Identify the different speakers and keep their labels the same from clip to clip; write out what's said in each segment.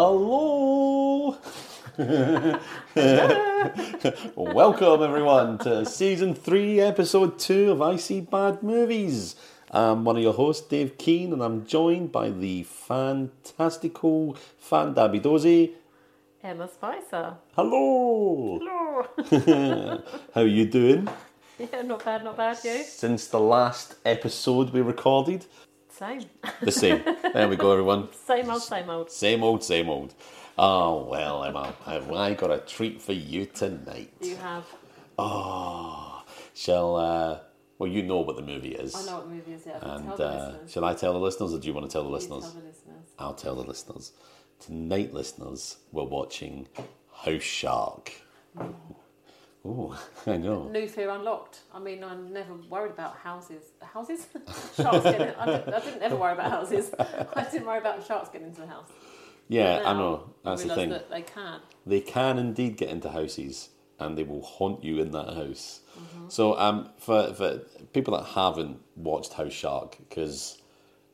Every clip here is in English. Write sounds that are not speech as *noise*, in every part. Speaker 1: Hello! Welcome, everyone, to season three, episode two of I See Bad Movies. I'm one of your hosts, Dave Keane, and I'm joined by the fantastical Fan Dabidozi.
Speaker 2: Emma Spicer.
Speaker 1: Hello!
Speaker 2: Hello.
Speaker 1: How are you doing?
Speaker 2: *laughs* yeah, not bad, not bad. You
Speaker 1: Since the last episode we recorded?
Speaker 2: same, *laughs*
Speaker 1: The same. There we go, everyone.
Speaker 2: same old, same old.
Speaker 1: Same old, same old. Oh, well, Emma, have I got a treat for you tonight?
Speaker 2: You have.
Speaker 1: Oh, shall, uh, well, you know what the movie is.
Speaker 3: I know what movie is yet. tell
Speaker 1: And
Speaker 3: the
Speaker 1: uh,
Speaker 3: listeners.
Speaker 1: shall I tell the listeners or do you want to tell the
Speaker 3: Please
Speaker 1: listeners?
Speaker 3: Tell the listeners.
Speaker 1: I'll tell the listeners. Tonight, listeners, we're watching House Shark. Oh, *laughs* I know.
Speaker 3: New fear unlocked. I mean, I'm never worried about houses. Houses? *laughs* sharks getting. I didn't, I didn't ever worry about houses. *laughs* I didn't worry about sharks getting into the house.
Speaker 1: Yeah,
Speaker 3: Now,
Speaker 1: I know. That's the
Speaker 3: realise
Speaker 1: thing.
Speaker 3: That they can.
Speaker 1: they can indeed get into houses and they will haunt you in that house.
Speaker 3: Mm-hmm.
Speaker 1: So, um, for, for people that haven't watched House Shark, because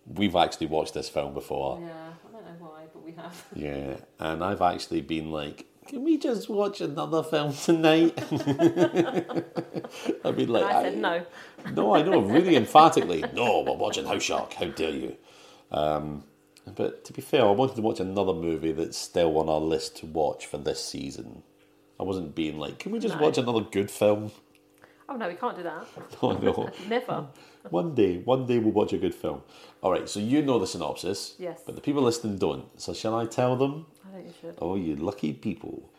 Speaker 1: we've actually watched this film before,
Speaker 3: Yeah, I don't know why, but we have.
Speaker 1: yeah, and I've actually been like, can we just watch another film tonight? *laughs* I've been like,
Speaker 2: I said no.
Speaker 1: no, I know, really emphatically. No, we're watching House Shark. How dare you? Um, but to be fair, I wanted to watch another movie that's still on our list to watch for this season. I wasn't being like, can we just
Speaker 2: No.
Speaker 1: watch another good film? *laughs*
Speaker 2: Oh no, we can't do that.
Speaker 1: No, no.
Speaker 2: Never.
Speaker 1: one day, one day we'll watch a good film. All right, so you know the synopsis.
Speaker 2: Yes.
Speaker 1: But the people listening don't. So shall I tell them?
Speaker 2: I think you should.
Speaker 1: Oh, you lucky people.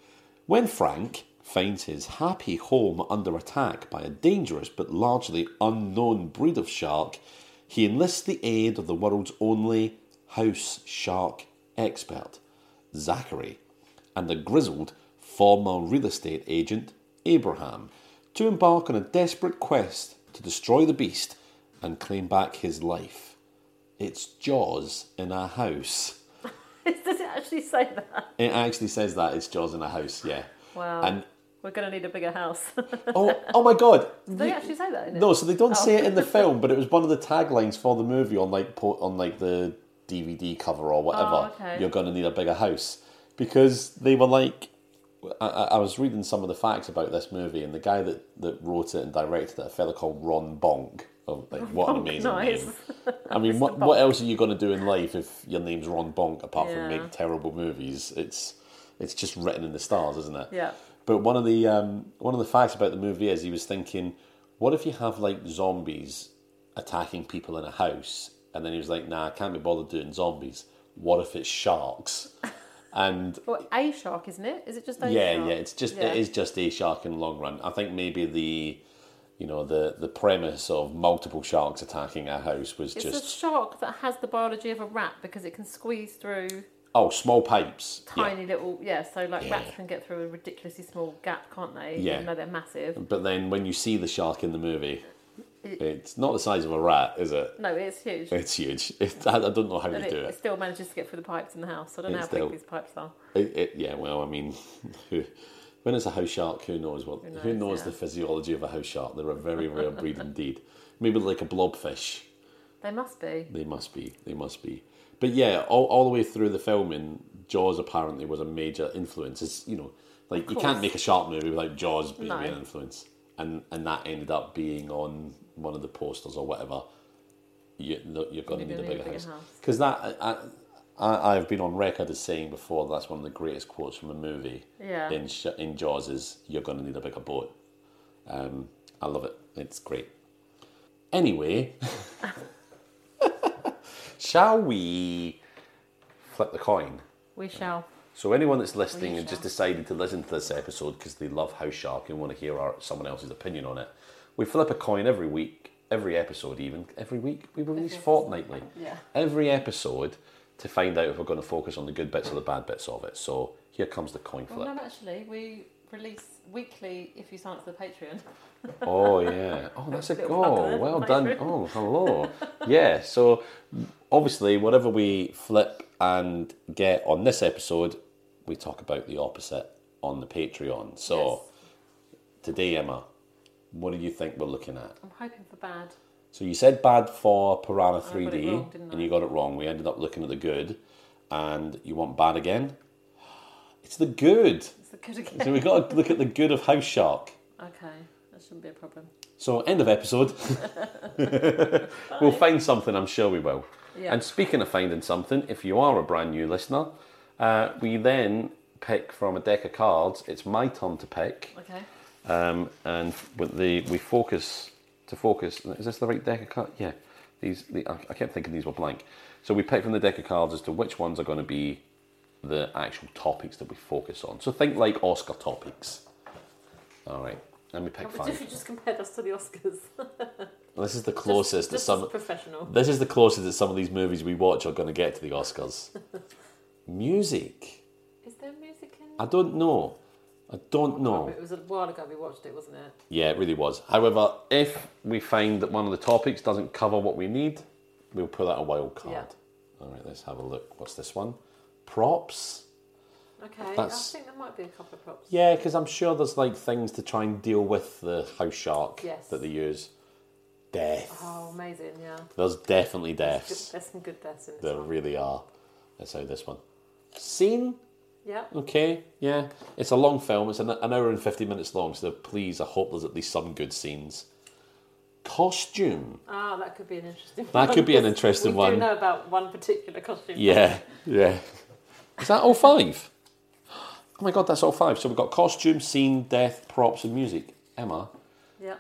Speaker 1: When Frank finds his happy home under attack by a dangerous but largely unknown breed of shark, he enlists the aid of the world's only house shark expert, Zachary, and a grizzled former real estate agent, Abraham, to embark on a desperate quest to destroy the beast and claim back his life. It's Jaws in a house.
Speaker 2: *laughs* Does it actually say that?
Speaker 1: It actually says that it's Jaws in a house, yeah.
Speaker 2: Wow.
Speaker 1: And
Speaker 2: We're gonna need a bigger house. *laughs*
Speaker 1: oh, oh my god!
Speaker 2: They
Speaker 1: You-
Speaker 2: actually say that in it.
Speaker 1: no, so they don't say
Speaker 2: *laughs*
Speaker 1: it in the
Speaker 2: Oh.
Speaker 1: film, but it was one of the taglines for the movie on like po- on like the DVD cover or whatever.
Speaker 2: Oh, okay.
Speaker 1: You're gonna need a bigger house because they were like, I, I I was reading some of the facts about this movie, and the guy that, that wrote it and directed it, a fella called Ron Bonk. Oh,
Speaker 2: *laughs*
Speaker 1: like, what an
Speaker 2: Bonk,
Speaker 1: amazing *laughs*
Speaker 2: nice.
Speaker 1: name! I mean, what, what else are you going to do in life if your name's Ron Bonk apart from
Speaker 2: Yeah.
Speaker 1: make terrible movies? It's it's just written in the stars, isn't it?
Speaker 2: Yeah.
Speaker 1: But one of the um, one of the facts about the movie is he was thinking, what if you have like zombies attacking people in a house? And then he was like, nah, I can't be bothered doing zombies. What if it's
Speaker 2: *laughs*
Speaker 1: sharks? And
Speaker 2: Well, a shark, isn't it? Is it just a
Speaker 1: yeah,
Speaker 2: shark?
Speaker 1: yeah, it's just
Speaker 2: Yeah.
Speaker 1: it is just a shark in the long run. I think maybe the you know the the premise of multiple sharks attacking a house was
Speaker 2: It's
Speaker 1: just
Speaker 2: a shark that has the biology of a rat because it can squeeze through
Speaker 1: Oh, small pipes.
Speaker 2: tiny little yeah. So like
Speaker 1: Yeah.
Speaker 2: rats can get through a ridiculously small gap, can't they?
Speaker 1: Yeah. Um,
Speaker 2: Even though they're massive.
Speaker 1: Yeah. But then when you see the shark in the movie,
Speaker 2: It-
Speaker 1: it's not the size of a rat, is it?
Speaker 2: No, it's huge.
Speaker 1: It's huge. *laughs* It, I I don't know how
Speaker 2: And
Speaker 1: they
Speaker 2: it,
Speaker 1: do
Speaker 2: it
Speaker 1: it.
Speaker 2: still manages to get through the pipes in the house. I don't
Speaker 1: It
Speaker 2: know how
Speaker 1: still-
Speaker 2: big these pipes are.
Speaker 1: It- it- yeah, well, I mean, *laughs* who- when it's a house shark, who knows what? Who knows,
Speaker 2: knows, yeah.
Speaker 1: the physiology of a house shark? They're a very rare breed indeed. Maybe like a blobfish.
Speaker 2: They must be.
Speaker 1: They must be. They must be. But yeah, all, all the way through the filming, Jaws apparently was a major influence. It's you know, like you can't
Speaker 2: course.
Speaker 1: make a shark movie without Jaws being
Speaker 2: No.
Speaker 1: an influence, and and that ended up being on one of the posters or whatever. You, no, you're going to need a bigger house because that I, I I've been on record as saying before that's one of the greatest quotes from a movie
Speaker 2: Yeah.
Speaker 1: in Sh- in Jaws is you're going to need a bigger boat. Um, I love it. It's great. Anyway, *laughs* shall we flip the coin?
Speaker 2: We shall.
Speaker 1: So anyone that's listening and
Speaker 3: shall.
Speaker 1: just decided to listen to this episode because they love House Shark and want to hear our, someone else's opinion on it, we flip a coin every week, every episode even. Every week? We release
Speaker 3: Every episode.
Speaker 1: fortnightly.
Speaker 3: Yeah.
Speaker 1: Every episode to find out if we're going to focus on the good bits or the bad bits of it. So here comes the coin flip.
Speaker 3: Well, no, actually, we release weekly if you sign up to the Patreon.
Speaker 1: Oh yeah. Oh, that's a
Speaker 2: Little plug
Speaker 1: goal.
Speaker 2: there,
Speaker 1: Well
Speaker 2: my
Speaker 1: done.
Speaker 2: friend.
Speaker 1: Oh, hello. Yeah. So obviously, whatever we flip and get on this episode, we talk about the opposite on the Patreon. So today, Emma, what do you think we're looking at?
Speaker 3: I'm hoping for bad.
Speaker 1: So you said bad for Piranha 3D,
Speaker 3: wrong, didn't
Speaker 1: and
Speaker 3: I?
Speaker 1: you got it wrong. We ended up looking at the good, and you want bad again, it's the good. *laughs*
Speaker 3: It's the good
Speaker 2: *laughs*
Speaker 1: So
Speaker 3: again.
Speaker 1: we've got to look at the good of House Shark.
Speaker 3: Okay, that shouldn't be a problem.
Speaker 1: So, end of episode.
Speaker 3: *laughs*
Speaker 1: we'll find something, I'm sure we will.
Speaker 3: Yeah.
Speaker 1: And speaking of finding something, if you are a brand new listener, uh, we then pick from a deck of cards. It's my turn to pick.
Speaker 3: Okay.
Speaker 1: Um, and with the we focus to focus. Is this the right deck of cards? Yeah. These the, I I kept thinking these were blank. So we pick from the deck of cards as to which ones are going to be the actual topics that we focus on. So think like Oscar topics. All right. Let me pick
Speaker 3: But if you
Speaker 1: five.
Speaker 3: just compared us to the Oscars, *laughs*
Speaker 1: This is the closest that
Speaker 3: just
Speaker 1: some.
Speaker 3: professional.
Speaker 1: This is the closest that some of these movies we watch are going to get to the
Speaker 3: *laughs*
Speaker 1: Oscars. Music.
Speaker 3: Is there music in?
Speaker 1: I don't know. I don't know.
Speaker 3: It was a while ago we watched it, wasn't it?
Speaker 1: Yeah, it really was. However, if we find that one of the topics doesn't cover what we need, we'll pull out a wild card.
Speaker 3: Yeah.
Speaker 1: All right, let's have a look. What's this one? Props.
Speaker 3: Okay,
Speaker 1: That's-
Speaker 3: I think there might be a couple of props.
Speaker 1: Yeah, because I'm sure there's like things to try and deal with the house shark
Speaker 3: Yes.
Speaker 1: that they use. Death.
Speaker 3: Oh, amazing! Yeah,
Speaker 1: There's definitely
Speaker 3: Good,
Speaker 1: deaths.
Speaker 3: there's some good deaths in this
Speaker 1: There
Speaker 3: one.
Speaker 1: really are. Let's have this one. Scene.
Speaker 3: Yeah,
Speaker 1: Okay, yeah. It's a long film. It's an, an hour and 50 minutes long, so please, I hope there's at least some good scenes. Costume.
Speaker 3: ah, that could be an interesting.
Speaker 1: That could be an
Speaker 3: because *laughs*
Speaker 1: interesting
Speaker 3: we
Speaker 1: one.
Speaker 3: do know about one particular costume.
Speaker 1: Yeah, yeah. Is that all five? Oh my god, that's all five. So we've got costume, scene, death, props, and music. Emma,
Speaker 3: yeah.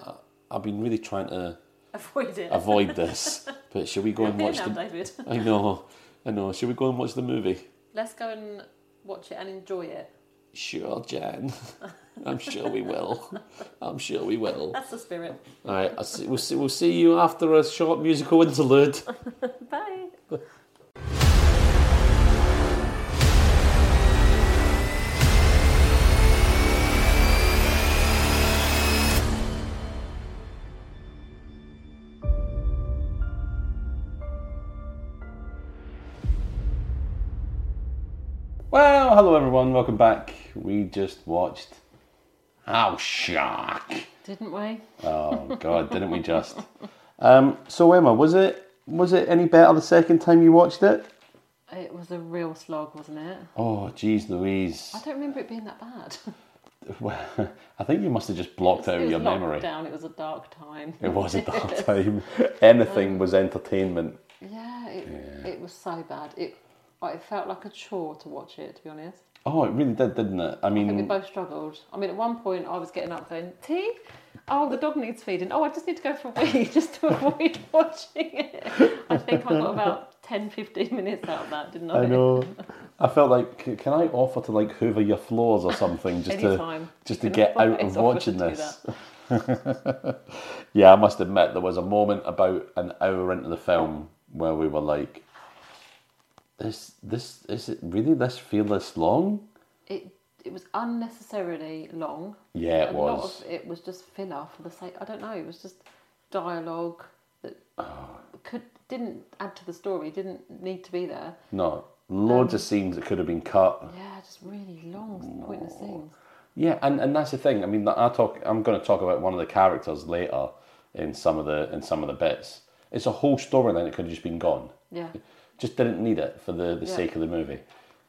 Speaker 1: I've been really trying to
Speaker 3: Avoid it.
Speaker 1: avoid this, but should we go and
Speaker 3: *laughs* Here
Speaker 1: watch
Speaker 3: now,
Speaker 1: the?
Speaker 3: David. *laughs*
Speaker 1: I know, I know. Should we go and watch the movie?
Speaker 3: Let's go and watch it and enjoy it.
Speaker 1: Sure, Jan. *laughs* I'm sure we will. I'm sure we will.
Speaker 3: That's the spirit.
Speaker 1: All right, I'll see, we'll, see, we'll see you after a short musical interlude.
Speaker 3: Bye.
Speaker 1: *laughs* Well, hello everyone, welcome back. We just watched House Shark.
Speaker 2: Didn't we?
Speaker 1: Oh God, didn't we *laughs* just? Um, so Emma, was it was it any better the second time you watched it?
Speaker 2: It was a real slog, wasn't it?
Speaker 1: Oh, jeez, Louise.
Speaker 2: I don't remember it being that bad. *laughs*
Speaker 1: Well, *laughs* I think you must have just blocked out
Speaker 2: it was
Speaker 1: your memory.
Speaker 2: lockdown. It was a dark time.
Speaker 1: It was a dark time. Anything was entertainment.
Speaker 2: Yeah, it, it was so bad. It it felt like a chore to watch it. To be honest,
Speaker 1: Oh, it really did, didn't it? I
Speaker 2: I think we
Speaker 1: mean,
Speaker 2: both struggled. I mean, at one point I was getting up going tea. Oh, the dog needs feeding. Oh, I just need to go for a wee *laughs* just to avoid watching it. I think I got
Speaker 1: *laughs*
Speaker 2: about 10, 15 minutes out of that, didn't I?
Speaker 1: I know. I felt like, c- can I offer to like hoover your floors or something just uh, to
Speaker 2: Anytime.
Speaker 1: just to
Speaker 2: You can
Speaker 1: get out of
Speaker 2: always offer to
Speaker 1: watching
Speaker 2: do
Speaker 1: this? *laughs* yeah, I must admit there was a moment about an hour into the film where we were like, "This, this, is it really this feel this long?"
Speaker 2: It it was unnecessarily long.
Speaker 1: Yeah, it
Speaker 2: a
Speaker 1: was.
Speaker 2: lot of it was just filler for the sake. I don't know. It was just dialogue that
Speaker 1: Oh.
Speaker 2: could didn't add to the story. Didn't need to be there.
Speaker 1: No, loads
Speaker 2: Um,
Speaker 1: of scenes that could have been cut.
Speaker 2: Yeah, just really long, pointless things.
Speaker 1: Yeah, and, and that's the thing. I mean, I talk. I'm going to talk about one of the characters later in some of the in some of the bits. It's a whole storyline that could have just been gone.
Speaker 2: Yeah,
Speaker 1: just didn't need it for the, the
Speaker 2: Yeah.
Speaker 1: sake of the movie.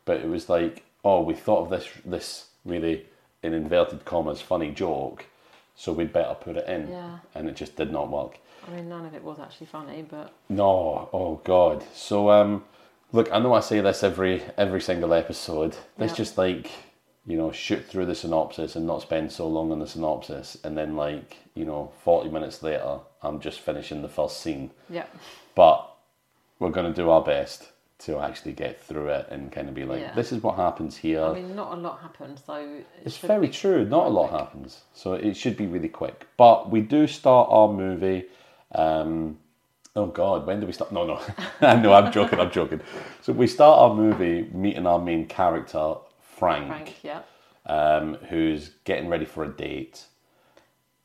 Speaker 1: But it was like, oh, we thought of this this really in inverted commas funny joke, so we'd better put it in.
Speaker 2: Yeah.
Speaker 1: And it just did not work.
Speaker 2: I mean, none of it was actually funny, but
Speaker 1: No, oh god. So um, look, I know I say this every every single episode. Let's
Speaker 2: Yeah.
Speaker 1: just like you know shoot through the synopsis and not spend so long on the synopsis, and then like you know forty minutes later, I'm just finishing the first scene
Speaker 2: yeah,
Speaker 1: but we're going to do our best to actually get through it and kind of be like,
Speaker 2: Yeah.
Speaker 1: this is what happens here.
Speaker 2: I mean, not a lot happened. So it
Speaker 1: it's
Speaker 2: should
Speaker 1: very
Speaker 2: be-
Speaker 1: true. Not a lot happens, so it should be really quick. But we do start our movie. Um, oh God, when do we start? No, *laughs* no, no. I'm joking. I'm joking. So we start our movie meeting our main character Frank,
Speaker 2: Frank, yeah,
Speaker 1: Um, who's getting ready for a date.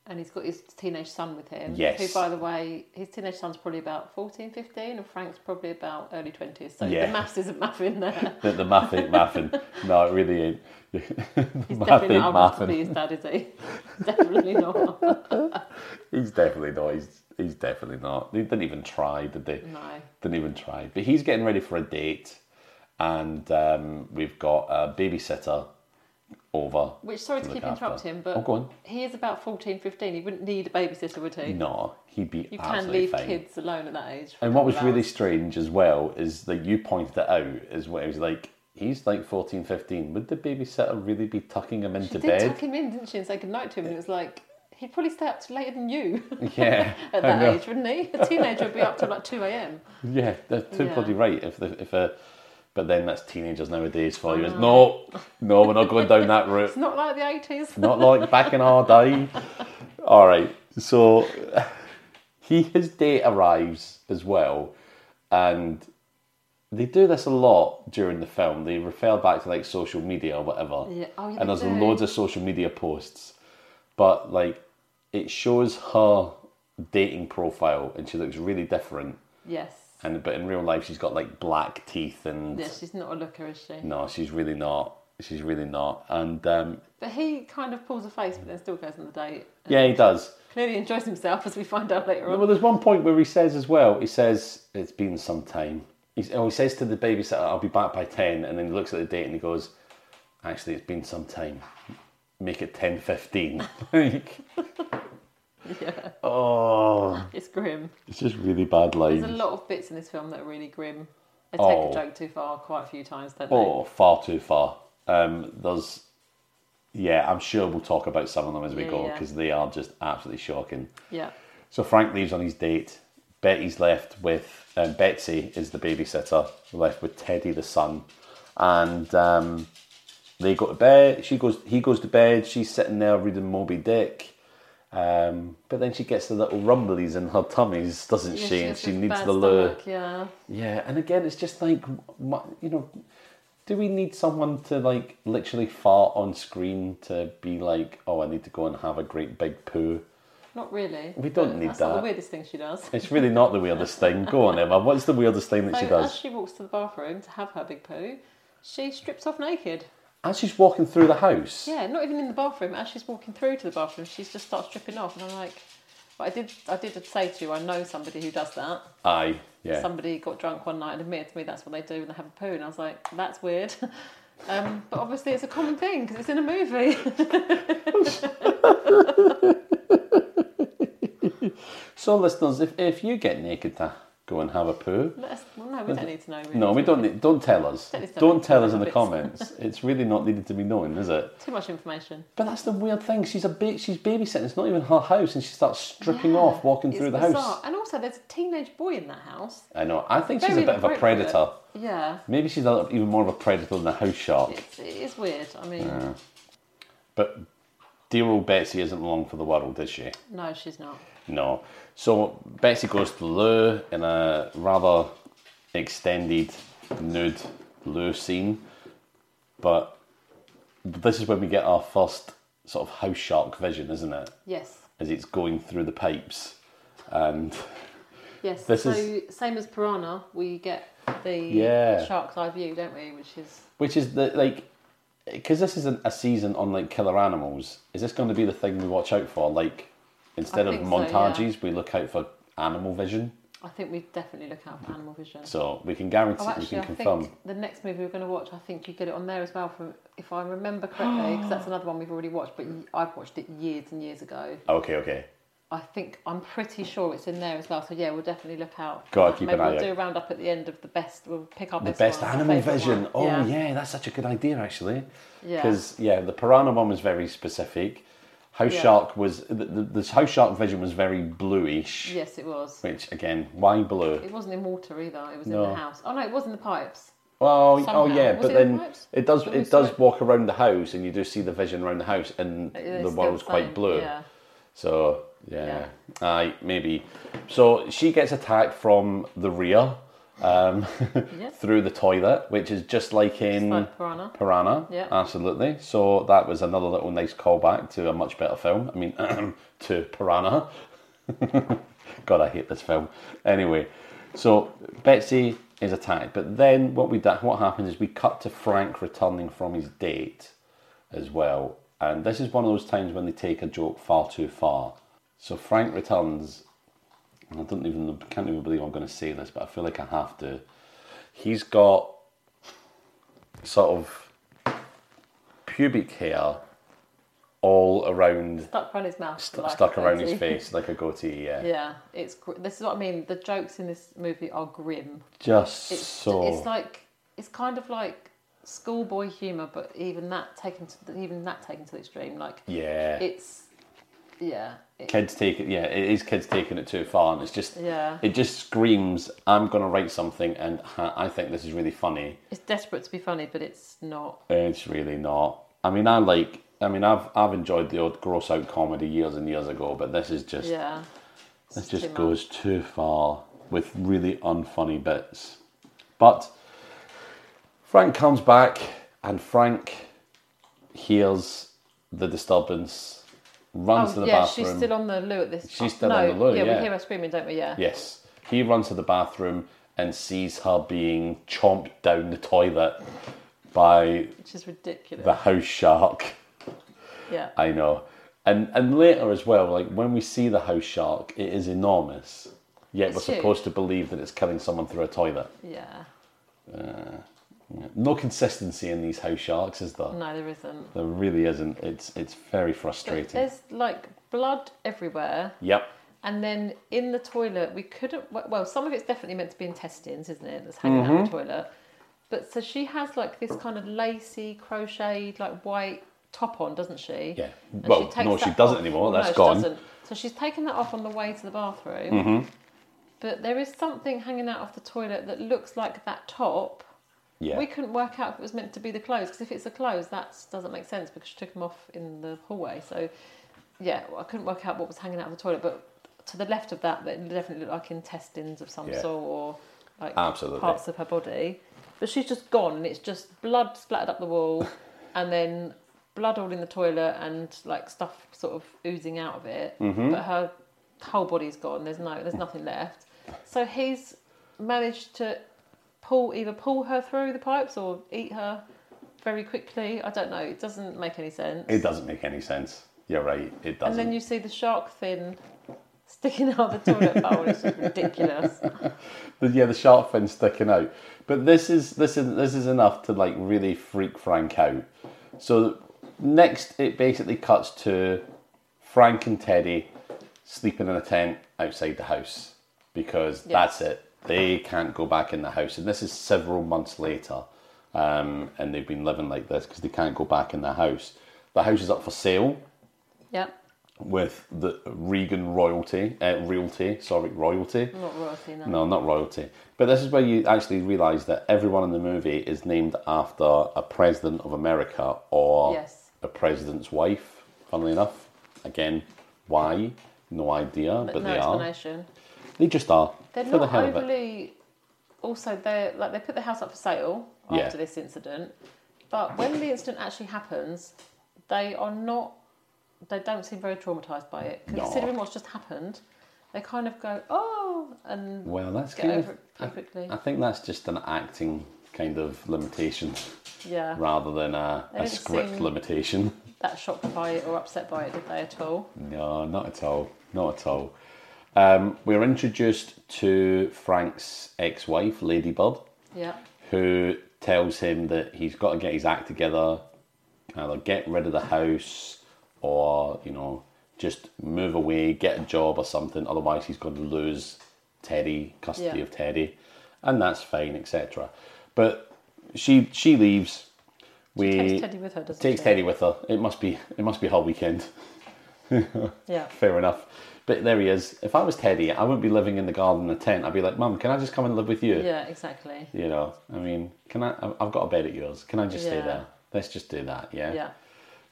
Speaker 2: and he's got his teenage son with him.
Speaker 1: Yes.
Speaker 2: Who, by the way, his teenage son's probably about 14, 15, and Frank's probably about early 20s. So
Speaker 1: Yeah.
Speaker 2: the maths isn't mathing there.
Speaker 1: The, the math ain't
Speaker 2: *laughs*
Speaker 1: mathing. No, it really ain't.
Speaker 2: He's
Speaker 1: *laughs* Math
Speaker 2: definitely
Speaker 1: ain't
Speaker 2: not about to
Speaker 1: mathing.
Speaker 2: be his dad, is he?
Speaker 1: *laughs*
Speaker 2: definitely not.
Speaker 1: He's definitely not. He's he's definitely not. They didn't even try, did they?
Speaker 2: No.
Speaker 1: Didn't even try. But he's getting ready for a date, and um, we've got a babysitter over.
Speaker 2: Which, sorry to
Speaker 1: look
Speaker 2: keep
Speaker 1: after.
Speaker 2: interrupting, but
Speaker 1: Oh, go on.
Speaker 2: he is about 14, 15. He wouldn't need a babysitter, would he?
Speaker 1: No, he'd be
Speaker 2: You can
Speaker 1: absolutely
Speaker 2: leave
Speaker 1: fine.
Speaker 2: kids alone at that age. for a
Speaker 1: And what
Speaker 2: couple
Speaker 1: was
Speaker 2: of
Speaker 1: really
Speaker 2: hours.
Speaker 1: strange as well is that you pointed it out is what it was like. He's like 14, 15. Would the babysitter really be tucking him into
Speaker 2: She did tuck
Speaker 1: bed?
Speaker 2: him in, didn't she, and say goodnight to him, and it was like, he'd probably stay up till later than
Speaker 1: *laughs*
Speaker 2: you *laughs*
Speaker 1: yeah.
Speaker 2: at
Speaker 1: I
Speaker 2: that
Speaker 1: know.
Speaker 2: age, wouldn't he? A teenager would be up till like 2 a.m.
Speaker 1: Yeah, they're too
Speaker 2: Yeah.
Speaker 1: bloody right. If the, if a, but then that's teenagers nowadays for you. It's no, no, we're not going down that route.
Speaker 2: It's not like the 80s.
Speaker 1: Not like back in our day. All right. So *laughs* he his date arrives as well, and they do this a lot during the film. They refer back to like social media or whatever.
Speaker 2: Yeah. Oh,
Speaker 1: and
Speaker 2: yeah, they
Speaker 1: there's
Speaker 2: do.
Speaker 1: loads of social media posts, but like it shows her dating profile, and she looks really different.
Speaker 2: Yes.
Speaker 1: And but in real life, she's got like black teeth, and
Speaker 2: Yeah, she's not a looker, is she?
Speaker 1: no, she's really not. She's really not. And um,
Speaker 2: But he kind of pulls a face, but then still goes on the date.
Speaker 1: yeah, he does.
Speaker 2: Clearly enjoys himself, as we find out later on.
Speaker 1: Well, there's one point where he says as well. He says it's been some time. He's, oh, he says to the babysitter, "I'll be back by 10. and then he looks at the date and he goes, "Actually, it's been some time. Make it ten fifteen. *laughs* like,
Speaker 2: Yeah,
Speaker 1: oh,
Speaker 2: it's grim.
Speaker 1: it's just really bad lines.
Speaker 2: There's a lot of bits in this film that are really grim. They take
Speaker 1: Oh.
Speaker 2: a joke too far quite a few times, don't they?
Speaker 1: Oh, far too far. Um, there's, yeah, I'm sure we'll talk about some of them as we
Speaker 2: Yeah,
Speaker 1: go
Speaker 2: yeah.
Speaker 1: because they are just absolutely shocking.
Speaker 2: Yeah.
Speaker 1: So Frank leaves on his date. Betty's left with um, Betsy is the babysitter, left with Teddy the son, and um, they go to bed. She goes, he goes to bed. She's sitting there reading Moby Dick. Um, but then she gets the little rumblies in her tummies, doesn't
Speaker 2: Yeah,
Speaker 1: she? And
Speaker 2: has
Speaker 1: she
Speaker 2: this
Speaker 1: needs
Speaker 2: bad
Speaker 1: the lure.
Speaker 2: stomach, Yeah.
Speaker 1: Yeah, and again, it's just like, wha- you know, do we need someone to like literally fart on screen to be like, oh, I need to go and have a great big poo?
Speaker 2: Not really.
Speaker 1: We don't need
Speaker 2: That's not
Speaker 1: that.
Speaker 2: the weirdest thing she does.
Speaker 1: It's really not the weirdest thing. Go on, Emma. What's the weirdest thing that she
Speaker 2: So as
Speaker 1: does?
Speaker 2: she walks to the bathroom to have her big poo, she strips off naked.
Speaker 1: As she's walking through the house,
Speaker 2: Yeah, not even in the bathroom. As she's walking through to the bathroom, she just starts stripping off, and I'm like, but I did, I did say to you, I know somebody who does that.
Speaker 1: aye, yeah,
Speaker 2: Somebody got drunk one night and admitted to me that's what they do when they have a poo, and I was like, that's weird. *laughs* Um, but obviously, it's a common thing because it's in a movie. *laughs*
Speaker 1: So, listeners, if, if you get naked to go and have a poo,
Speaker 2: Let us, well, no, we don't need to know. Really.
Speaker 1: no, we don't. need- Don't tell us.
Speaker 2: Don't need to
Speaker 1: Don't
Speaker 2: know.
Speaker 1: tell
Speaker 2: *laughs*
Speaker 1: us in the
Speaker 2: Bits.
Speaker 1: comments. It's really not needed to be known, is it?
Speaker 2: Too much information.
Speaker 1: But that's the weird thing. She's a ba- she's babysitting. It's not even her house, and she starts stripping
Speaker 2: Yeah,
Speaker 1: off, walking
Speaker 2: it's
Speaker 1: through the
Speaker 2: bizarre.
Speaker 1: house.
Speaker 2: And also, there's a teenage boy in that house.
Speaker 1: I know. I think she's a
Speaker 2: Very
Speaker 1: bit of a
Speaker 2: inappropriate.
Speaker 1: predator.
Speaker 2: Yeah,
Speaker 1: Maybe she's a, even more of a predator than a house shark.
Speaker 2: it's, it is weird. I mean,
Speaker 1: But dear old Betsy isn't long for the world, is she?
Speaker 2: no, she's not.
Speaker 1: No. So Betsy goes to Lou in a rather extended nude Lou scene, but this is when we get our first sort of house shark vision, isn't it?
Speaker 2: Yes,
Speaker 1: As it's going through the pipes, and
Speaker 2: yes.
Speaker 1: This
Speaker 2: so
Speaker 1: is-
Speaker 2: same as Piranha, we get the
Speaker 1: Yeah.
Speaker 2: shark's eye view, don't we? Which is
Speaker 1: which is the like. Because this isn't a season on like killer animals, is this going to be the thing we watch out for? Like, instead of
Speaker 2: think so, yeah.
Speaker 1: montages, we look out for animal vision,
Speaker 2: I think we definitely look out for Animal Vision.
Speaker 1: so we can guarantee
Speaker 2: Oh,
Speaker 1: we
Speaker 2: actually,
Speaker 1: can
Speaker 2: I
Speaker 1: confirm.
Speaker 2: think the next movie we're going to watch, I think you get it on there as well. From if I remember correctly,
Speaker 1: *gasps*
Speaker 2: because that's another one we've already watched, but y- I've watched it years and years ago.
Speaker 1: Oh, Okay, okay.
Speaker 2: I think I'm pretty sure it's in there as well. So yeah, we'll definitely look out. for
Speaker 1: Gotta
Speaker 2: that.
Speaker 1: keep an
Speaker 2: Maybe
Speaker 1: eye
Speaker 2: we'll
Speaker 1: out.
Speaker 2: do a roundup at the end of the best. We'll pick our
Speaker 1: The
Speaker 2: best.
Speaker 1: best
Speaker 2: one, our
Speaker 1: animal
Speaker 2: favourite
Speaker 1: vision.
Speaker 2: one.
Speaker 1: Oh yeah.
Speaker 2: yeah.
Speaker 1: that's such a good idea actually.
Speaker 2: Yeah.
Speaker 1: Because yeah. the piranha one was very specific. House
Speaker 2: Yeah.
Speaker 1: shark was the, the, the house shark vision was very bluish.
Speaker 2: Yes, it was.
Speaker 1: Which again, why blue?
Speaker 2: It wasn't in water either. It was in
Speaker 1: No.
Speaker 2: the house. Oh no, it was in the pipes.
Speaker 1: Well, oh
Speaker 2: Somehow.
Speaker 1: yeah,
Speaker 2: Was
Speaker 1: but
Speaker 2: it in the
Speaker 1: then
Speaker 2: pipes?
Speaker 1: it does
Speaker 2: When we
Speaker 1: it
Speaker 2: saw
Speaker 1: does
Speaker 2: it-
Speaker 1: walk around the house and you do see the vision around the house and
Speaker 2: It- it's
Speaker 1: the
Speaker 2: still
Speaker 1: world's quite
Speaker 2: same,
Speaker 1: blue.
Speaker 2: Yeah.
Speaker 1: So yeah, aye, maybe. So she gets attacked from the rear um, *laughs*
Speaker 2: Yeah.
Speaker 1: through the toilet, which is just like in
Speaker 2: like Piranha.
Speaker 1: Piranha,
Speaker 2: Yeah.
Speaker 1: absolutely. So that was another little nice callback to a much better film. I mean, *clears throat* to Piranha. *laughs* God, I hate this film. Anyway, so Betsy is attacked, but then what we da- what happens is we cut to Frank returning from his date as well, and this is one of those times when they take a joke far too far. So Frank returns, and I don't even can't even believe I'm going to say this, but I feel like I have to. He's got sort of pubic hair all around,
Speaker 2: Stuck around his mouth.
Speaker 1: st-
Speaker 2: like
Speaker 1: stuck around his
Speaker 2: crazy.
Speaker 1: face like a goatee. Yeah,
Speaker 2: *laughs* Yeah, it's gr- this is what I mean. The jokes in this movie are grim.
Speaker 1: just
Speaker 2: It's
Speaker 1: so.
Speaker 2: it's like it's kind of like schoolboy humor, but even that taken to the, even that taken to the extreme. Like
Speaker 1: yeah,
Speaker 2: it's yeah, it,
Speaker 1: kids take it. Yeah, it is kids taking it too far, and it's just
Speaker 2: yeah.
Speaker 1: it just screams. I'm gonna write something, and ha, I think this is really funny.
Speaker 2: It's desperate to be funny, but it's not.
Speaker 1: It's really not. I mean, I like. I mean, I've I've enjoyed the odd gross out comedy years and years ago, but this is just
Speaker 2: Yeah,
Speaker 1: this
Speaker 2: too
Speaker 1: just
Speaker 2: much.
Speaker 1: goes too far with really unfunny bits. But Frank comes back, and Frank hears the disturbance, runs to
Speaker 2: Oh,
Speaker 1: the
Speaker 2: yeah,
Speaker 1: bathroom.
Speaker 2: she's still on the loo at this.
Speaker 1: She's still
Speaker 2: no,
Speaker 1: on the loo,
Speaker 2: Yeah,
Speaker 1: yeah.
Speaker 2: we hear her screaming, don't we? Yeah.
Speaker 1: Yes. He runs to the bathroom and sees her being chomped down the toilet by
Speaker 2: which is ridiculous.
Speaker 1: the house shark.
Speaker 2: yeah,
Speaker 1: I know. And and later as well, like when we see the house shark, it is enormous. Yet
Speaker 2: It's
Speaker 1: we're
Speaker 2: huge.
Speaker 1: supposed to believe that it's killing someone through a toilet.
Speaker 2: yeah.
Speaker 1: No consistency in these house sharks, is there?
Speaker 2: No, there isn't.
Speaker 1: There really isn't. It's it's very
Speaker 2: But
Speaker 1: frustrating.
Speaker 2: there's like blood everywhere.
Speaker 1: Yep.
Speaker 2: And then in the toilet, we couldn't. Well, some of it's definitely meant to be intestines, isn't it? That's hanging out
Speaker 1: Mm-hmm.
Speaker 2: of the toilet. But so she has like this kind of lacy crocheted, like white top on, doesn't she?
Speaker 1: Yeah.
Speaker 2: And
Speaker 1: Well, no, she
Speaker 2: that
Speaker 1: doesn't
Speaker 2: off-
Speaker 1: anymore.
Speaker 2: no,
Speaker 1: That's
Speaker 2: she
Speaker 1: gone. Mm-hmm.
Speaker 2: doesn't. So she's taken that off on the way to the bathroom. But there is something hanging out of the toilet that looks like that top.
Speaker 1: Yeah.
Speaker 2: We couldn't work out if it was meant to be the clothes because if it's the clothes, that doesn't make sense because she took them off in the hallway. So, yeah, well, I couldn't work out what was hanging out of the toilet. But to the left of that, that definitely looked like intestines of some
Speaker 1: Yeah. Ah,
Speaker 2: sort or like
Speaker 1: Absolutely.
Speaker 2: parts of her body. But she's just gone, and it's just blood splattered up the
Speaker 1: *laughs*
Speaker 2: wall, and then blood all in the toilet, and like stuff sort of oozing out of it.
Speaker 1: Mm-hmm.
Speaker 2: But her whole body's gone. There's no, there's nothing left. So he's managed to pull either pull her through the pipes or eat her very quickly. I don't know. It doesn't make any sense.
Speaker 1: It doesn't make any sense. You're right. It doesn't.
Speaker 2: and then you see the shark fin sticking out of the toilet bowl. It's
Speaker 1: *laughs*
Speaker 2: just ridiculous.
Speaker 1: But yeah, the shark fin sticking out. But this is this is this is enough to like really freak Frank out. So next, it basically cuts to Frank and Teddy sleeping in a tent outside the house because that's it. They can't go back in the house, and this is several months later, um, and they've been living like this because they can't go back in the house. The house is up for sale
Speaker 2: Yep.
Speaker 1: with the Regan royalty, uh, realty, sorry, royalty.
Speaker 2: Not royalty now.
Speaker 1: No, not royalty. But this is where you actually realise that everyone in the movie is named after a president of America or
Speaker 2: Yes.
Speaker 1: a president's wife, funnily enough. Again, why? No idea, but,
Speaker 2: no
Speaker 1: they are.
Speaker 2: explanation.
Speaker 1: They just are.
Speaker 2: They're
Speaker 1: for the
Speaker 2: not
Speaker 1: hell of it.
Speaker 2: overly. Also, they like they put the house up for sale
Speaker 1: Yeah.
Speaker 2: after this incident, but when the incident actually happens, they are not. They don't seem very traumatized by it,
Speaker 1: No.
Speaker 2: considering what's just happened. They kind of go, "Oh," and
Speaker 1: Well, that's
Speaker 2: get
Speaker 1: kind
Speaker 2: over
Speaker 1: of-
Speaker 2: it pretty quickly.
Speaker 1: I think that's just an acting kind of limitation
Speaker 2: yeah,
Speaker 1: rather than a,
Speaker 2: They
Speaker 1: a
Speaker 2: didn't
Speaker 1: script
Speaker 2: seem-
Speaker 1: limitation.
Speaker 2: that shocked by it or upset by it, did they at all?
Speaker 1: No, not at all. Not at all. Um, we're introduced to Frank's ex wife, Ladybird.
Speaker 2: Yeah,
Speaker 1: who tells him that he's got to get his act together, either get rid of the house or, you know, just move away, get a job or something, otherwise he's going to lose Teddy, custody
Speaker 2: Yeah.
Speaker 1: of Teddy, and that's fine, etc. But she she leaves. We
Speaker 2: takes Teddy with her, doesn't
Speaker 1: takes
Speaker 2: she?
Speaker 1: Teddy with her. It must be it must be her weekend. *laughs*
Speaker 2: yeah,
Speaker 1: Fair enough. But there he is. If I was Teddy, I wouldn't be living in the garden in a tent. I'd be like, Mum, can I just come and live with you?
Speaker 2: yeah, exactly.
Speaker 1: You know, I mean, can I? I've- I've got a bed at yours. Can I just stay
Speaker 2: Yeah.
Speaker 1: there? Let's just do that. Yeah.
Speaker 2: Yeah,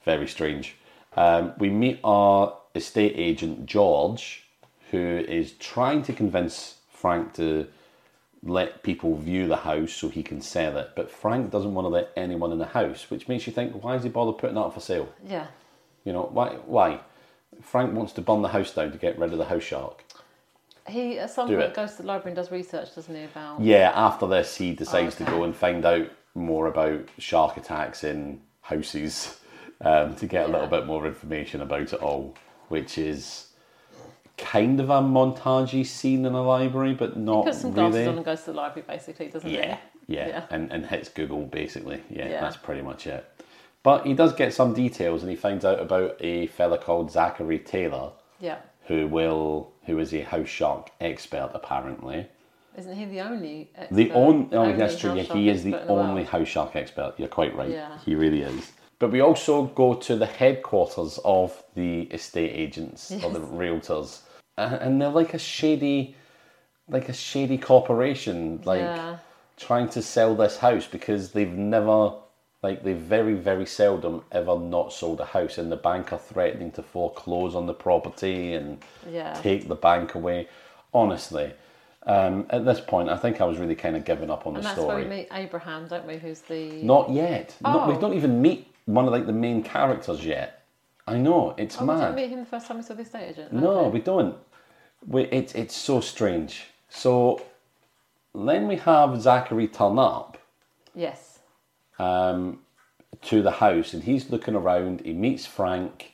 Speaker 1: Very strange. Um, we meet our estate agent George, who is trying to convince Frank to let people view the house so he can sell it. But Frank doesn't want to let anyone in the house, which makes you think, why is he bother putting it up for sale?
Speaker 2: yeah.
Speaker 1: You know, why? Why? Frank wants to burn the house down to get rid of the house shark.
Speaker 2: He at some
Speaker 1: Do
Speaker 2: point
Speaker 1: it.
Speaker 2: goes to the library and does research, doesn't he? About
Speaker 1: Yeah, after this, he decides to
Speaker 2: okay.
Speaker 1: go and find out more about shark attacks in houses *laughs* um, to get a little
Speaker 2: Yeah.
Speaker 1: bit more information about it all, which is kind of a montagey scene in a library, but not
Speaker 2: puts some glasses
Speaker 1: really.
Speaker 2: on and goes to the library, basically, doesn't
Speaker 1: yeah,
Speaker 2: he?
Speaker 1: Yeah,
Speaker 2: Yeah.
Speaker 1: And, and hits Google basically. Yeah,
Speaker 2: Yeah.
Speaker 1: that's pretty much it. But he does get some details and he finds out about a fella called Zachary Taylor
Speaker 2: Yeah.
Speaker 1: who will who is a house shark expert apparently.
Speaker 2: Isn't he the only expert?
Speaker 1: The only oh
Speaker 2: only
Speaker 1: that's true, yeah,
Speaker 2: house
Speaker 1: he
Speaker 2: shark
Speaker 1: is the
Speaker 2: expert in world?
Speaker 1: only house shark expert. You're quite right.
Speaker 2: Yeah.
Speaker 1: He really is. But we also go to the headquarters of the estate agents or the realtors. And and they're like a shady like a shady corporation. Like
Speaker 2: Yeah.
Speaker 1: trying to sell this house because they've never like they've very very seldom ever not sold a house and the bank are threatening to foreclose on the property and
Speaker 2: Yeah.
Speaker 1: take the bank away honestly um, at this point i think i was really kind of giving up on
Speaker 2: And
Speaker 1: the
Speaker 2: that's
Speaker 1: story
Speaker 2: where we meet Abraham, don't we? Who's the
Speaker 1: not yet Not- we
Speaker 2: Oh.
Speaker 1: don't even meet one of like the main characters yet i know it's
Speaker 2: Oh,
Speaker 1: mad
Speaker 2: did we meet him the first time we saw the estate agent?
Speaker 1: no,
Speaker 2: Okay.
Speaker 1: we don't. We, it, it's so strange. So then we have Zachary turn up
Speaker 2: Yes.
Speaker 1: um, to the house and he's looking around. He meets Frank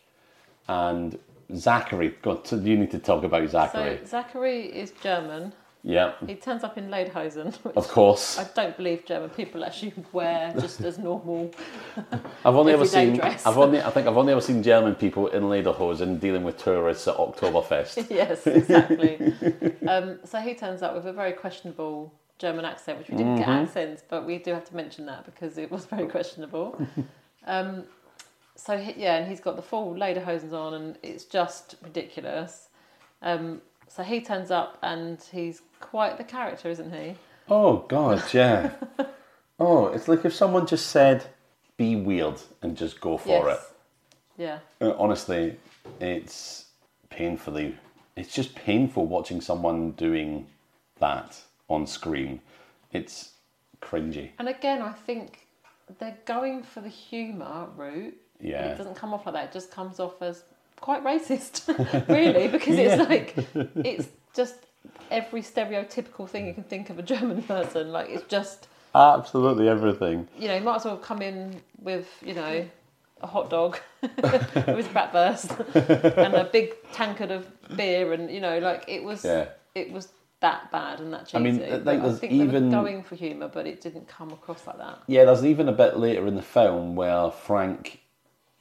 Speaker 1: and Zachary. God, so you need to talk about Zachary.
Speaker 2: So Zachary is German.
Speaker 1: yeah,
Speaker 2: He turns up in Lederhosen, *laughs* which
Speaker 1: of course.
Speaker 2: I don't believe German people actually wear just as normal.
Speaker 1: I've only ever
Speaker 2: everyday
Speaker 1: seen.
Speaker 2: dress.
Speaker 1: I've only. I think I've only ever seen German people in lederhosen dealing with tourists at
Speaker 2: *laughs*
Speaker 1: Oktoberfest.
Speaker 2: yes, exactly. um, so he turns up with a very questionable German accent, which we didn't get
Speaker 1: Mm-hmm.
Speaker 2: accents, but we do have to mention that because it was very questionable.
Speaker 1: *laughs*
Speaker 2: um, so he, yeah, and he's got the full lederhosen on, and it's just ridiculous. Um, so he turns up, and he's quite the character, isn't he?
Speaker 1: Oh God, yeah. oh, it's like if someone just said, "Be weird" and just go for it.
Speaker 2: Yeah.
Speaker 1: Uh, honestly, it's painfully. It's just painful watching someone doing that on screen. It's cringy.
Speaker 2: And again, I think they're going for the humour route. but
Speaker 1: Yeah.
Speaker 2: It doesn't come off like that. It just comes off as quite racist, *laughs*
Speaker 1: *laughs*
Speaker 2: really, because it's like, it's just every stereotypical thing you can think of a German *laughs* person. Like, it's just,
Speaker 1: Absolutely everything.
Speaker 2: you know, you might as well come in with, you know, a hot dog *laughs* with bratwurst and a big tankard of beer and, you know, like, it was,
Speaker 1: Yeah.
Speaker 2: it was that bad and that cheesy.
Speaker 1: I mean, like,
Speaker 2: But I
Speaker 1: there's
Speaker 2: think
Speaker 1: even-
Speaker 2: they were going for humour, but it didn't come across like that.
Speaker 1: Yeah, there's even a bit later in the film where Frank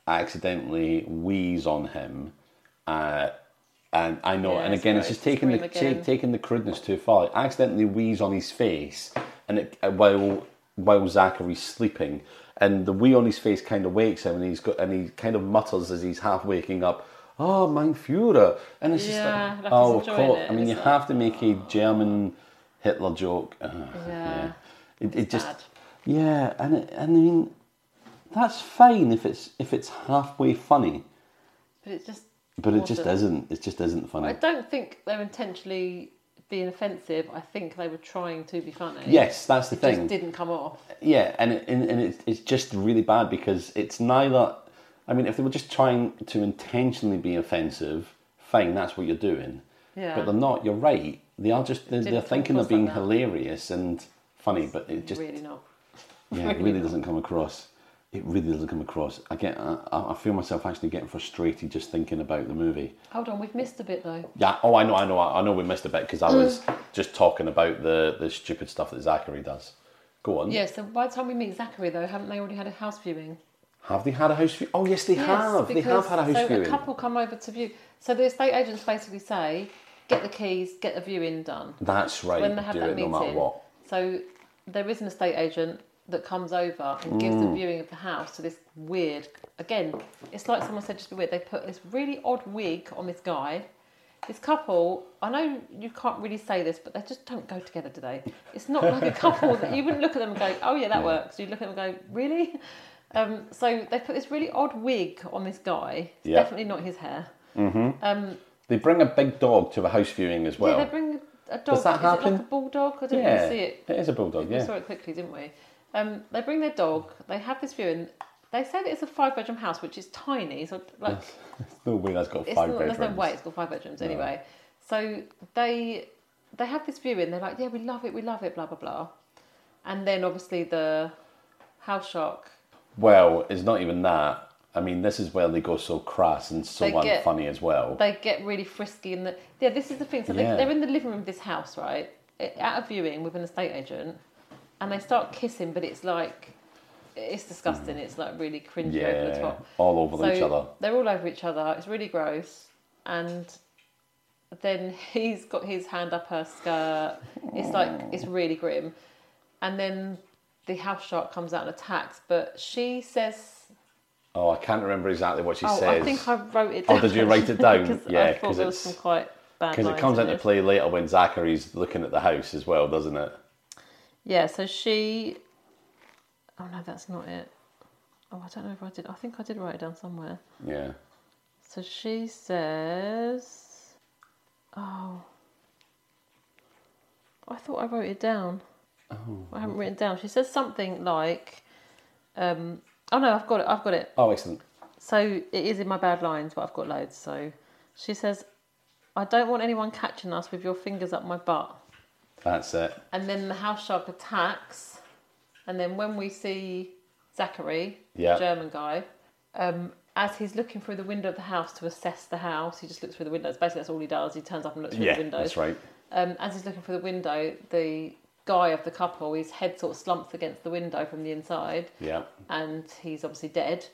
Speaker 1: accidentally wheezes on him. Uh, and I know,
Speaker 2: Yeah,
Speaker 1: and
Speaker 2: it's
Speaker 1: again,
Speaker 2: a
Speaker 1: it's just
Speaker 2: great
Speaker 1: taking the
Speaker 2: scream again.
Speaker 1: ta- taking the crudeness too far. It accidentally wheezes on his face, and it, uh, while while Zachary's sleeping, and the wee on his face kind of wakes him, and he's got and he kind of mutters as he's half waking up, "Oh, mein Führer," and it's
Speaker 2: Yeah,
Speaker 1: just like,
Speaker 2: like he's
Speaker 1: "Oh, of
Speaker 2: enjoying
Speaker 1: course."
Speaker 2: it,
Speaker 1: I mean,
Speaker 2: and
Speaker 1: you
Speaker 2: it's like,
Speaker 1: have to make a German Hitler joke. Ugh,
Speaker 2: Yeah.
Speaker 1: it, it just
Speaker 2: bad.
Speaker 1: yeah, and it, and I mean that's fine if it's if it's halfway funny,
Speaker 2: But it just.
Speaker 1: but it just
Speaker 2: wasn't.
Speaker 1: isn't. It just isn't
Speaker 2: I
Speaker 1: funny.
Speaker 2: don't think they're intentionally being offensive. I think they were trying to be funny.
Speaker 1: Yes, that's the
Speaker 2: It just
Speaker 1: thing.
Speaker 2: didn't come off.
Speaker 1: Yeah, and it, and, and it, it's just really bad because it's neither. I mean, if they were just trying to intentionally be offensive, fine, that's what you're doing.
Speaker 2: Yeah.
Speaker 1: But they're not. You're right. They are just. They're,
Speaker 2: didn't
Speaker 1: they're
Speaker 2: come
Speaker 1: thinking they're
Speaker 2: across like
Speaker 1: being
Speaker 2: that.
Speaker 1: hilarious and funny, but it just
Speaker 2: really not. *laughs*
Speaker 1: Yeah, it really doesn't come across. It really doesn't come across. I get, I, I I feel myself actually getting frustrated just thinking about the movie.
Speaker 2: Hold on, we've missed a bit though.
Speaker 1: Yeah. Oh, I know, I know, I I know. We missed a bit because I
Speaker 2: Mm.
Speaker 1: was just talking about the the stupid stuff that Zachary does. Go on.
Speaker 2: Yeah, so by the time we meet Zachary though, haven't they already had a house viewing?
Speaker 1: Have they had a house view? Oh, yes, they have. They have
Speaker 2: because-
Speaker 1: had a house
Speaker 2: so
Speaker 1: viewing.
Speaker 2: a couple come over to view. So the estate agents basically say, get the keys, get the viewing done.
Speaker 1: That's right.
Speaker 2: when they have
Speaker 1: Do
Speaker 2: that
Speaker 1: it
Speaker 2: meeting.
Speaker 1: no matter what.
Speaker 2: So there is an estate agent that comes over and gives
Speaker 1: Mm.
Speaker 2: a viewing of the house to this weird. Again, it's like someone said, just be weird. They put this really odd wig on this guy. This couple, I know you can't really say this, but they just don't go together, do they? It's not
Speaker 1: *laughs*
Speaker 2: like a couple that you wouldn't look at them and go, oh yeah, that works. You'd look at them and go, really? Um, so they put this really odd wig on this guy. It's
Speaker 1: Yeah.
Speaker 2: definitely not his hair. Um,
Speaker 1: They bring a big dog to a house viewing as well.
Speaker 2: yeah, they bring a dog.
Speaker 1: that
Speaker 2: Is it
Speaker 1: happen?
Speaker 2: like a bulldog? I didn't
Speaker 1: Yeah,
Speaker 2: really see it.
Speaker 1: it is a bulldog.
Speaker 2: We
Speaker 1: Yeah.
Speaker 2: saw it quickly, didn't we? Um, they bring their dog. They have this viewing. They say that it's a five-bedroom house, which is tiny. So like,
Speaker 1: There's no way that's got
Speaker 2: it's
Speaker 1: five
Speaker 2: not,
Speaker 1: bedrooms.
Speaker 2: there's no way it's got five bedrooms anyway. So they they have this viewing. They're like, yeah, we love it, we love it, blah blah blah. And then obviously the house shark.
Speaker 1: Well, it's not even that. I mean, this is where they go so crass and so
Speaker 2: They get-
Speaker 1: unfunny as well.
Speaker 2: They get really frisky and the, yeah. This is the thing. So
Speaker 1: Yeah.
Speaker 2: they, they're in the living room of this house, right? At a viewing with an estate agent, and they start kissing, but it's like it's disgusting. It's like really cringy over the
Speaker 1: Mm. Yeah,
Speaker 2: top.
Speaker 1: all over each other.
Speaker 2: They're all over each other. It's really gross. And then he's got his hand up her skirt. It's like it's really grim. And then the house shark comes out and attacks, but she says,
Speaker 1: Oh, I can't remember exactly what she
Speaker 2: "Oh,
Speaker 1: says.
Speaker 2: I think I wrote it
Speaker 1: Oh,
Speaker 2: down."
Speaker 1: did you write it
Speaker 2: *laughs*
Speaker 1: down?
Speaker 2: because
Speaker 1: Yeah,
Speaker 2: I thought
Speaker 1: 'cause
Speaker 2: there was
Speaker 1: it's-
Speaker 2: some quite bad.
Speaker 1: Because it
Speaker 2: lines
Speaker 1: comes
Speaker 2: in
Speaker 1: into
Speaker 2: this.
Speaker 1: play later when Zachary's looking at the house as well, doesn't it?
Speaker 2: Yeah, so she. Oh no, that's not it. Oh, I don't know if I did. I think I did write it down somewhere.
Speaker 1: Yeah.
Speaker 2: So she says, "Oh, I thought I wrote it down. Oh, I haven't written it down." She says something like, um, "Oh no, I've got it. I've got it."
Speaker 1: Oh, excellent.
Speaker 2: So it is in my bad lines, but I've got loads. So she says, "I don't want anyone catching us with your fingers up my butt."
Speaker 1: That's it.
Speaker 2: And then the house shark attacks. And then when we see Zachary,
Speaker 1: Yeah.
Speaker 2: the German guy, um, as he's looking through the window of the house to assess the house, he just looks through the windows. Basically, that's all he does. He turns up and looks through
Speaker 1: Yeah,
Speaker 2: the windows.
Speaker 1: that's right.
Speaker 2: Um, as he's looking through the window, the guy of the couple, his head sort of slumps against the window from the inside,
Speaker 1: Yeah.
Speaker 2: and he's obviously dead.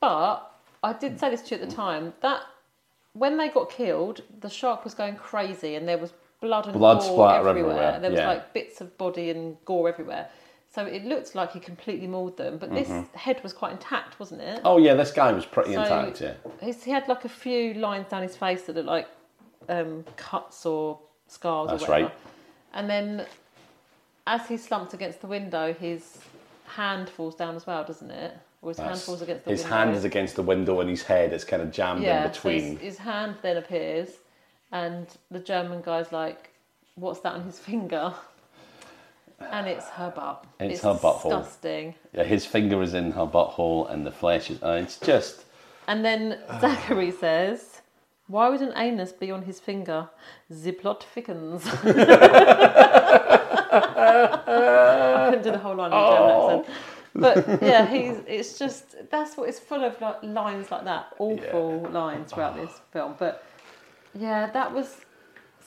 Speaker 2: But I did say this to you at the time that when they got killed, the shark was going crazy, and there was blood and
Speaker 1: Blood
Speaker 2: gore
Speaker 1: splatter
Speaker 2: everywhere.
Speaker 1: everywhere,
Speaker 2: There was
Speaker 1: yeah.
Speaker 2: like bits of body and gore everywhere. So it looked like he completely mauled them, but this
Speaker 1: Mm-hmm.
Speaker 2: head was quite intact, wasn't it?
Speaker 1: Oh, yeah, this guy was pretty
Speaker 2: So-
Speaker 1: intact, yeah.
Speaker 2: He's, he had like a few lines down his face that looked like um, cuts or scars
Speaker 1: That's
Speaker 2: or whatever.
Speaker 1: right.
Speaker 2: And then as he slumps against the window, his hand falls down as well, doesn't it? Or his hand
Speaker 1: That's-
Speaker 2: falls against the
Speaker 1: his
Speaker 2: window.
Speaker 1: hand is against the window and his head is kind of jammed in
Speaker 2: so
Speaker 1: between.
Speaker 2: his, his hand then appears, and the German guy's like, "What's that on his finger?" And it's her butt.
Speaker 1: It's her butthole.
Speaker 2: Disgusting.
Speaker 1: Yeah, his finger is in her butthole and the flesh is. Uh, it's
Speaker 2: *laughs*
Speaker 1: just.
Speaker 2: And then Zachary says, "Why would an anus be on his finger? The plot thickens." I couldn't do the whole line in a
Speaker 1: Oh.
Speaker 2: German accent. But yeah, he's. It's just that's what it's full of like lines like that, awful lines throughout
Speaker 1: Ah.
Speaker 2: this film. But yeah, that was.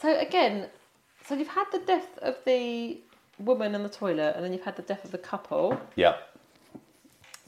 Speaker 2: So again, so you've had the death of the woman in the toilet, and then you've had the death of the couple
Speaker 1: Yep.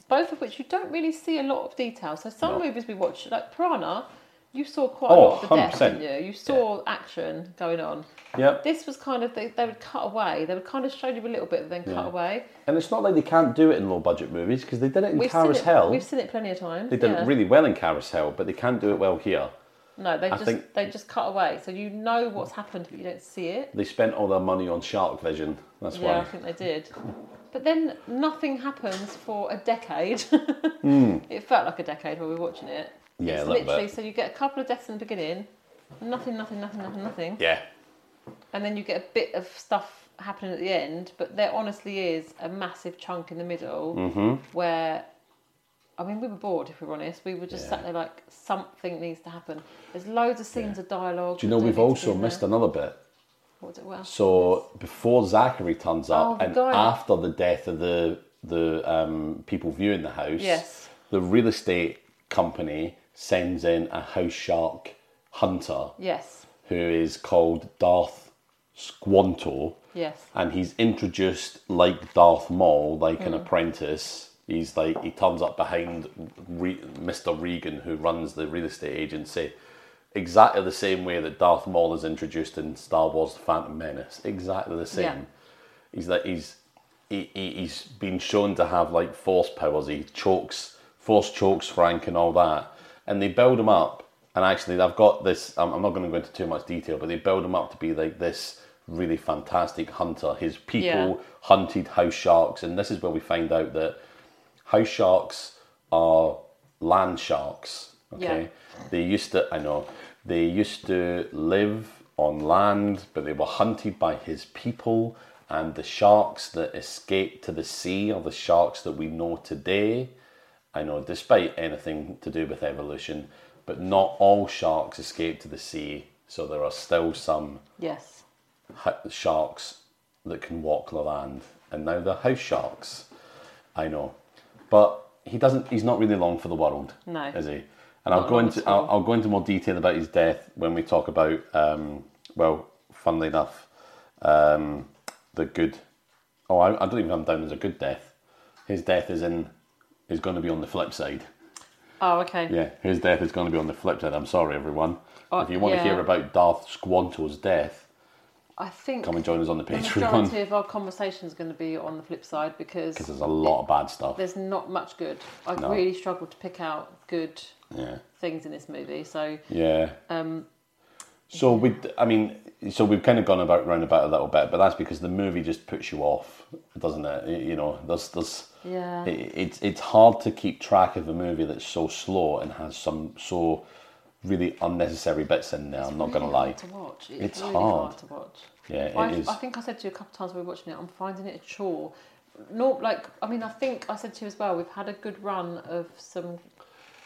Speaker 2: both of which you don't really see a lot of detail. So some
Speaker 1: No.
Speaker 2: movies we watch, like Piranha, you saw quite
Speaker 1: Oh,
Speaker 2: a lot of the death,
Speaker 1: 100%.
Speaker 2: didn't you? You saw action going on.
Speaker 1: Yep.
Speaker 2: This was kind of they, they would cut away. They would kind of show you a little bit, then cut
Speaker 1: Yeah.
Speaker 2: away.
Speaker 1: And it's not like they can't do it in low budget movies because they did it in Cara's
Speaker 2: seen it,
Speaker 1: Hell.
Speaker 2: We've seen it plenty of times.
Speaker 1: They did
Speaker 2: yeah.
Speaker 1: it really well in Cara's Hell, but they can't do it well here.
Speaker 2: No, they
Speaker 1: I
Speaker 2: just
Speaker 1: think-
Speaker 2: they just cut away. So you know what's happened, but you don't see it.
Speaker 1: They spent all their money on Shark Vision. That's
Speaker 2: Yeah, I
Speaker 1: why.
Speaker 2: think they did. But then nothing happens for a decade. *laughs* It felt like a decade while we were watching it.
Speaker 1: Hmm. Yeah, a
Speaker 2: it's
Speaker 1: little
Speaker 2: literally
Speaker 1: bit.
Speaker 2: so you get a couple of deaths in the beginning, nothing, nothing, nothing, nothing, nothing,
Speaker 1: Yeah.
Speaker 2: and then you get a bit of stuff happening at the end. But there honestly is a massive chunk in the middle
Speaker 1: Mm-hmm.
Speaker 2: where. I mean, we were bored, if we were honest. We were just
Speaker 1: Yeah.
Speaker 2: sat there like, something needs to happen. There's loads of scenes of dialogue.
Speaker 1: Do you know we've also missed another bit?
Speaker 2: What, what else?
Speaker 1: So before Zachary turns
Speaker 2: Oh,
Speaker 1: up
Speaker 2: the
Speaker 1: and
Speaker 2: guy.
Speaker 1: after the death of the the um, people viewing the house,
Speaker 2: Yes.
Speaker 1: the real estate company sends in a house shark hunter
Speaker 2: Yes,
Speaker 1: who is called Darth Squanto,
Speaker 2: yes.
Speaker 1: and he's introduced like Darth Maul, like an apprentice. He's like he turns up behind Re- Mr. Regan, who runs the real estate agency, exactly the same way that Darth Maul is introduced in Star Wars: The Phantom Menace. Exactly the same.
Speaker 2: Yeah.
Speaker 1: He's like he's he, he, he's been shown to have like force powers. He chokes, force chokes Frank and all that, and they build him up. And actually, I've got this. I'm, I'm not going to go into too much detail, but they build him up to be like this really fantastic hunter. His people
Speaker 2: Yeah.
Speaker 1: hunted house sharks, and this is where we find out that house sharks are land sharks. Okay, they used to. I know they used to live on land, but they were hunted by his people. And the sharks that escaped to the sea are the sharks that we know today. I know, despite anything to do with evolution, but not all sharks escape to the sea. So there are still some
Speaker 2: Yes.
Speaker 1: hu- sharks that can walk the land, and now they're house sharks. I know, but he doesn't. He's not really long for the world,
Speaker 2: No.
Speaker 1: is he? And I'll
Speaker 2: Not
Speaker 1: go
Speaker 2: long
Speaker 1: into
Speaker 2: at all.
Speaker 1: I'll, I'll go into more detail about his death when we talk about um, well, funnily enough, um, the good Oh, I, I don't even come down as a good death. His death is in is going to be on the flip side.
Speaker 2: Oh, okay.
Speaker 1: Yeah, his death is going to be on the flip side. I'm sorry, everyone.
Speaker 2: Oh,
Speaker 1: if you want
Speaker 2: yeah.
Speaker 1: to hear about Darth Squanto's death,
Speaker 2: I think
Speaker 1: come and join us on the
Speaker 2: the majority
Speaker 1: *laughs* Patreon
Speaker 2: of our conversation is going to be on the flip side because
Speaker 1: because there's a lot of bad stuff.
Speaker 2: there's not much good. I
Speaker 1: No.
Speaker 2: really struggled to pick out good
Speaker 1: Yeah,
Speaker 2: things in this movie. So
Speaker 1: yeah. Um, so we, I mean, so we've kind of gone about round about a little bit, but that's because the movie just puts you off, doesn't it? Y- You know, there's there's
Speaker 2: Yeah.
Speaker 1: it, it's it's hard to keep track of a movie that's so slow and has some so really unnecessary bits in there. I'm not going
Speaker 2: really
Speaker 1: to lie.
Speaker 2: hard to watch. It's,
Speaker 1: It's
Speaker 2: really
Speaker 1: hard.
Speaker 2: hard. to watch.
Speaker 1: Yeah, it
Speaker 2: I,
Speaker 1: is.
Speaker 2: I think I said to you a couple of times when we were watching it, I'm finding it a chore. Not like I mean, I think I said to you as well. We've had a good run of some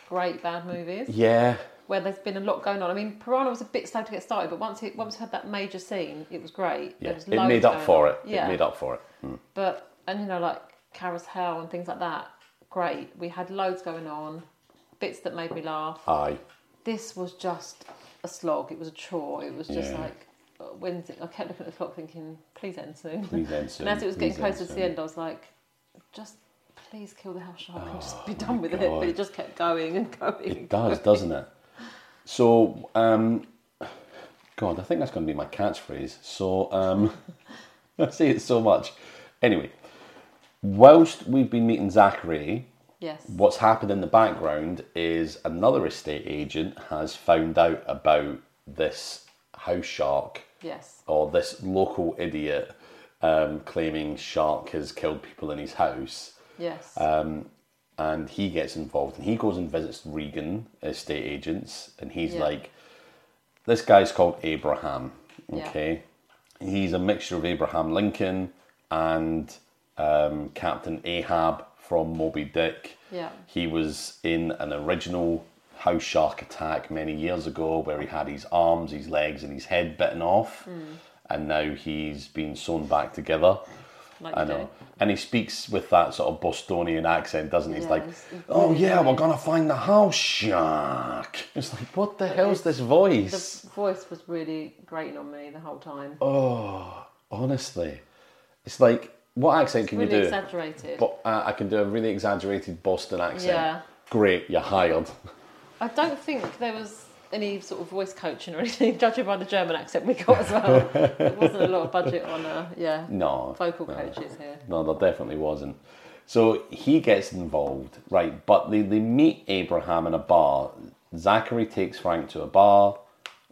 Speaker 2: great bad movies
Speaker 1: Yeah,
Speaker 2: where there's been a lot going on. I mean, Piranha was a bit slow to get started, but once it once we had that major scene, it was great.
Speaker 1: yeah.
Speaker 2: There was
Speaker 1: It
Speaker 2: loads
Speaker 1: made up
Speaker 2: going
Speaker 1: for
Speaker 2: on.
Speaker 1: it.
Speaker 2: Yeah,
Speaker 1: It made up for it.
Speaker 2: but and you know like Cara's Hell and things like that. Great. We had loads going on, bits that made me laugh.
Speaker 1: Aye.
Speaker 2: this was just a slog. It was a chore. It was just
Speaker 1: Yeah.
Speaker 2: like uh, when's it? I kept looking at the clock, thinking, "Please end soon."
Speaker 1: Please end soon.
Speaker 2: *laughs* and as it was getting
Speaker 1: Please end
Speaker 2: closer to the
Speaker 1: soon.
Speaker 2: end, I was like, "Just please kill the house shark and just be done with it."
Speaker 1: Oh God.
Speaker 2: But it just kept going and going.
Speaker 1: It does, doesn't it? So, um, God, I think that's going to be my catchphrase. So, um, *laughs* I say it so much. Anyway, whilst we've been meeting Zachary,
Speaker 2: Yes.
Speaker 1: what's happened in the background is another estate agent has found out about this house shark
Speaker 2: Yes.
Speaker 1: or this local idiot um, claiming shark has killed people in his house
Speaker 2: Yes.
Speaker 1: Uh, and he gets involved and he goes and visits Regan estate agents and he's
Speaker 2: Yeah.
Speaker 1: like this guy's called Abraham
Speaker 2: Yeah.
Speaker 1: okay he's a mixture of Abraham Lincoln and um, Captain Ahab from Moby Dick
Speaker 2: Yeah.
Speaker 1: he was in an original house shark attack many years ago where he had his arms his legs and his head bitten off
Speaker 2: Hmm.
Speaker 1: and now he's been sewn back together
Speaker 2: like
Speaker 1: I
Speaker 2: you
Speaker 1: know.
Speaker 2: do.
Speaker 1: And he speaks with that sort of Bostonian accent, doesn't he? He's
Speaker 2: Yeah,
Speaker 1: like,
Speaker 2: he's- he's
Speaker 1: oh
Speaker 2: really
Speaker 1: yeah,
Speaker 2: funny.
Speaker 1: we're going to find the house shark. *laughs* It's like, what the hell's this voice?
Speaker 2: The voice was really grating on me the whole time.
Speaker 1: Oh, Honestly. It's like, what accent can
Speaker 2: really
Speaker 1: you do?
Speaker 2: exaggerated.
Speaker 1: But uh, I can do a really exaggerated Boston accent.
Speaker 2: Yeah.
Speaker 1: Great, you're hired. *laughs*
Speaker 2: I don't think there was any sort of voice coaching or *laughs* anything, judging by the German accent we got as well. there wasn't a lot of budget on, uh, yeah,
Speaker 1: *laughs* No.
Speaker 2: vocal
Speaker 1: no.
Speaker 2: coaches here.
Speaker 1: No, there definitely wasn't. So he gets involved, right? But they, they meet Abraham in a bar. Zachary takes Frank to a bar.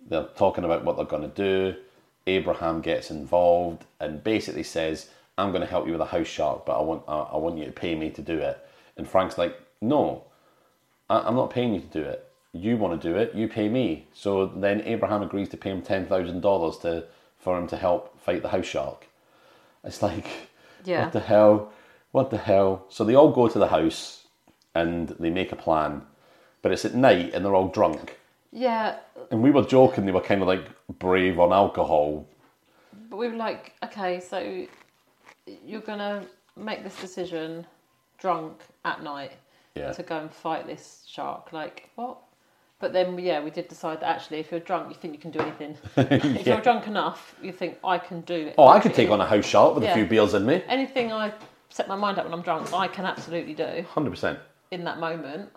Speaker 1: They're talking about what they're going to do. Abraham gets involved and basically says, "I'm going to help you with a house shark, but I want I, I want you to pay me to do it." And Frank's like, "No, I, I'm not paying you to do it. You want to do it. You pay me." So then Abraham agrees to pay him ten thousand dollars to for him to help fight the house shark. It's like. *laughs*
Speaker 2: Yeah.
Speaker 1: What the hell? What the hell? So they all go to the house and they make a plan, but it's at night and they're all drunk.
Speaker 2: Yeah,
Speaker 1: And we were joking, they were kind of like brave on alcohol.
Speaker 2: but we were like, okay, so you're gonna make this decision drunk at night
Speaker 1: Yeah.
Speaker 2: to go and fight this shark. Like, what? But then, yeah, we did decide that actually, if you're drunk, you think you can
Speaker 1: *laughs*
Speaker 2: do anything. If you're drunk enough, you think I can do.
Speaker 1: Oh, I could take on a house shark with a
Speaker 2: Yeah.
Speaker 1: few beers in me.
Speaker 2: anything I set my mind up when I'm drunk. I can absolutely do.
Speaker 1: 100%.
Speaker 2: in
Speaker 1: *laughs*
Speaker 2: that moment.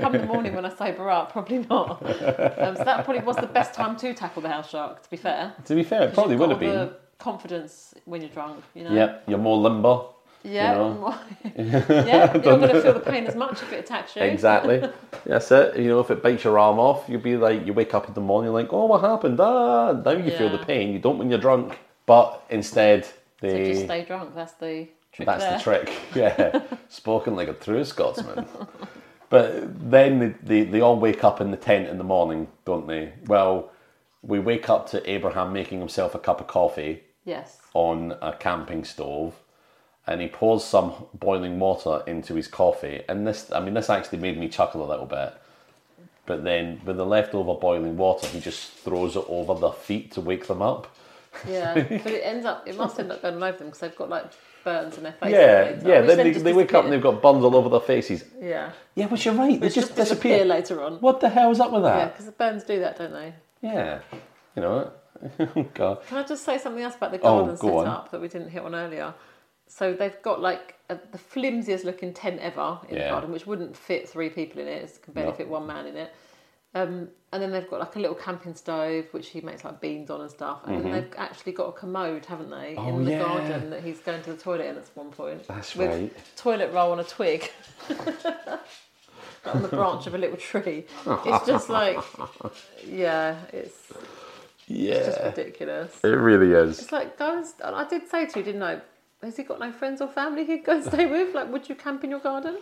Speaker 2: Come the morning when I sober up, probably
Speaker 1: *laughs*
Speaker 2: not. Um, so that probably was the best time to tackle the house shark. To be fair,
Speaker 1: To be fair, it probably
Speaker 2: You've got
Speaker 1: would have
Speaker 2: all
Speaker 1: been.
Speaker 2: the confidence when you're drunk. You know.
Speaker 1: Yep, you're more limber.
Speaker 2: Yeah.
Speaker 1: You know? *laughs*
Speaker 2: yeah. You're not going to feel the pain as much if it attacks you. *laughs*
Speaker 1: Exactly. That's it. You know, if it bites your arm off, you'll be like, you wake up in the morning, you're like, oh, what happened? Ah, now you feel the
Speaker 2: Yeah.
Speaker 1: pain. You don't when you're drunk. But instead,
Speaker 2: So
Speaker 1: they.
Speaker 2: just stay drunk. That's the trick
Speaker 1: That's
Speaker 2: there.
Speaker 1: the
Speaker 2: *laughs*
Speaker 1: trick. Yeah, spoken like a true Scotsman. but then they, they, they all wake up in the tent in the morning, don't they? Well, we wake up to Abraham making himself a cup of coffee
Speaker 2: Yes.
Speaker 1: *laughs* on a camping stove, and he pours some boiling water into his coffee. And this, I mean, this actually made me chuckle a little bit. But then, with the leftover boiling water, he just throws it over their feet to wake them up.
Speaker 2: Yeah. but it ends up. It must end up going all over them because they've got like burns on their face.
Speaker 1: Yeah,
Speaker 2: and things like
Speaker 1: yeah.
Speaker 2: that, which
Speaker 1: Then they,
Speaker 2: just
Speaker 1: they wake up and they've
Speaker 2: disappear.
Speaker 1: got buns all over their faces.
Speaker 2: Yeah.
Speaker 1: Yeah, but you're right. They
Speaker 2: Which
Speaker 1: just disappear.
Speaker 2: later on.
Speaker 1: What the hell is up with
Speaker 2: Yeah,
Speaker 1: that?
Speaker 2: because the burns do that, don't they?
Speaker 1: Yeah. You know, *laughs* Oh, God.
Speaker 2: Can I just say something else about the
Speaker 1: Oh,
Speaker 2: garden
Speaker 1: go on.
Speaker 2: setup that we didn't hit on earlier? So they've got like a, the flimsiest looking tent ever in
Speaker 1: Yeah.
Speaker 2: the garden, which wouldn't fit three people in it. It can barely
Speaker 1: No.
Speaker 2: fit one man in it. Um, and then they've got like a little camping stove, which he makes like beans on and stuff. And then they've actually got a commode, haven't they,
Speaker 1: Mm-hmm. Oh,
Speaker 2: in the
Speaker 1: yeah.
Speaker 2: garden that he's going to the toilet in at one point.
Speaker 1: That's
Speaker 2: with
Speaker 1: right.
Speaker 2: Toilet roll on a twig. *laughs* on the branch of a
Speaker 1: *laughs*
Speaker 2: little tree. It's just like, yeah, it's just
Speaker 1: Yeah.
Speaker 2: ridiculous.
Speaker 1: It really is.
Speaker 2: It's like, go and st- I did say to you, didn't I? Has he got no friends or family he'd go and stay with? Like, would you camp in your garden?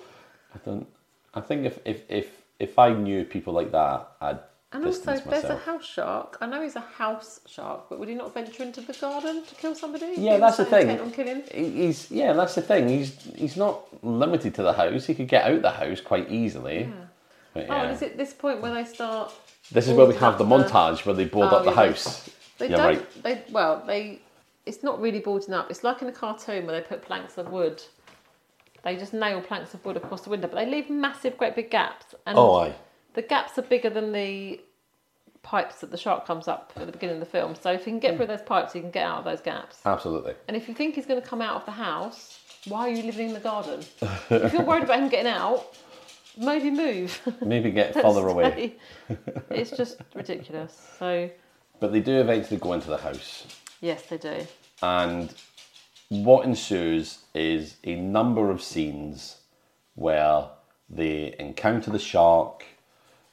Speaker 1: I don't. I think if if if, if I knew people like that, I'd
Speaker 2: And also,
Speaker 1: distance
Speaker 2: if there's a
Speaker 1: myself.
Speaker 2: house shark. I know he's a house shark, but would he not venture into the garden to kill somebody?
Speaker 1: Yeah,
Speaker 2: He was
Speaker 1: that's the
Speaker 2: so
Speaker 1: thing.
Speaker 2: intent on killing.
Speaker 1: He- He's yeah, that's the thing. He's he's not limited to the house. He could get out the house quite easily.
Speaker 2: Yeah.
Speaker 1: But
Speaker 2: Oh, and
Speaker 1: yeah.
Speaker 2: is it this point where they start?
Speaker 1: this is where we
Speaker 2: boarding
Speaker 1: have
Speaker 2: up
Speaker 1: the
Speaker 2: the-
Speaker 1: montage where they board
Speaker 2: Oh,
Speaker 1: up the
Speaker 2: yeah, they-
Speaker 1: house.
Speaker 2: They
Speaker 1: You're
Speaker 2: don't.
Speaker 1: right.
Speaker 2: They well, they. It's not really boarding up. It's like in a cartoon where they put planks of wood. They just nail planks of wood across the window, but they leave massive, great big gaps. And
Speaker 1: Oh, aye.
Speaker 2: the gaps are bigger than the pipes that the shark comes up at the beginning of the film. So if he can get through those pipes, he can get out of those gaps.
Speaker 1: Absolutely.
Speaker 2: And if you think he's going to come out of the house, why are you living in the garden? if you're worried about him getting out, maybe move. *laughs*
Speaker 1: Maybe *laughs* get
Speaker 2: Don't
Speaker 1: further away.
Speaker 2: stay. it's just ridiculous. So
Speaker 1: But they do eventually go into the house.
Speaker 2: yes, they do.
Speaker 1: And what ensues is a number of scenes where they encounter the shark,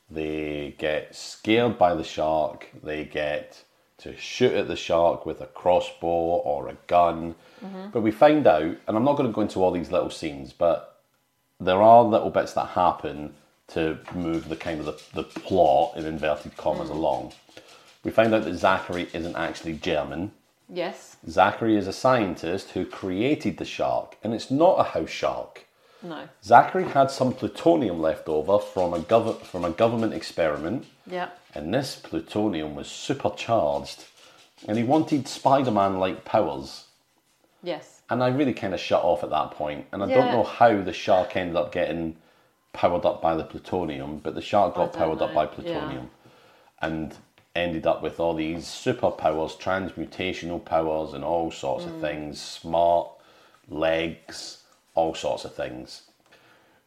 Speaker 1: they get scared by the shark, they get to shoot at the shark with a crossbow or a gun. But we find out, and I'm not going to go into all these little scenes, but there are little bits that happen to move the kind of the, the plot in inverted commas along. We find out that Zachary isn't actually German.
Speaker 2: Yes.
Speaker 1: Zachary is a scientist who created the shark, and it's not a house shark.
Speaker 2: No.
Speaker 1: Zachary had some plutonium left over from a, gov- from a government experiment,
Speaker 2: Yeah.
Speaker 1: and this plutonium was supercharged, and he wanted Spider Man like powers.
Speaker 2: Yes.
Speaker 1: And I really kind of shut off at that point, and I don't
Speaker 2: Yeah.
Speaker 1: know how the shark ended up getting powered up by the plutonium, but the shark got
Speaker 2: don't
Speaker 1: powered up
Speaker 2: know,
Speaker 1: by
Speaker 2: yeah.
Speaker 1: plutonium and ended up with all these superpowers, transmutational powers, and all sorts
Speaker 2: Mm.
Speaker 1: of things smart, legs, all sorts of things.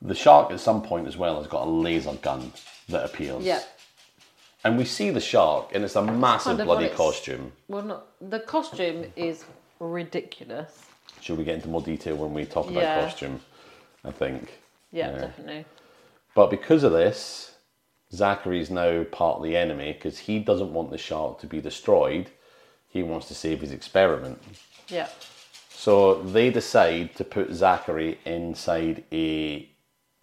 Speaker 1: The shark at some point as well has got a laser gun that appears.
Speaker 2: Yeah.
Speaker 1: And we see the shark, and it's a massive
Speaker 2: Kind of
Speaker 1: bloody
Speaker 2: what it's-
Speaker 1: costume.
Speaker 2: Well, not the costume is ridiculous.
Speaker 1: Should we get into more detail when we talk about
Speaker 2: Yeah.
Speaker 1: costume? I think.
Speaker 2: Yeah,
Speaker 1: Yeah.
Speaker 2: definitely.
Speaker 1: But because of this, Zachary's now part of the enemy because he doesn't want the shark to be destroyed. He wants to save his experiment.
Speaker 2: Yeah.
Speaker 1: So they decide to put Zachary inside a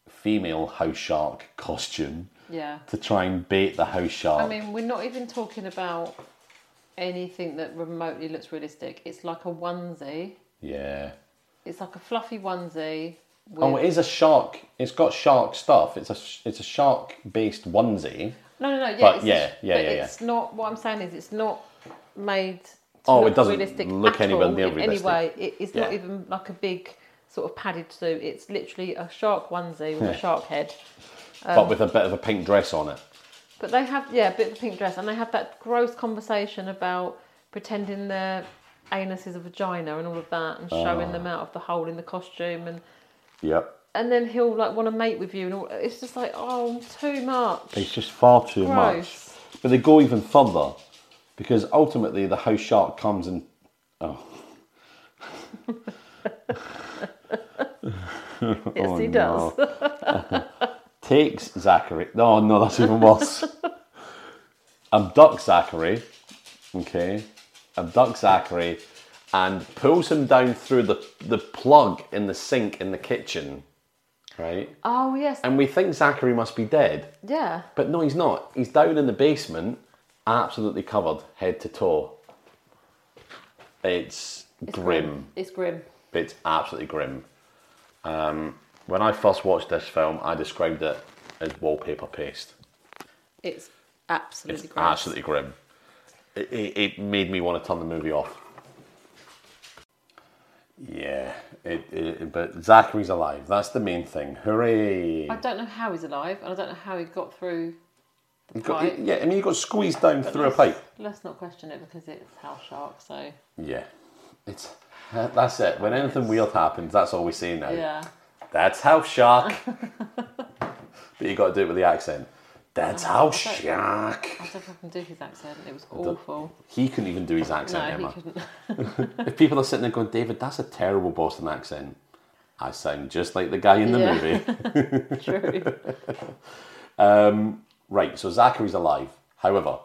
Speaker 1: female house shark costume
Speaker 2: Yeah.
Speaker 1: to try and bait the house shark.
Speaker 2: I mean, we're not even talking about anything that remotely looks realistic. It's like a onesie.
Speaker 1: yeah.
Speaker 2: It's like a fluffy onesie. With...
Speaker 1: Oh, it is a shark. It's got shark stuff. It's a sh- it's a shark based onesie.
Speaker 2: no, no, no. Yeah,
Speaker 1: but
Speaker 2: it's
Speaker 1: yeah, yeah,
Speaker 2: but
Speaker 1: yeah, yeah.
Speaker 2: It's not. What I'm saying is, it's not made. To
Speaker 1: Oh,
Speaker 2: look
Speaker 1: it doesn't
Speaker 2: realistic
Speaker 1: look
Speaker 2: at
Speaker 1: anywhere
Speaker 2: all
Speaker 1: near
Speaker 2: in
Speaker 1: realistic.
Speaker 2: Any way, it, it's not
Speaker 1: Yeah.
Speaker 2: even like a big sort of padded suit. It's literally a shark onesie with a shark head. Um.
Speaker 1: but with a bit of a pink dress on it.
Speaker 2: But they have, yeah, a bit of a pink dress, and they have that gross conversation about pretending their anus is a vagina and all of that, and
Speaker 1: Ah.
Speaker 2: showing them out of the hole in the costume, and
Speaker 1: Yep.
Speaker 2: and then he'll like want to mate with you, and all. It's just like, oh, too much.
Speaker 1: It's just far too much.
Speaker 2: Gross.
Speaker 1: But they go even further because ultimately the house shark comes and oh
Speaker 2: Yes,
Speaker 1: Oh,
Speaker 2: he does. *laughs*
Speaker 1: takes Zachary. No, no, that's even worse. Abducts Zachary. Okay. Abducts Zachary and pulls him down through the the plug in the sink in the kitchen. Right?
Speaker 2: oh yes,
Speaker 1: And we think Zachary must be dead.
Speaker 2: yeah,
Speaker 1: But no, he's not. He's down in the basement, absolutely covered head to toe. It's, grim.
Speaker 2: It's grim.
Speaker 1: It's absolutely grim. Um, when I first watched this film, I described it as wallpaper paste.
Speaker 2: It's absolutely
Speaker 1: It's
Speaker 2: grim.
Speaker 1: absolutely grim. It, it, it made me want to turn the movie off. Yeah, it, it, but Zachary's alive. That's the main thing. Hooray!
Speaker 2: I don't know how he's alive, and I don't know how he got through the
Speaker 1: Got-
Speaker 2: pipe.
Speaker 1: yeah, I mean, you got squeezed down through a pipe.
Speaker 2: Let's not question it because it's house shark, so
Speaker 1: Yeah, it's *laughs* that- that's it. When anything weird happens, that's all we say now.
Speaker 2: yeah.
Speaker 1: That's house
Speaker 2: *laughs*
Speaker 1: shark. but you got to do it with the accent. That's
Speaker 2: Oh,
Speaker 1: house shark.
Speaker 2: I don't fucking do his accent. It was awful.
Speaker 1: He couldn't even do his
Speaker 2: No,
Speaker 1: accent,
Speaker 2: he
Speaker 1: Emma.
Speaker 2: couldn't.
Speaker 1: If people are sitting there going, David, that's a terrible Boston accent. I sound just like the guy in the
Speaker 2: Yeah. *laughs*
Speaker 1: movie.
Speaker 2: True.
Speaker 1: Right, so Zachary's alive. However,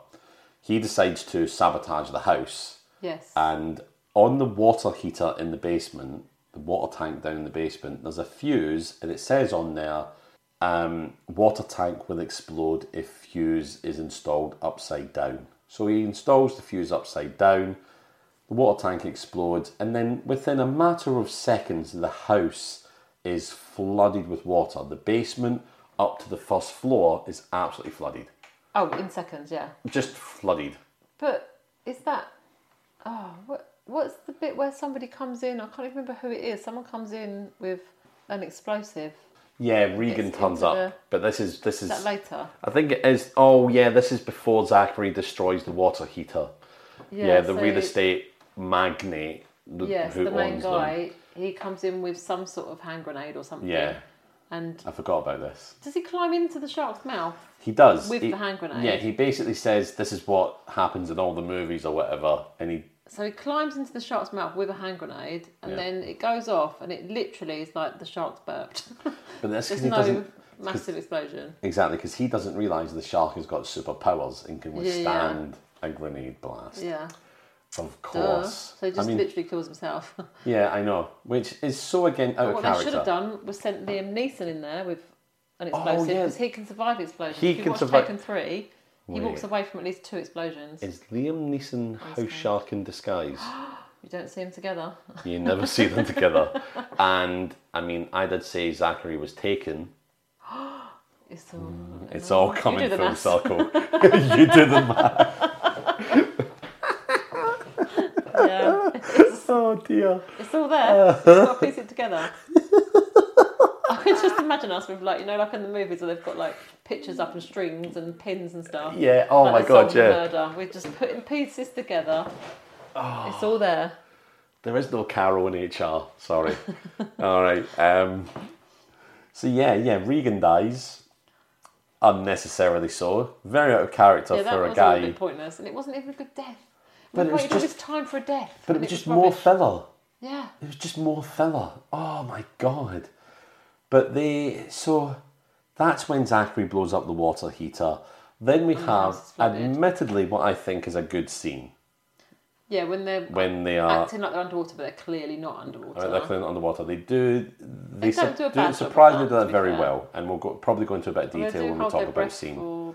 Speaker 1: he decides to sabotage the house
Speaker 2: Yes.
Speaker 1: and on the water heater in the basement, the water tank down in the basement, there's a fuse, and it says on there, um, "Water tank will explode if fuse is installed upside down." So he installs the fuse upside down. The water tank explodes, and then within a matter of seconds, the house is flooded with water. The basement up to the first floor is absolutely flooded,
Speaker 2: oh, in seconds, yeah.
Speaker 1: just flooded.
Speaker 2: But is that? Oh, what? What's the bit where somebody comes in? I can't even remember who it is. Someone comes in with an explosive.
Speaker 1: Yeah, Regan
Speaker 2: It's
Speaker 1: turns
Speaker 2: into
Speaker 1: up,
Speaker 2: the-
Speaker 1: but this is this is
Speaker 2: Is that later?
Speaker 1: I think it is. Oh yeah, this is before Zachary destroys the water heater. Yeah, the
Speaker 2: so-
Speaker 1: real estate magnate. th-
Speaker 2: Yes,
Speaker 1: who
Speaker 2: the main
Speaker 1: owns them.
Speaker 2: guy. He comes in with some sort of hand grenade or something.
Speaker 1: Yeah,
Speaker 2: And
Speaker 1: I forgot about this.
Speaker 2: does he climb into the shark's mouth?
Speaker 1: He does
Speaker 2: With
Speaker 1: He-
Speaker 2: the hand grenade.
Speaker 1: Yeah, he basically says this is what happens in all the movies or whatever, and he
Speaker 2: So he climbs into the shark's mouth with a hand grenade, and
Speaker 1: Yeah.
Speaker 2: then it goes off, and it literally is like the shark's burped. *laughs*
Speaker 1: but that's because
Speaker 2: There's
Speaker 1: he
Speaker 2: no
Speaker 1: doesn't
Speaker 2: massive explosion.
Speaker 1: exactly because he doesn't realize the shark has got superpowers and can
Speaker 2: Yeah, yeah.
Speaker 1: withstand a grenade blast.
Speaker 2: Yeah.
Speaker 1: Of
Speaker 2: Duh.
Speaker 1: course.
Speaker 2: So he just
Speaker 1: I mean,
Speaker 2: literally kills *laughs* himself.
Speaker 1: yeah, I know, which is so again out
Speaker 2: what
Speaker 1: of
Speaker 2: Oh, they
Speaker 1: character.
Speaker 2: should have done was sent Liam Neeson in there with an
Speaker 1: Oh,
Speaker 2: explosive
Speaker 1: yeah.
Speaker 2: because he can survive explosions.
Speaker 1: He
Speaker 2: if you
Speaker 1: can
Speaker 2: watch
Speaker 1: survive-
Speaker 2: Taken three, he
Speaker 1: Wait.
Speaker 2: walks away from at least two explosions.
Speaker 1: Is Liam Neeson house
Speaker 2: sorry.
Speaker 1: shark in
Speaker 2: *gasps*
Speaker 1: disguise?
Speaker 2: You don't see them together.
Speaker 1: You never see them together. And I mean, I did say Zachary was taken.
Speaker 2: It's all.
Speaker 1: Mm, It's all
Speaker 2: You
Speaker 1: coming
Speaker 2: do the
Speaker 1: full
Speaker 2: maths.
Speaker 1: circle. *laughs* you do the math.
Speaker 2: Yeah,
Speaker 1: *laughs*
Speaker 2: it's,
Speaker 1: Oh dear.
Speaker 2: it's all
Speaker 1: *laughs*
Speaker 2: there. You've got to piece it together. I could just imagine us with like you know like in the movies where they've got like pictures up and strings and pins and stuff.
Speaker 1: Yeah. Oh
Speaker 2: Like
Speaker 1: my
Speaker 2: the
Speaker 1: god.
Speaker 2: Song of
Speaker 1: Yeah.
Speaker 2: Murder. We're just putting pieces together.
Speaker 1: Oh.
Speaker 2: It's all there.
Speaker 1: There is no Carol in HR.
Speaker 2: *laughs*
Speaker 1: Sorry. All right. Um, so yeah, yeah. Regan dies. Unnecessarily so. Very out of character
Speaker 2: Yeah, that
Speaker 1: for
Speaker 2: was
Speaker 1: a
Speaker 2: all a
Speaker 1: guy.
Speaker 2: bit pointless, and it wasn't even a good death.
Speaker 1: But it
Speaker 2: But we
Speaker 1: was
Speaker 2: waited all
Speaker 1: just-
Speaker 2: this time for a death.
Speaker 1: But it
Speaker 2: and
Speaker 1: was just more
Speaker 2: rubbish.
Speaker 1: filler.
Speaker 2: Yeah,
Speaker 1: It was just more filler. Oh my god. But they so that's when Zachary blows up the water heater. Then we have
Speaker 2: Oh, it's flooded.
Speaker 1: admittedly what I think is a good scene
Speaker 2: yeah. When they're
Speaker 1: when they are
Speaker 2: acting like they're underwater, but they're clearly not underwater.
Speaker 1: they're clearly underwater. They do they,
Speaker 2: They don't do a bad job of
Speaker 1: surprisingly
Speaker 2: that,
Speaker 1: do
Speaker 2: to
Speaker 1: that
Speaker 2: be
Speaker 1: very
Speaker 2: fair.
Speaker 1: well and we'll go, probably go into a bit of
Speaker 2: They
Speaker 1: detail
Speaker 2: do
Speaker 1: when we
Speaker 2: hold
Speaker 1: talk
Speaker 2: their
Speaker 1: about the
Speaker 2: breath
Speaker 1: scene.
Speaker 2: for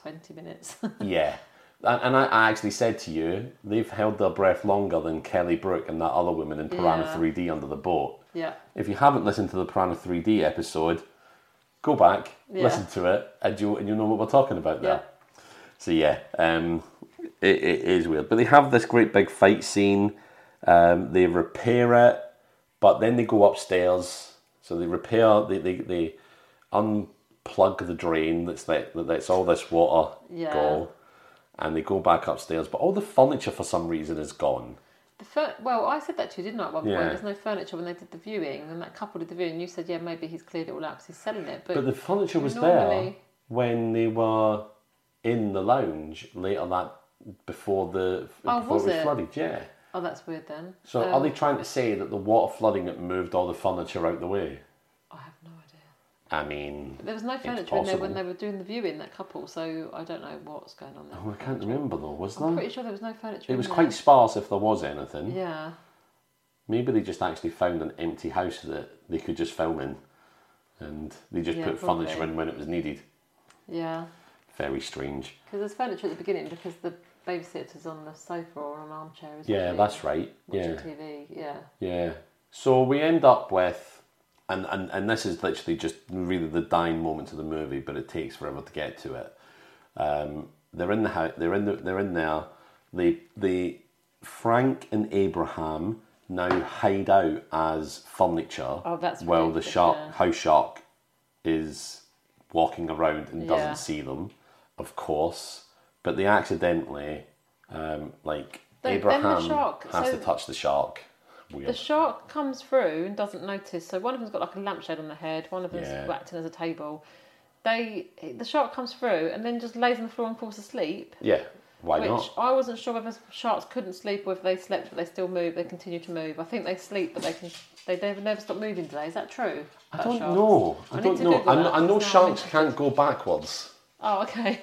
Speaker 2: twenty minutes. *laughs*
Speaker 1: Yeah. And and I, I actually said to you, they've held their breath longer than Kelly Brook and that other woman in Piranha
Speaker 2: Yeah.
Speaker 1: 3D under the boat.
Speaker 2: yeah,
Speaker 1: If you haven't listened to the Piranha 3D episode, go back,
Speaker 2: Yeah.
Speaker 1: listen to it, and you'll, and you'll know what we're talking about there.
Speaker 2: Yeah.
Speaker 1: So, yeah, um, it, it is weird. But they have this great big fight scene, um, they repair it, but then they go upstairs. So, they repair, they, they, they unplug the drain that's let, that lets all this water
Speaker 2: Yeah.
Speaker 1: go, and they go back upstairs. But all the furniture, for some reason, is gone.
Speaker 2: the fur- well, I said that to you, didn't I? At one point,
Speaker 1: Yeah.
Speaker 2: there's no furniture when they did the viewing, and that couple did the viewing. You said, yeah, maybe he's cleared it all out because he's selling it, but,
Speaker 1: But the furniture was there
Speaker 2: Normally-
Speaker 1: when they were in the lounge later that before the
Speaker 2: Oh,
Speaker 1: before
Speaker 2: was
Speaker 1: was
Speaker 2: it?
Speaker 1: flooded. Yeah.
Speaker 2: oh, that's weird then.
Speaker 1: So
Speaker 2: Um,
Speaker 1: are they trying to say that the water flooding it moved all the furniture out the way?
Speaker 2: I have no idea.
Speaker 1: I mean,
Speaker 2: There was no furniture in there
Speaker 1: possible.
Speaker 2: when they were doing the viewing. That couple, so I don't know what's going on there.
Speaker 1: oh, I can't remember though. Was
Speaker 2: I'm
Speaker 1: there?
Speaker 2: Oh, pretty sure there was no furniture.
Speaker 1: Um, It
Speaker 2: in
Speaker 1: was
Speaker 2: there.
Speaker 1: quite sparse if there was anything.
Speaker 2: Yeah.
Speaker 1: Maybe they just actually found an empty house that they could just film in, and they just
Speaker 2: Yeah,
Speaker 1: put furniture
Speaker 2: probably.
Speaker 1: in when it was needed.
Speaker 2: Yeah,
Speaker 1: Very strange.
Speaker 2: because there's furniture at the beginning because the babysitter's on the sofa or an armchair. Is
Speaker 1: Yeah, that's right.
Speaker 2: Watching
Speaker 1: yeah.
Speaker 2: TV. Yeah,
Speaker 1: Yeah. So we end up with, and, and, and this is literally just really the dying moment of the movie, but it takes forever to get to it. Um, they're in the house. They're in the, They're in there. They they Frank and Abraham now hide out as furniture.
Speaker 2: Oh, that's
Speaker 1: while the
Speaker 2: ridiculous,
Speaker 1: shark
Speaker 2: yeah.
Speaker 1: house shark is walking around and doesn't
Speaker 2: Yeah.
Speaker 1: see them, of course, but they accidentally, um, like
Speaker 2: Then- then the
Speaker 1: Abraham
Speaker 2: shark-
Speaker 1: has
Speaker 2: so-
Speaker 1: to touch the shark.
Speaker 2: The
Speaker 1: Weird.
Speaker 2: shark comes through and doesn't notice. So one of them's got like a lampshade on the head. One of them's
Speaker 1: Yeah.
Speaker 2: acting as a table. They the shark comes through and then just lays on the floor and falls asleep.
Speaker 1: yeah, why
Speaker 2: Which
Speaker 1: not?
Speaker 2: I wasn't sure whether sharks couldn't sleep or if they slept but they still move. They continue to move. I think they sleep but they can. They never never stop moving. Today is that true?
Speaker 1: I
Speaker 2: About
Speaker 1: don't
Speaker 2: sharks?
Speaker 1: know.
Speaker 2: I
Speaker 1: I
Speaker 2: need
Speaker 1: don't
Speaker 2: to
Speaker 1: know.
Speaker 2: Google
Speaker 1: I know,
Speaker 2: that,
Speaker 1: I know
Speaker 2: 'cause now I'm
Speaker 1: sharks can't go backwards.
Speaker 2: Oh, okay.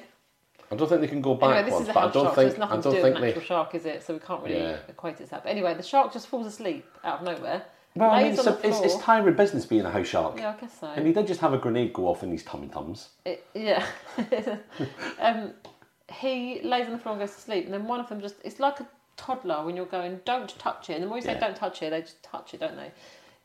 Speaker 1: I don't think they can go
Speaker 2: Anyway,
Speaker 1: backwards,
Speaker 2: this is a
Speaker 1: but I
Speaker 2: house
Speaker 1: don't
Speaker 2: shark, so
Speaker 1: think
Speaker 2: it's
Speaker 1: I
Speaker 2: nothing to
Speaker 1: don't
Speaker 2: do with
Speaker 1: think
Speaker 2: an
Speaker 1: they
Speaker 2: actual shark, is it? So we can't really
Speaker 1: Yeah.
Speaker 2: equate it to that. But anyway, the shark just falls asleep out of nowhere.
Speaker 1: Well, I
Speaker 2: lays
Speaker 1: mean, it's,
Speaker 2: on
Speaker 1: a,
Speaker 2: the
Speaker 1: it's,
Speaker 2: floor.
Speaker 1: it's Tyra business being a house shark.
Speaker 2: yeah, I guess so.
Speaker 1: And he did just have a grenade go off in his tummy tums.
Speaker 2: It, yeah. *laughs* um, he lays on the floor and goes to sleep, and then one of them just, it's like a toddler when you're going, don't touch it. And the more you say,
Speaker 1: Yeah.
Speaker 2: don't touch it, they just touch it, don't they?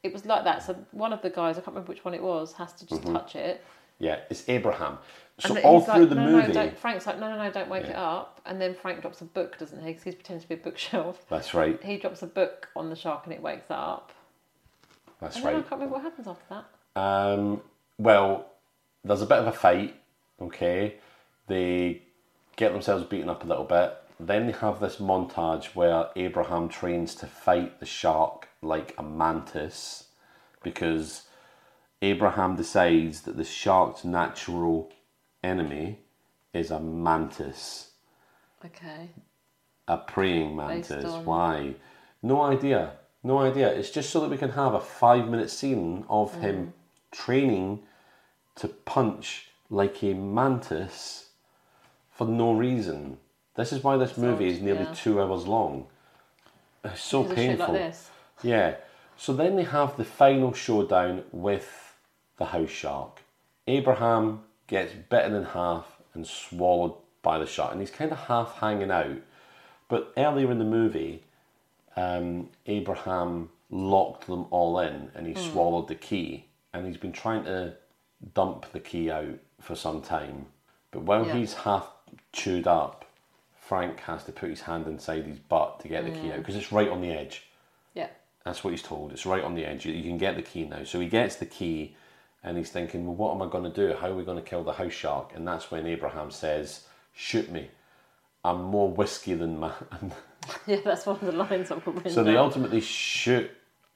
Speaker 2: It was like that. So one of the guys, I can't remember which one it was, has to just touch it.
Speaker 1: Yeah, it's Abraham. Mm-hmm. So
Speaker 2: And
Speaker 1: all
Speaker 2: he's
Speaker 1: through
Speaker 2: like,
Speaker 1: the
Speaker 2: no,
Speaker 1: movie,
Speaker 2: No, don't, Frank's like, no, no, no, don't wake it
Speaker 1: Yeah.
Speaker 2: up. And then Frank drops a book, doesn't he? Because he's pretending to be a bookshelf.
Speaker 1: that's right,
Speaker 2: He drops a book on the shark and it wakes up.
Speaker 1: that's
Speaker 2: And then I
Speaker 1: right.
Speaker 2: can't remember what happens after that.
Speaker 1: Um, well, there's a bit of a fight. Okay, they get themselves beaten up a little bit. Then they have this montage where Abraham trains to fight the shark like a mantis, because Abraham decides that the shark's natural enemy is a mantis,
Speaker 2: Okay.
Speaker 1: a praying
Speaker 2: Based
Speaker 1: mantis.
Speaker 2: on-
Speaker 1: Why? No idea. No idea. It's just so that we can have a five minute scene of
Speaker 2: Mm.
Speaker 1: him training to punch like a mantis for no reason. This is why this movie
Speaker 2: odd,
Speaker 1: is nearly
Speaker 2: yeah.
Speaker 1: two hours long. It's so
Speaker 2: Does shit
Speaker 1: painful.
Speaker 2: like this.
Speaker 1: Yeah. So then they have the final showdown with the house shark. Abraham gets bitten in half and swallowed by the shark, and he's kind of half hanging out. But earlier in the movie, um, Abraham locked them all in and he swallowed the key, and he's been trying to dump the key out for some time. But while
Speaker 2: Yeah.
Speaker 1: he's half chewed up, Frank has to put his hand inside his butt to get the key out because it's right on the edge.
Speaker 3: Yeah.
Speaker 1: That's what he's told. It's right on the edge. You- You can get the key now. So he gets the key and he's thinking, well, what am I going to do? How are we going to kill the house shark? And that's when Abraham says, shoot me. I'm more whiskey than man.
Speaker 2: *laughs*
Speaker 1: *laughs*
Speaker 2: Yeah, that's one of the lines I've written
Speaker 1: so they
Speaker 2: down.
Speaker 1: ultimately shoot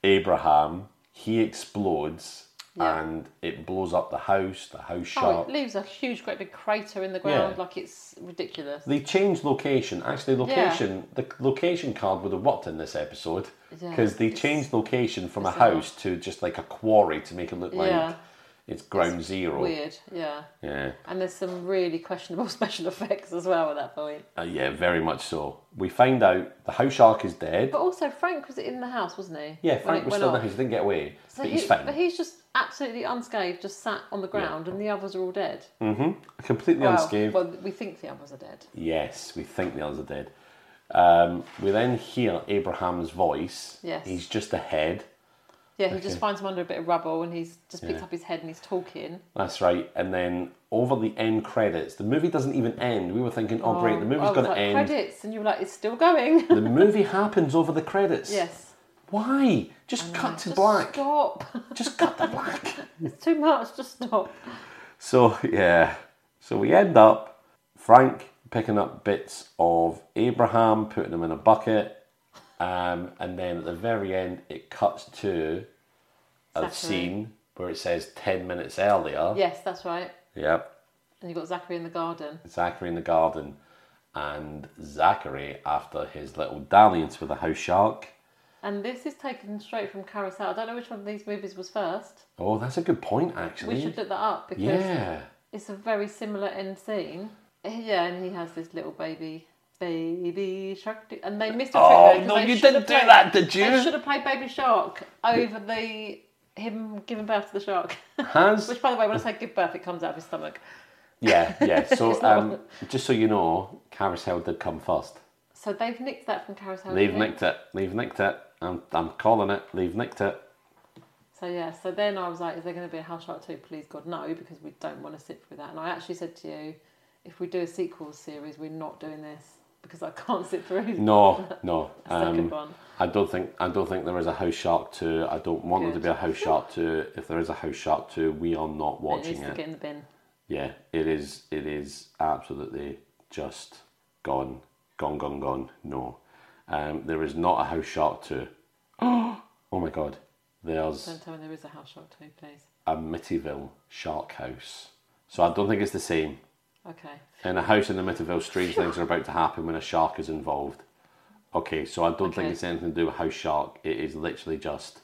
Speaker 1: Abraham. He explodes
Speaker 2: Yeah.
Speaker 1: and it blows up the house, the house
Speaker 2: Oh,
Speaker 1: shark.
Speaker 2: it leaves a huge, great big crater in the ground.
Speaker 1: Yeah.
Speaker 2: Like it's ridiculous.
Speaker 1: they changed location. Actually, location the location card would have worked in this episode
Speaker 2: Yeah,
Speaker 1: because they
Speaker 2: it's-
Speaker 1: changed location from a
Speaker 2: bizarre.
Speaker 1: house to just like a quarry to make it look like
Speaker 2: Yeah.
Speaker 1: it's ground zero.
Speaker 2: Weird, yeah.
Speaker 1: Yeah,
Speaker 2: And there's some really questionable *laughs* special effects as well at that point.
Speaker 1: Uh, yeah, very much so. We find out the house shark is dead.
Speaker 2: But also, Frank was in the house, wasn't he?
Speaker 1: Yeah,
Speaker 2: When
Speaker 1: Frank
Speaker 2: it
Speaker 1: was
Speaker 2: went
Speaker 1: still in the
Speaker 2: off.
Speaker 1: house. He didn't get away,
Speaker 2: So
Speaker 1: but
Speaker 2: he-
Speaker 1: he's fine.
Speaker 2: But he's just absolutely unscathed, just sat on the ground, and the others are all dead.
Speaker 1: Completely
Speaker 2: Well,
Speaker 1: unscathed.
Speaker 2: well, we think the others are dead.
Speaker 1: Yes, we think the others are dead. Um, we then hear Abraham's voice.
Speaker 2: Yes.
Speaker 1: he's just a head.
Speaker 2: Yeah, he just
Speaker 1: Okay.
Speaker 2: finds him under a bit of rubble, and he's just picks
Speaker 1: Yeah.
Speaker 2: up his head and he's talking.
Speaker 1: That's right. And then over the end credits, the movie doesn't even end. We were thinking, oh, great, the
Speaker 2: I
Speaker 1: movie's
Speaker 2: was
Speaker 1: going
Speaker 2: like,
Speaker 1: to end.
Speaker 2: Credits, and you were like, it's still going. *laughs*
Speaker 1: The movie happens over the credits.
Speaker 2: yes.
Speaker 1: Why? Just cut to
Speaker 2: Just
Speaker 1: black.
Speaker 2: Stop. *laughs*
Speaker 1: Just cut to black. *laughs*
Speaker 2: it's too much. Just stop.
Speaker 1: So, yeah. So we end up Frank picking up bits of Abraham, putting them in a bucket. Um, and then at the very end, it cuts to a
Speaker 2: Zachary.
Speaker 1: scene where it says 10 minutes earlier.
Speaker 2: Yes, that's right.
Speaker 1: Yep.
Speaker 2: And you've got Zachary in the garden.
Speaker 1: Zachary in the garden, and Zachary after his little dalliance with the house shark.
Speaker 2: And this is taken straight from Carousel. I don't know which one of these movies was first.
Speaker 1: Oh, that's a good point,
Speaker 2: We
Speaker 1: actually.
Speaker 2: should look that up because
Speaker 1: yeah,
Speaker 2: it's a very similar end scene. Yeah, and he has this little baby, baby shark, do- and they missed a trick
Speaker 1: Oh,
Speaker 2: there 'cause
Speaker 1: no,
Speaker 2: they
Speaker 1: you
Speaker 2: should
Speaker 1: didn't
Speaker 2: have
Speaker 1: do that, did you?
Speaker 2: They should have played Baby Shark over the him giving birth to the shark. *laughs*
Speaker 1: has
Speaker 2: Which, by the way, when I say give birth, it comes out of his stomach.
Speaker 1: yeah,
Speaker 2: *laughs*
Speaker 1: yeah. So,
Speaker 2: It's not-
Speaker 1: um, just so you know, Carousel did come first.
Speaker 2: So they've nicked that from Carousel.
Speaker 1: They've
Speaker 2: haven't they?
Speaker 1: nicked it. They've nicked it. I'm, I'm calling it. They've nicked it.
Speaker 2: So yeah, so then I was like, is there going to be a House Shark 2? Please God, no, because we don't want to sit through that. And I actually said to you, if we do a sequel series, we're not doing this because I can't sit through
Speaker 1: Mm, No, no.
Speaker 2: a second
Speaker 1: Um,
Speaker 2: one.
Speaker 1: I don't think I don't think there is a house shark two. I don't want there to
Speaker 2: Good.
Speaker 1: be a house shark two. If there is a house shark two, we are not
Speaker 2: It
Speaker 1: watching
Speaker 2: needs to
Speaker 1: it.
Speaker 2: get in the bin.
Speaker 1: yeah, it is. It is absolutely just gone, gone, gone, gone. No, um, there is not a house shark two. *gasps* oh my god, there's
Speaker 2: Don't tell me there is a house shark too, please.
Speaker 1: a Mittyville shark house. So I don't think it's the same.
Speaker 2: Okay.
Speaker 1: In a house in the Mitterville, strange things are about to happen when a shark is involved. Okay, so I don't
Speaker 2: Okay.
Speaker 1: think it's anything to do with house shark. It is literally just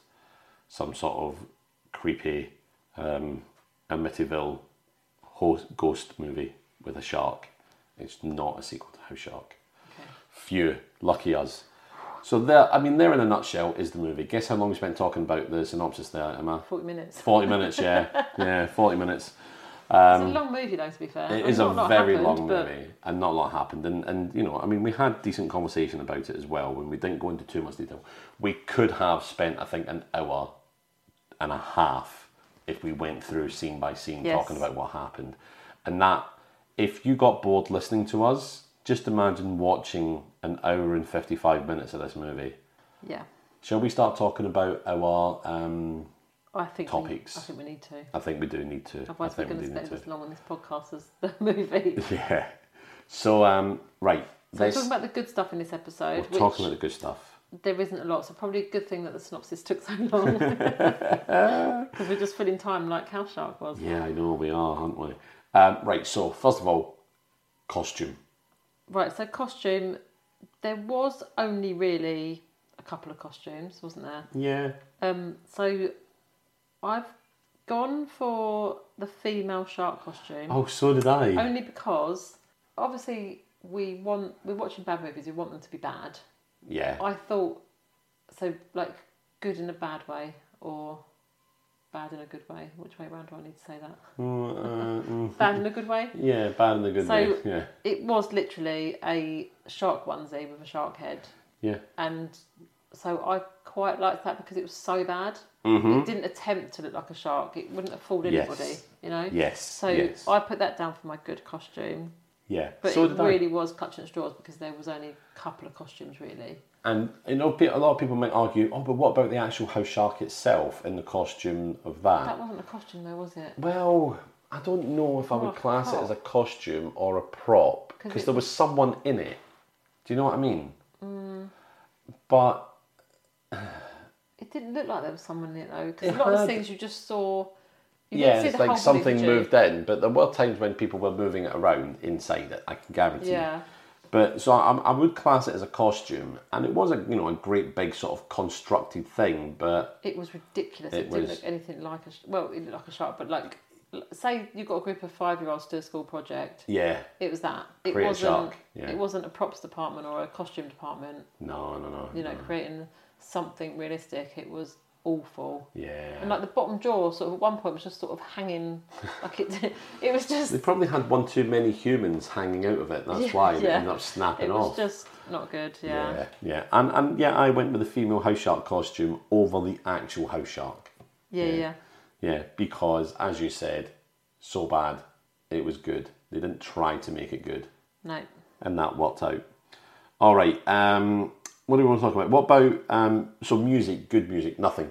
Speaker 1: some sort of creepy um, a Mitterville ho ghost movie with a shark. It's not a sequel to House Shark.
Speaker 2: Okay.
Speaker 1: Phew, lucky us. So there, I mean, there in a nutshell is the movie. Guess how long we spent talking about the synopsis there, Emma?
Speaker 2: Forty minutes.
Speaker 1: 40 minutes,
Speaker 2: *laughs*
Speaker 1: yeah. Yeah, 40 minutes.
Speaker 2: it's a long movie, though. To be fair,
Speaker 1: Um, It
Speaker 2: I
Speaker 1: is
Speaker 2: mean,
Speaker 1: a
Speaker 2: not lot
Speaker 1: very
Speaker 2: happened,
Speaker 1: long
Speaker 2: but
Speaker 1: movie, and not a lot happened. And, and you know, I mean, we had decent conversation about it as well when we didn't go into too much detail. We could have spent, I think, an hour and a half if we went through scene by scene
Speaker 2: Yes.
Speaker 1: talking about what happened. And that, if you got bored listening to us, just imagine watching an hour and 55 minutes of this movie.
Speaker 2: Yeah,
Speaker 1: Shall we start talking about our? Um,
Speaker 2: I think
Speaker 1: Topics.
Speaker 2: We, I think we need to.
Speaker 1: I think we do need to. I
Speaker 2: Otherwise, we're
Speaker 1: think
Speaker 2: going
Speaker 1: we
Speaker 2: to
Speaker 1: do need
Speaker 2: spend
Speaker 1: to.
Speaker 2: as long on this podcast as the *laughs* movie.
Speaker 1: *laughs* Yeah. So um, right.
Speaker 2: So we're
Speaker 1: let's-
Speaker 2: talking about the good stuff in this episode,
Speaker 1: We're
Speaker 2: which
Speaker 1: talking about the good stuff.
Speaker 2: there isn't a lot, so probably a good thing that the synopsis took so
Speaker 1: *laughs*
Speaker 2: long. *laughs* Because we're just filling time like House Shark was.
Speaker 1: Yeah, I know we are, aren't we? Um, right. So first of all, costume.
Speaker 2: Right, so costume, there was only really a couple of costumes, wasn't there?
Speaker 1: Yeah.
Speaker 2: Um, so I've gone for the female shark costume.
Speaker 1: Oh, so did I.
Speaker 2: only because obviously we want we're watching bad movies we want them to be bad
Speaker 1: yeah.
Speaker 2: i thought so like good in a bad way or bad in a good way which way round do i need to say
Speaker 1: *laughs*
Speaker 2: that
Speaker 1: Mm, uh, mm,
Speaker 2: bad in a good way
Speaker 1: yeah. Bad and the good.
Speaker 2: So-
Speaker 1: way. Yeah.
Speaker 2: it was literally a shark onesie with a shark head
Speaker 1: Yeah.
Speaker 2: and so i quite liked that because it was so bad it didn't attempt to look like a shark it wouldn't have fooled
Speaker 1: Mm-hmm. Yes.
Speaker 2: anybody you know
Speaker 1: Yes.
Speaker 2: so
Speaker 1: yes.
Speaker 2: i put that down for my good costume
Speaker 1: yeah.
Speaker 2: But
Speaker 1: so
Speaker 2: it
Speaker 1: did I.
Speaker 2: really was clutching at straws because there was only a couple of costumes really.
Speaker 1: And you know, pe- a lot of people might argue, oh, but what about the actual house shark itself and the costume of
Speaker 2: That wasn't a costume though, was it?
Speaker 1: Well, I don't know if I
Speaker 2: Or
Speaker 1: would
Speaker 2: a
Speaker 1: class it
Speaker 2: prop.
Speaker 1: as a costume or a prop
Speaker 2: Oh, 'Cause
Speaker 1: because
Speaker 2: it-
Speaker 1: there was someone in it. Do you know what I mean?
Speaker 2: Mm.
Speaker 1: But
Speaker 2: It didn't look like there was someone in it though, because
Speaker 1: It
Speaker 2: a lot of
Speaker 1: had-
Speaker 2: the things you just saw. You
Speaker 1: yeah,
Speaker 2: didn't see
Speaker 1: it's
Speaker 2: the
Speaker 1: like
Speaker 2: whole
Speaker 1: something
Speaker 2: body, did you?
Speaker 1: moved in, but there were times when people were moving it around inside it. I can guarantee.
Speaker 2: Yeah,
Speaker 1: But so I, I would class it as a costume, and it was a you know a great big sort of constructed thing, but
Speaker 2: it was ridiculous.
Speaker 1: It
Speaker 2: It, didn't
Speaker 1: was-
Speaker 2: look anything like a sh- well, it looked like a shark, but like l- say you got a group of five year olds to do a school project.
Speaker 1: yeah,
Speaker 2: It was that. It
Speaker 1: Create a
Speaker 2: wasn't.
Speaker 1: shark, yeah.
Speaker 2: It wasn't a props department or a costume department.
Speaker 1: no, no, no,
Speaker 2: You know,
Speaker 1: no.
Speaker 2: creating something realistic. It was awful.
Speaker 1: yeah.
Speaker 2: And like the bottom jaw, sort of at one point was just sort of hanging, like it. *laughs* It was
Speaker 1: *laughs*
Speaker 2: just.
Speaker 1: they probably had one too many humans hanging out of it. That's
Speaker 2: Yeah,
Speaker 1: why it
Speaker 2: yeah.
Speaker 1: ended up snapping
Speaker 2: It
Speaker 1: off.
Speaker 2: was just not good. Yeah.
Speaker 1: yeah, yeah, and and yeah, I went with the female house shark costume over the actual house shark.
Speaker 2: Yeah,
Speaker 1: Yeah.
Speaker 2: yeah.
Speaker 1: Yeah, because as you said, so bad, it was good. They didn't try to make it good.
Speaker 2: No.
Speaker 1: and that worked out. All right. Um, what do we want to talk about? What about um, so music? Good music? Nothing.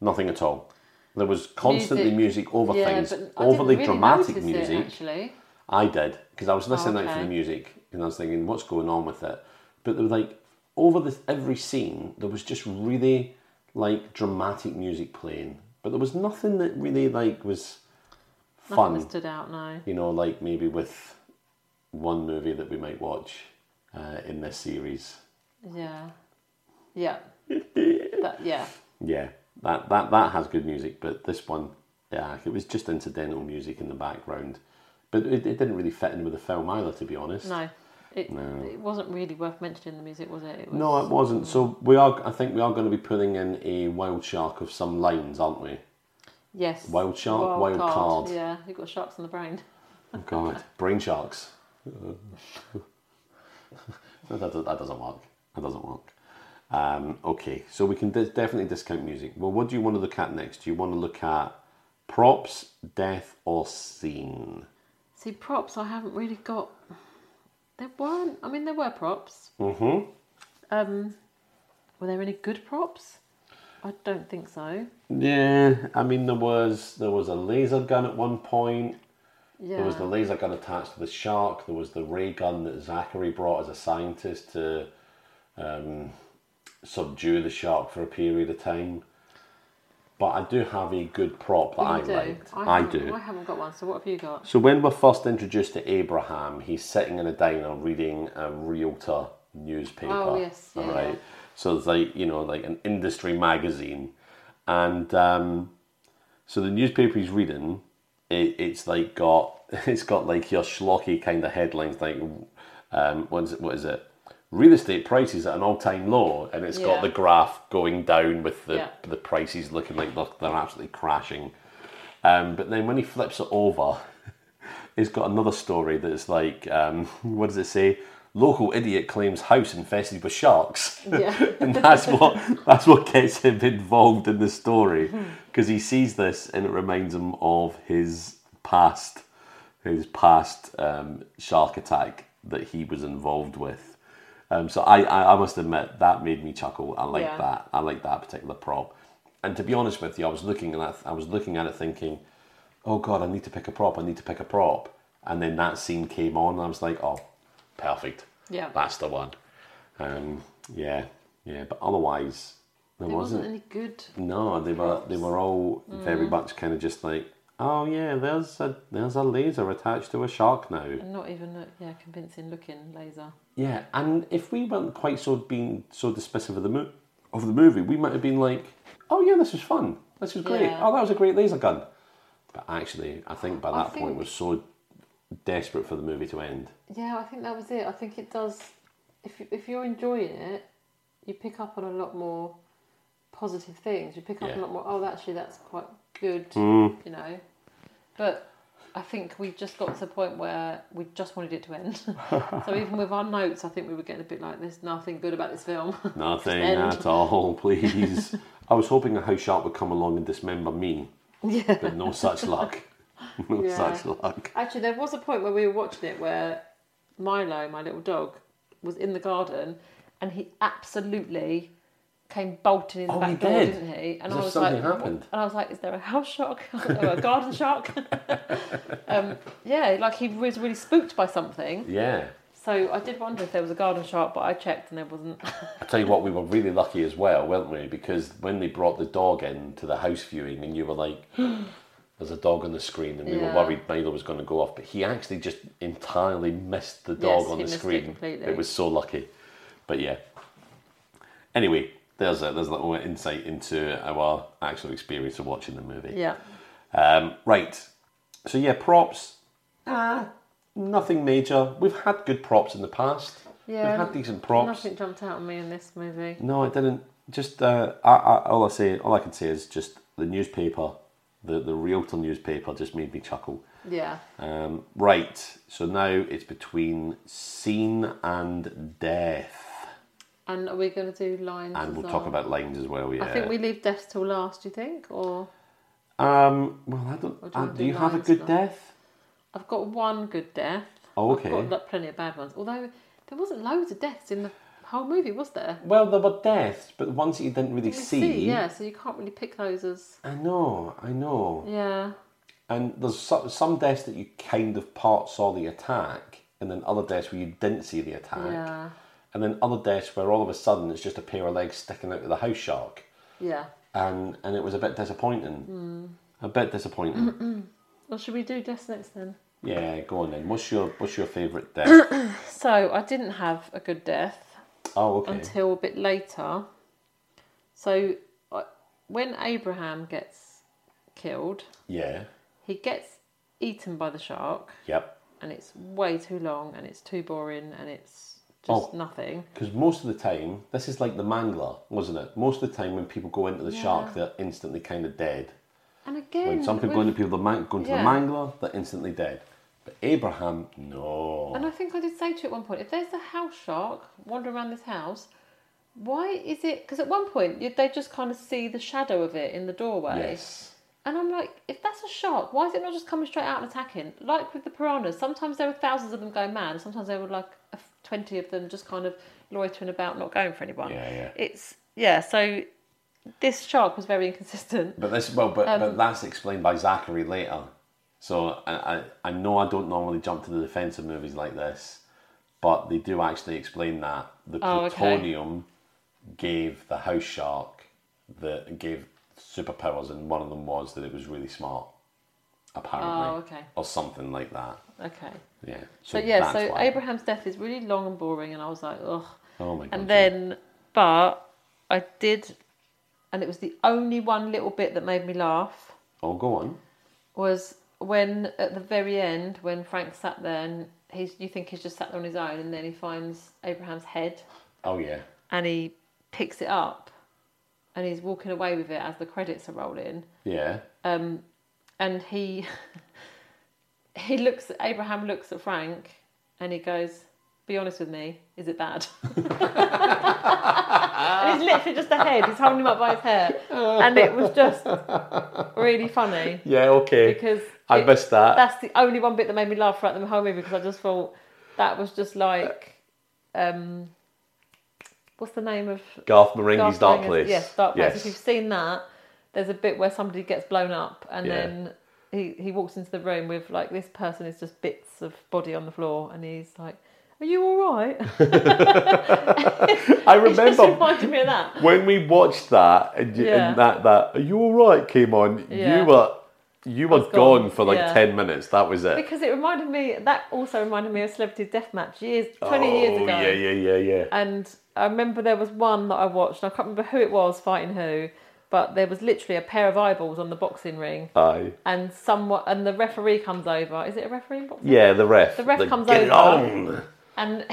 Speaker 1: Nothing at all. There was constantly music,
Speaker 2: Music.
Speaker 1: over
Speaker 2: yeah,
Speaker 1: things,
Speaker 2: but I
Speaker 1: overly
Speaker 2: didn't really
Speaker 1: dramatic
Speaker 2: notice it,
Speaker 1: music.
Speaker 2: actually.
Speaker 1: I did because I was listening out for
Speaker 2: okay.
Speaker 1: the music and I was thinking, what's going on with it? But there was like over the every scene, there was just really like dramatic music playing, but there was nothing that really like was fun.
Speaker 2: Nothing that stood out. No.
Speaker 1: you know, like maybe with one movie that we might watch uh, in this series.
Speaker 2: Yeah.
Speaker 1: *laughs*
Speaker 2: Yeah. that, yeah.
Speaker 1: Yeah, that, that that has good music, but this one, yeah, it was just incidental music in the background, but it, it didn't really fit in with the film either, to be honest.
Speaker 2: No. It,
Speaker 1: No.
Speaker 2: it wasn't really worth mentioning the music, was it? it was,
Speaker 1: No, it wasn't. So we are. I think we are going to be putting in a wild shark of some lines, aren't we?
Speaker 2: Yes.
Speaker 1: Wild shark, wild card.
Speaker 2: Yeah, you've got sharks on the brain.
Speaker 1: Oh God, brain sharks. *laughs* No, that, that doesn't work. That doesn't work. Um, okay, so we can dis- definitely discount music. Well, what do you want to look at next? Do you want to look at props, death, or scene?
Speaker 2: See, props, I haven't really got. There weren't. I mean, there were props. Mm-hmm. Um, were there any good props? I don't think so.
Speaker 1: Yeah, I mean there was there was a laser gun at one point.
Speaker 3: Yeah.
Speaker 1: There was the laser gun attached to the shark. There was the ray gun that Zachary brought as a scientist to um, subdue the shark for a period of time. But I do have a good prop that I
Speaker 3: You do.
Speaker 1: liked. I,
Speaker 3: haven't-
Speaker 1: do.
Speaker 3: I haven't got one. So what have you
Speaker 1: *laughs*
Speaker 3: got?
Speaker 1: So when we're first introduced to Abraham, he's sitting in a diner reading a realtor newspaper.
Speaker 3: Oh, yes, yeah,
Speaker 1: all right.
Speaker 3: yeah.
Speaker 1: So it's like you know, like an industry magazine, and um, so the newspaper he's reading, it, it's like got *laughs* it's got like your schlocky kind of headlines like, um, what is it? What is it? Real estate prices at an all-time low, and it's
Speaker 2: Yeah.
Speaker 1: got the graph going down with the
Speaker 2: Yeah.
Speaker 1: the prices looking like they're, they're absolutely crashing. Um, but then when he flips it over, *laughs* he's got another story that's like, um, *laughs* what does it say? Local idiot claims house infested with sharks.
Speaker 3: Yeah.
Speaker 1: and *laughs* that's what that's what gets him involved in the story because he sees this and it reminds him of his past, his past um, shark attack that he was involved with. Um, so I, I, I must admit that made me chuckle. I like
Speaker 2: Yeah.
Speaker 1: that. I like that particular prop. And to be honest with you, I was looking at that, I was looking at it thinking, oh god, I need to pick a prop. I need to pick a prop. And then that scene came on, and I was like, oh, perfect.
Speaker 3: Yeah.
Speaker 1: That's the one. Um, yeah, yeah. But otherwise, there
Speaker 3: There
Speaker 1: wasn't.
Speaker 3: wasn't any good.
Speaker 1: No, they were they were all very much kind of just like, oh yeah, there's a there's a laser attached to a shark now.
Speaker 2: Not even a yeah, convincing looking laser.
Speaker 1: Yeah, and if we weren't quite so being so dismissive of the mo- of the movie, we might have been like, "Oh yeah, this was fun. This was great.
Speaker 2: Yeah.
Speaker 1: Oh, that was a great laser gun." But actually, I think by
Speaker 3: I
Speaker 1: that point
Speaker 3: think-
Speaker 1: we're so desperate for the movie to end.
Speaker 3: Yeah, I think that was it. I think it does. If you- if you're enjoying it, you pick up on a lot more positive things. You pick up
Speaker 1: Yeah.
Speaker 3: a lot more. Oh, actually, that's quite good. You know.
Speaker 2: But I think we just got to the point where we just wanted it to
Speaker 3: *laughs*
Speaker 2: end. so even with our notes, I think we were getting a bit like, there's nothing good about
Speaker 3: *laughs*
Speaker 2: this film.
Speaker 1: Nothing
Speaker 2: end.
Speaker 1: at all, *laughs* please. I was hoping a house shark would come along and dismember me,
Speaker 2: yeah.
Speaker 1: but no such luck. *laughs* No
Speaker 3: Yeah.
Speaker 1: such luck.
Speaker 3: Actually, there was a point where we were watching it where
Speaker 2: Milo, my little dog, was in the garden and he absolutely came bolting in the
Speaker 1: Oh, he
Speaker 2: back door,
Speaker 1: did.
Speaker 2: didn't he? And
Speaker 1: As if
Speaker 2: was
Speaker 1: something
Speaker 2: like,
Speaker 1: happened.
Speaker 2: And I was like, is there a house shark? *laughs* or a
Speaker 1: *laughs*
Speaker 2: garden shark? um, yeah, like he was really spooked by something.
Speaker 1: Yeah.
Speaker 2: So I did wonder if there was a garden shark, but I checked and
Speaker 1: *laughs*
Speaker 2: there wasn't.
Speaker 1: I tell you what, we were really lucky as well, weren't we? Because when they brought the dog in to the house viewing, and you were like, *gasps* "There's a dog on the screen," and we
Speaker 2: Yeah.
Speaker 1: were worried Milo was going to go off, but he actually just entirely missed the dog
Speaker 2: Yes,
Speaker 1: on
Speaker 2: he
Speaker 1: the
Speaker 2: missed it
Speaker 1: screen.
Speaker 2: completely.
Speaker 1: was so lucky, but yeah. Anyway, there's a there's a little insight into our actual experience of watching the movie.
Speaker 2: yeah.
Speaker 1: Um, right. So yeah, props. Ah, nothing major. We've had good props in the past.
Speaker 2: Yeah,
Speaker 1: We've had decent props.
Speaker 2: Nothing jumped out at me in this movie.
Speaker 1: No, it didn't. Just uh, I, I, all I say, all I can say is just the newspaper, the the realtor newspaper, just made me chuckle.
Speaker 3: yeah,
Speaker 1: Um, right, so now it's between scene and death,
Speaker 3: and are we going to do lines?
Speaker 1: and
Speaker 3: as
Speaker 1: we'll
Speaker 3: well?
Speaker 1: talk about lines as well. Yeah.
Speaker 3: I think we leave deaths till last. Do you think? Or
Speaker 1: Um. Well, I don't.
Speaker 3: Or do you
Speaker 1: uh,
Speaker 3: wanna
Speaker 1: do
Speaker 3: do
Speaker 1: you have a
Speaker 3: lines
Speaker 1: good
Speaker 3: now?
Speaker 1: death?
Speaker 3: I've got one good death.
Speaker 1: Oh, okay.
Speaker 3: I've got like, plenty of bad ones. Although there wasn't loads of deaths in the whole movie, was there?
Speaker 1: Well, there were deaths, but ones that you didn't really
Speaker 3: You
Speaker 1: see.
Speaker 3: yeah. So you can't really pick those as
Speaker 1: I know. I know.
Speaker 3: yeah.
Speaker 1: And there's so- some deaths that you kind of part saw the attack, and then other deaths where you didn't see the attack.
Speaker 3: Yeah.
Speaker 1: And then other deaths where all of a sudden it's just a pair of legs sticking out of the house shark.
Speaker 3: Yeah.
Speaker 1: And and it was a bit disappointing. A bit disappointing.
Speaker 3: Well, should we do deaths next then?
Speaker 1: yeah, go on then. What's your what's your favourite death?
Speaker 2: So I didn't have a good death.
Speaker 1: oh, okay.
Speaker 2: until a bit later. So uh, when Abraham gets killed,
Speaker 1: yeah.
Speaker 2: he gets eaten by the shark,
Speaker 1: Yep.
Speaker 2: and it's way too long, and it's too boring, and it's just
Speaker 1: Oh.
Speaker 2: nothing.
Speaker 1: Because most of the time, this is like the mangler, wasn't it? Most of the time, when people go into the shark, they're instantly kind of dead.
Speaker 2: And again,
Speaker 1: When some people go
Speaker 2: with-
Speaker 1: into people, the man- go into
Speaker 2: Yeah.
Speaker 1: the mangler, they're instantly dead. But Abraham, no.
Speaker 2: and I think I did say to you at one point, if there's a house shark wandering around this house. Why is it? Because at one point you- they just kind of see the shadow of it in the doorway,
Speaker 1: Yes.
Speaker 2: and I'm like, if that's a shark, why is it not just coming straight out and attacking? Like with the piranhas, sometimes there were thousands of them going mad, sometimes there were like a f- twenty of them just kind of loitering about, not going for anyone.
Speaker 1: Yeah, yeah.
Speaker 2: It's yeah. So this shark was very inconsistent. Um,
Speaker 1: But this well, but, but that's explained by Zachary later. So I, I, I know I don't normally jump to the defense of movies like this, but they do actually explain that the
Speaker 2: Oh, okay.
Speaker 1: plutonium gave the house shark that gave superpowers, and one of them was that it was really smart, apparently,
Speaker 2: Oh, okay.
Speaker 1: or something like that.
Speaker 2: Okay.
Speaker 1: Yeah. So
Speaker 2: But yeah,
Speaker 1: that's
Speaker 2: so
Speaker 1: why.
Speaker 2: Abraham's death is really long and boring, and I was like, ugh.
Speaker 1: Oh my god.
Speaker 2: And then, but I did, and it was the only one little bit that made me laugh
Speaker 1: Oh, go on.
Speaker 2: was when at the very end when Frank sat there and he's you think he's just sat there on his own, and then he finds Abraham's head
Speaker 1: Oh yeah.
Speaker 2: and he picks it up, and he's walking away with it as the credits are rolling,
Speaker 1: Yeah.
Speaker 2: and he *laughs* he looks Abraham looks at Frank and he goes, "Be honest with me, is it bad?" *laughs* and he's literally just a head. He's holding him up by his hair, and it was just really funny
Speaker 1: Yeah. Okay.
Speaker 2: because
Speaker 1: I
Speaker 2: it-
Speaker 1: missed that.
Speaker 2: That's the only one bit that made me laugh throughout the whole movie because I just thought that was just like, um, what's the name of
Speaker 1: Garth Marenghi's
Speaker 2: Dark
Speaker 1: Dark
Speaker 2: Place.
Speaker 1: Place.
Speaker 2: Yes, Dark Place.
Speaker 1: Yes.
Speaker 2: If you've seen that, there's a bit where somebody gets blown up and
Speaker 1: Yeah.
Speaker 2: then he, he walks into the room with like this person is just bits of body on the floor and he's like, Are you *laughs* alright?
Speaker 1: I
Speaker 2: it just
Speaker 1: remember
Speaker 2: reminded me of
Speaker 1: *laughs*
Speaker 2: that.
Speaker 1: when we watched that and, you,
Speaker 2: Yeah.
Speaker 1: and that that are you all right came on
Speaker 2: Yeah.
Speaker 1: you were you were
Speaker 2: was gone,
Speaker 1: gone. for like
Speaker 2: yeah.
Speaker 1: 10 minutes that was it
Speaker 2: Because it reminded me that also reminded me of Celebrity Deathmatch years twenty
Speaker 1: oh,
Speaker 2: years ago.
Speaker 1: yeah yeah yeah yeah
Speaker 2: And I remember there was one that I watched, and I can't remember who it was fighting who, but there was literally a pair of eyeballs on the boxing ring
Speaker 1: aye
Speaker 2: and someone and the referee comes over. Is it a referee in boxing?
Speaker 1: yeah the ref
Speaker 2: The ref comes
Speaker 1: get
Speaker 2: over.
Speaker 1: on.
Speaker 2: and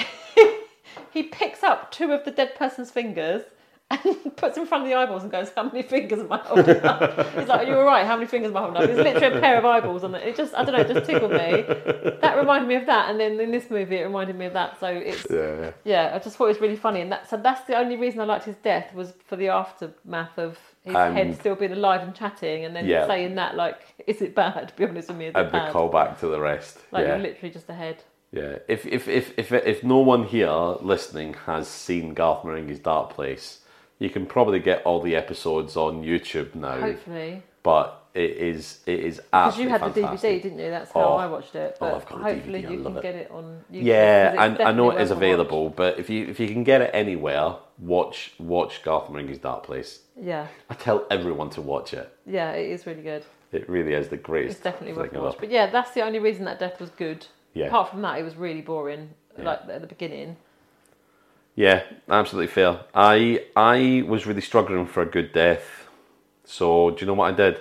Speaker 2: *laughs* he picks up two of the dead person's fingers and *laughs* puts them in front of the eyeballs and goes, "How many fingers am I holding up?" He's like, "Are you all right? How many fingers am I holding up?" It's literally a pair of eyeballs on it. It just, I don't know, it just tickled me. That reminded me of that, and then in this movie, it reminded me of that. So it's
Speaker 1: yeah
Speaker 2: yeah, I just thought it was really funny, and that so that's the only reason I liked his death was for the aftermath of his
Speaker 1: And-
Speaker 2: head still being alive and chatting, and then
Speaker 1: Yeah.
Speaker 2: saying that like, "Is it bad?" *laughs* Be honest with me, is
Speaker 1: and
Speaker 2: it
Speaker 1: the
Speaker 2: bad?
Speaker 1: callback to the rest
Speaker 2: Like
Speaker 1: yeah
Speaker 2: you're literally just a head.
Speaker 1: yeah if if, if if if no one here listening has seen garth marenghi's dark place you can probably get all the episodes on youtube now
Speaker 2: Hopefully.
Speaker 1: but it is it is
Speaker 2: Because
Speaker 1: absolutely
Speaker 2: you had the
Speaker 1: fantastic.
Speaker 2: DVD, didn't you? That's how
Speaker 1: Oh.
Speaker 2: I watched
Speaker 1: Oh,
Speaker 2: it. But
Speaker 1: I've got the
Speaker 2: hopefully
Speaker 1: DVD, I
Speaker 2: you
Speaker 1: love
Speaker 2: can
Speaker 1: it.
Speaker 2: get it on YouTube.
Speaker 1: Yeah,
Speaker 2: 'cause it's
Speaker 1: and I know it
Speaker 2: definitely
Speaker 1: is
Speaker 2: worth a
Speaker 1: available, but if you if you can get it anywhere, watch watch Garth Marenghi's Dark Place.
Speaker 2: watch. Yeah,
Speaker 1: I tell everyone to watch it.
Speaker 2: yeah, it is really good.
Speaker 1: It really is the greatest.
Speaker 2: It's definitely worth a
Speaker 1: thing
Speaker 2: watch.
Speaker 1: ever.
Speaker 2: But yeah, that's the only reason that death was good.
Speaker 1: Yeah.
Speaker 2: Apart from that, it was really boring,
Speaker 1: Yeah.
Speaker 2: like at the beginning.
Speaker 1: Yeah, absolutely fair. I I was really struggling for a good death, so do you know what I did?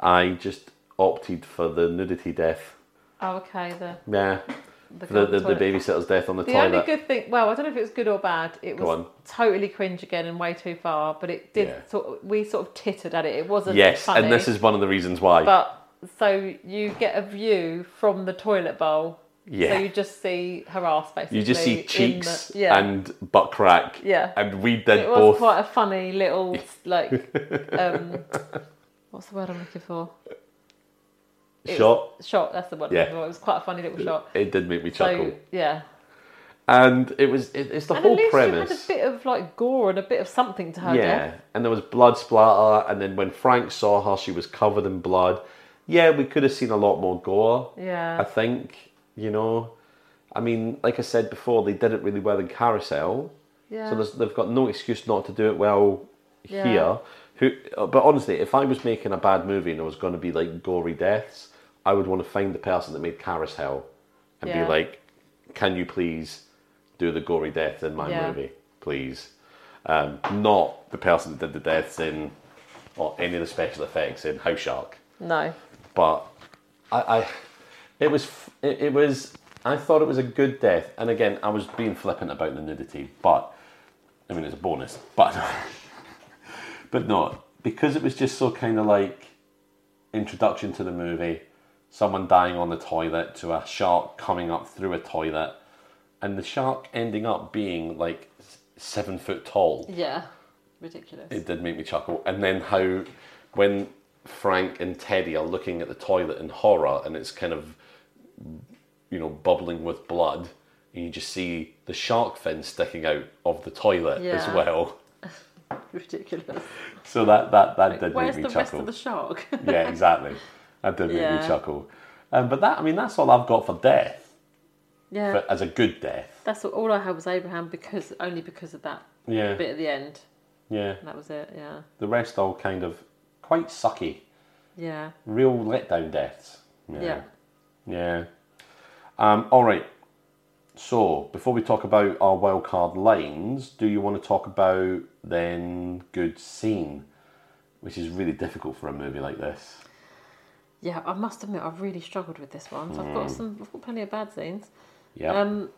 Speaker 1: I just opted for the nudity death.
Speaker 2: Oh, okay. The
Speaker 1: Yeah,
Speaker 2: the,
Speaker 1: the
Speaker 2: girl
Speaker 1: the, the
Speaker 2: toilet.
Speaker 1: babysitter's death on the,
Speaker 2: The
Speaker 1: toilet.
Speaker 2: only good thing, well, I don't know if it was good or bad. It
Speaker 1: Go
Speaker 2: was
Speaker 1: on.
Speaker 2: totally cringe again and way too far. But it did.
Speaker 1: Yeah.
Speaker 2: Sort of, we sort of tittered at it. It wasn't.
Speaker 1: yes,
Speaker 2: funny.
Speaker 1: and this is one of the reasons why.
Speaker 2: But so you get a view from the toilet bowl.
Speaker 1: Yeah.
Speaker 2: So you just see her ass basically.
Speaker 1: you just see
Speaker 2: in
Speaker 1: cheeks
Speaker 2: the- yeah.
Speaker 1: and butt crack.
Speaker 2: Yeah.
Speaker 1: and we did
Speaker 2: it was
Speaker 1: both.
Speaker 2: quite a funny little
Speaker 1: *laughs*
Speaker 2: like. um, what's the word I'm looking for? It was-
Speaker 1: shot.
Speaker 2: Shot. That's the word. I'm
Speaker 1: Yeah.
Speaker 2: looking for. It was quite a funny little shot.
Speaker 1: It did make me chuckle,
Speaker 2: So yeah.
Speaker 1: and it was it, it's the
Speaker 2: And at
Speaker 1: whole
Speaker 2: least
Speaker 1: premise.
Speaker 2: you had a bit of like gore and a bit of something to her death.
Speaker 1: yeah, and there was blood splatter, and then when Frank saw her, she was covered in blood. Yeah, we could have seen a lot more gore.
Speaker 2: Yeah.
Speaker 1: I think you know. I mean, like I said before, they did it really well in Carousel,
Speaker 2: Yeah.
Speaker 1: so there's, they've got no excuse not to do it well
Speaker 2: Yeah.
Speaker 1: here. Who, uh, but honestly, if I was making a bad movie and there was going to be like gory deaths, I would want to find the person that made Carousel and
Speaker 2: Yeah.
Speaker 1: be like, "Can you please do the gory death in my
Speaker 2: Yeah.
Speaker 1: movie, please?" Um, not the person that did the deaths in or any of the special effects in House Shark
Speaker 2: no.
Speaker 1: but I, I it was f- it, it was I thought it was a good death, and again I was being flippant about the nudity, but I mean it's a bonus, but *laughs* but not because it was just so kind of like introduction to the movie, someone dying on the toilet to a shark coming up through a toilet, and the shark ending up being like s- seven foot tall
Speaker 2: Yeah. Ridiculous.
Speaker 1: it did make me chuckle. And then how when Frank and Teddy are looking at the toilet in horror and it's kind of you know bubbling with blood, and you just see the shark fin sticking out of the toilet as
Speaker 2: Yeah.
Speaker 1: well.
Speaker 2: Ridiculous.
Speaker 1: So *laughs* that that that did
Speaker 2: Where's
Speaker 1: make
Speaker 2: the
Speaker 1: me
Speaker 2: rest of
Speaker 1: chuckle.
Speaker 2: the shark? *laughs*
Speaker 1: *laughs* yeah, exactly. That did make me
Speaker 2: Yeah.
Speaker 1: chuckle. Um, but that, I mean, that's all I've got for death,
Speaker 2: Yeah,
Speaker 1: but as a good death.
Speaker 2: that's all, all I had was Abraham because only because of that
Speaker 1: Yeah,
Speaker 2: bit at the end.
Speaker 1: yeah.
Speaker 2: That was it. Yeah,
Speaker 1: The rest all kind of quite sucky,
Speaker 2: yeah,
Speaker 1: real letdown deaths.
Speaker 2: yeah.
Speaker 1: Yeah. Um, all right. So before we talk about our wildcard lines, do you want to talk about then good scene, which is really difficult for a movie like this?
Speaker 2: Yeah, I must admit, I've really struggled with this one. So I've
Speaker 1: Hmm.
Speaker 2: got some, I've got plenty of bad scenes.
Speaker 1: Yeah.
Speaker 2: Um,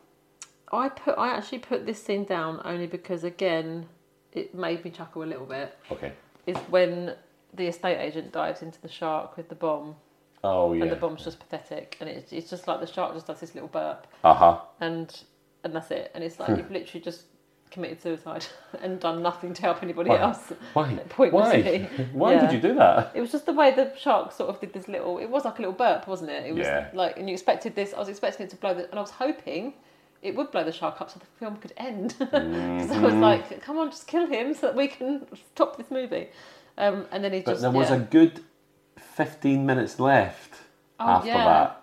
Speaker 2: I put, I actually put this scene down only because, again, it made me chuckle a little bit.
Speaker 1: okay.
Speaker 2: Is when the estate agent dives into the shark with the bomb,
Speaker 1: Oh yeah.
Speaker 2: and the bomb's just pathetic, and it's, it's just like the shark just does this little burp,
Speaker 1: Uh huh.
Speaker 2: and and that's it, and it's like you've literally just committed suicide *laughs* and done nothing to help anybody
Speaker 1: Why?
Speaker 2: else. *laughs*
Speaker 1: Why? Why?
Speaker 2: Pointlessly.
Speaker 1: *laughs* Why
Speaker 2: Yeah.
Speaker 1: did you do that?
Speaker 2: It was just the way the shark sort of did this little. It was like a little burp, wasn't it? It was
Speaker 1: Yeah.
Speaker 2: like, and you expected this. I was expecting it to blow, the, and I was hoping it would blow the shark up so the film could end. *laughs* Because I
Speaker 1: Mm-hmm.
Speaker 2: was like, come on, just kill him so that we can stop this movie. Um, and then he
Speaker 1: But
Speaker 2: just.
Speaker 1: there was
Speaker 2: yeah.
Speaker 1: a good fifteen minutes left
Speaker 2: Oh,
Speaker 1: after
Speaker 2: yeah.
Speaker 1: that.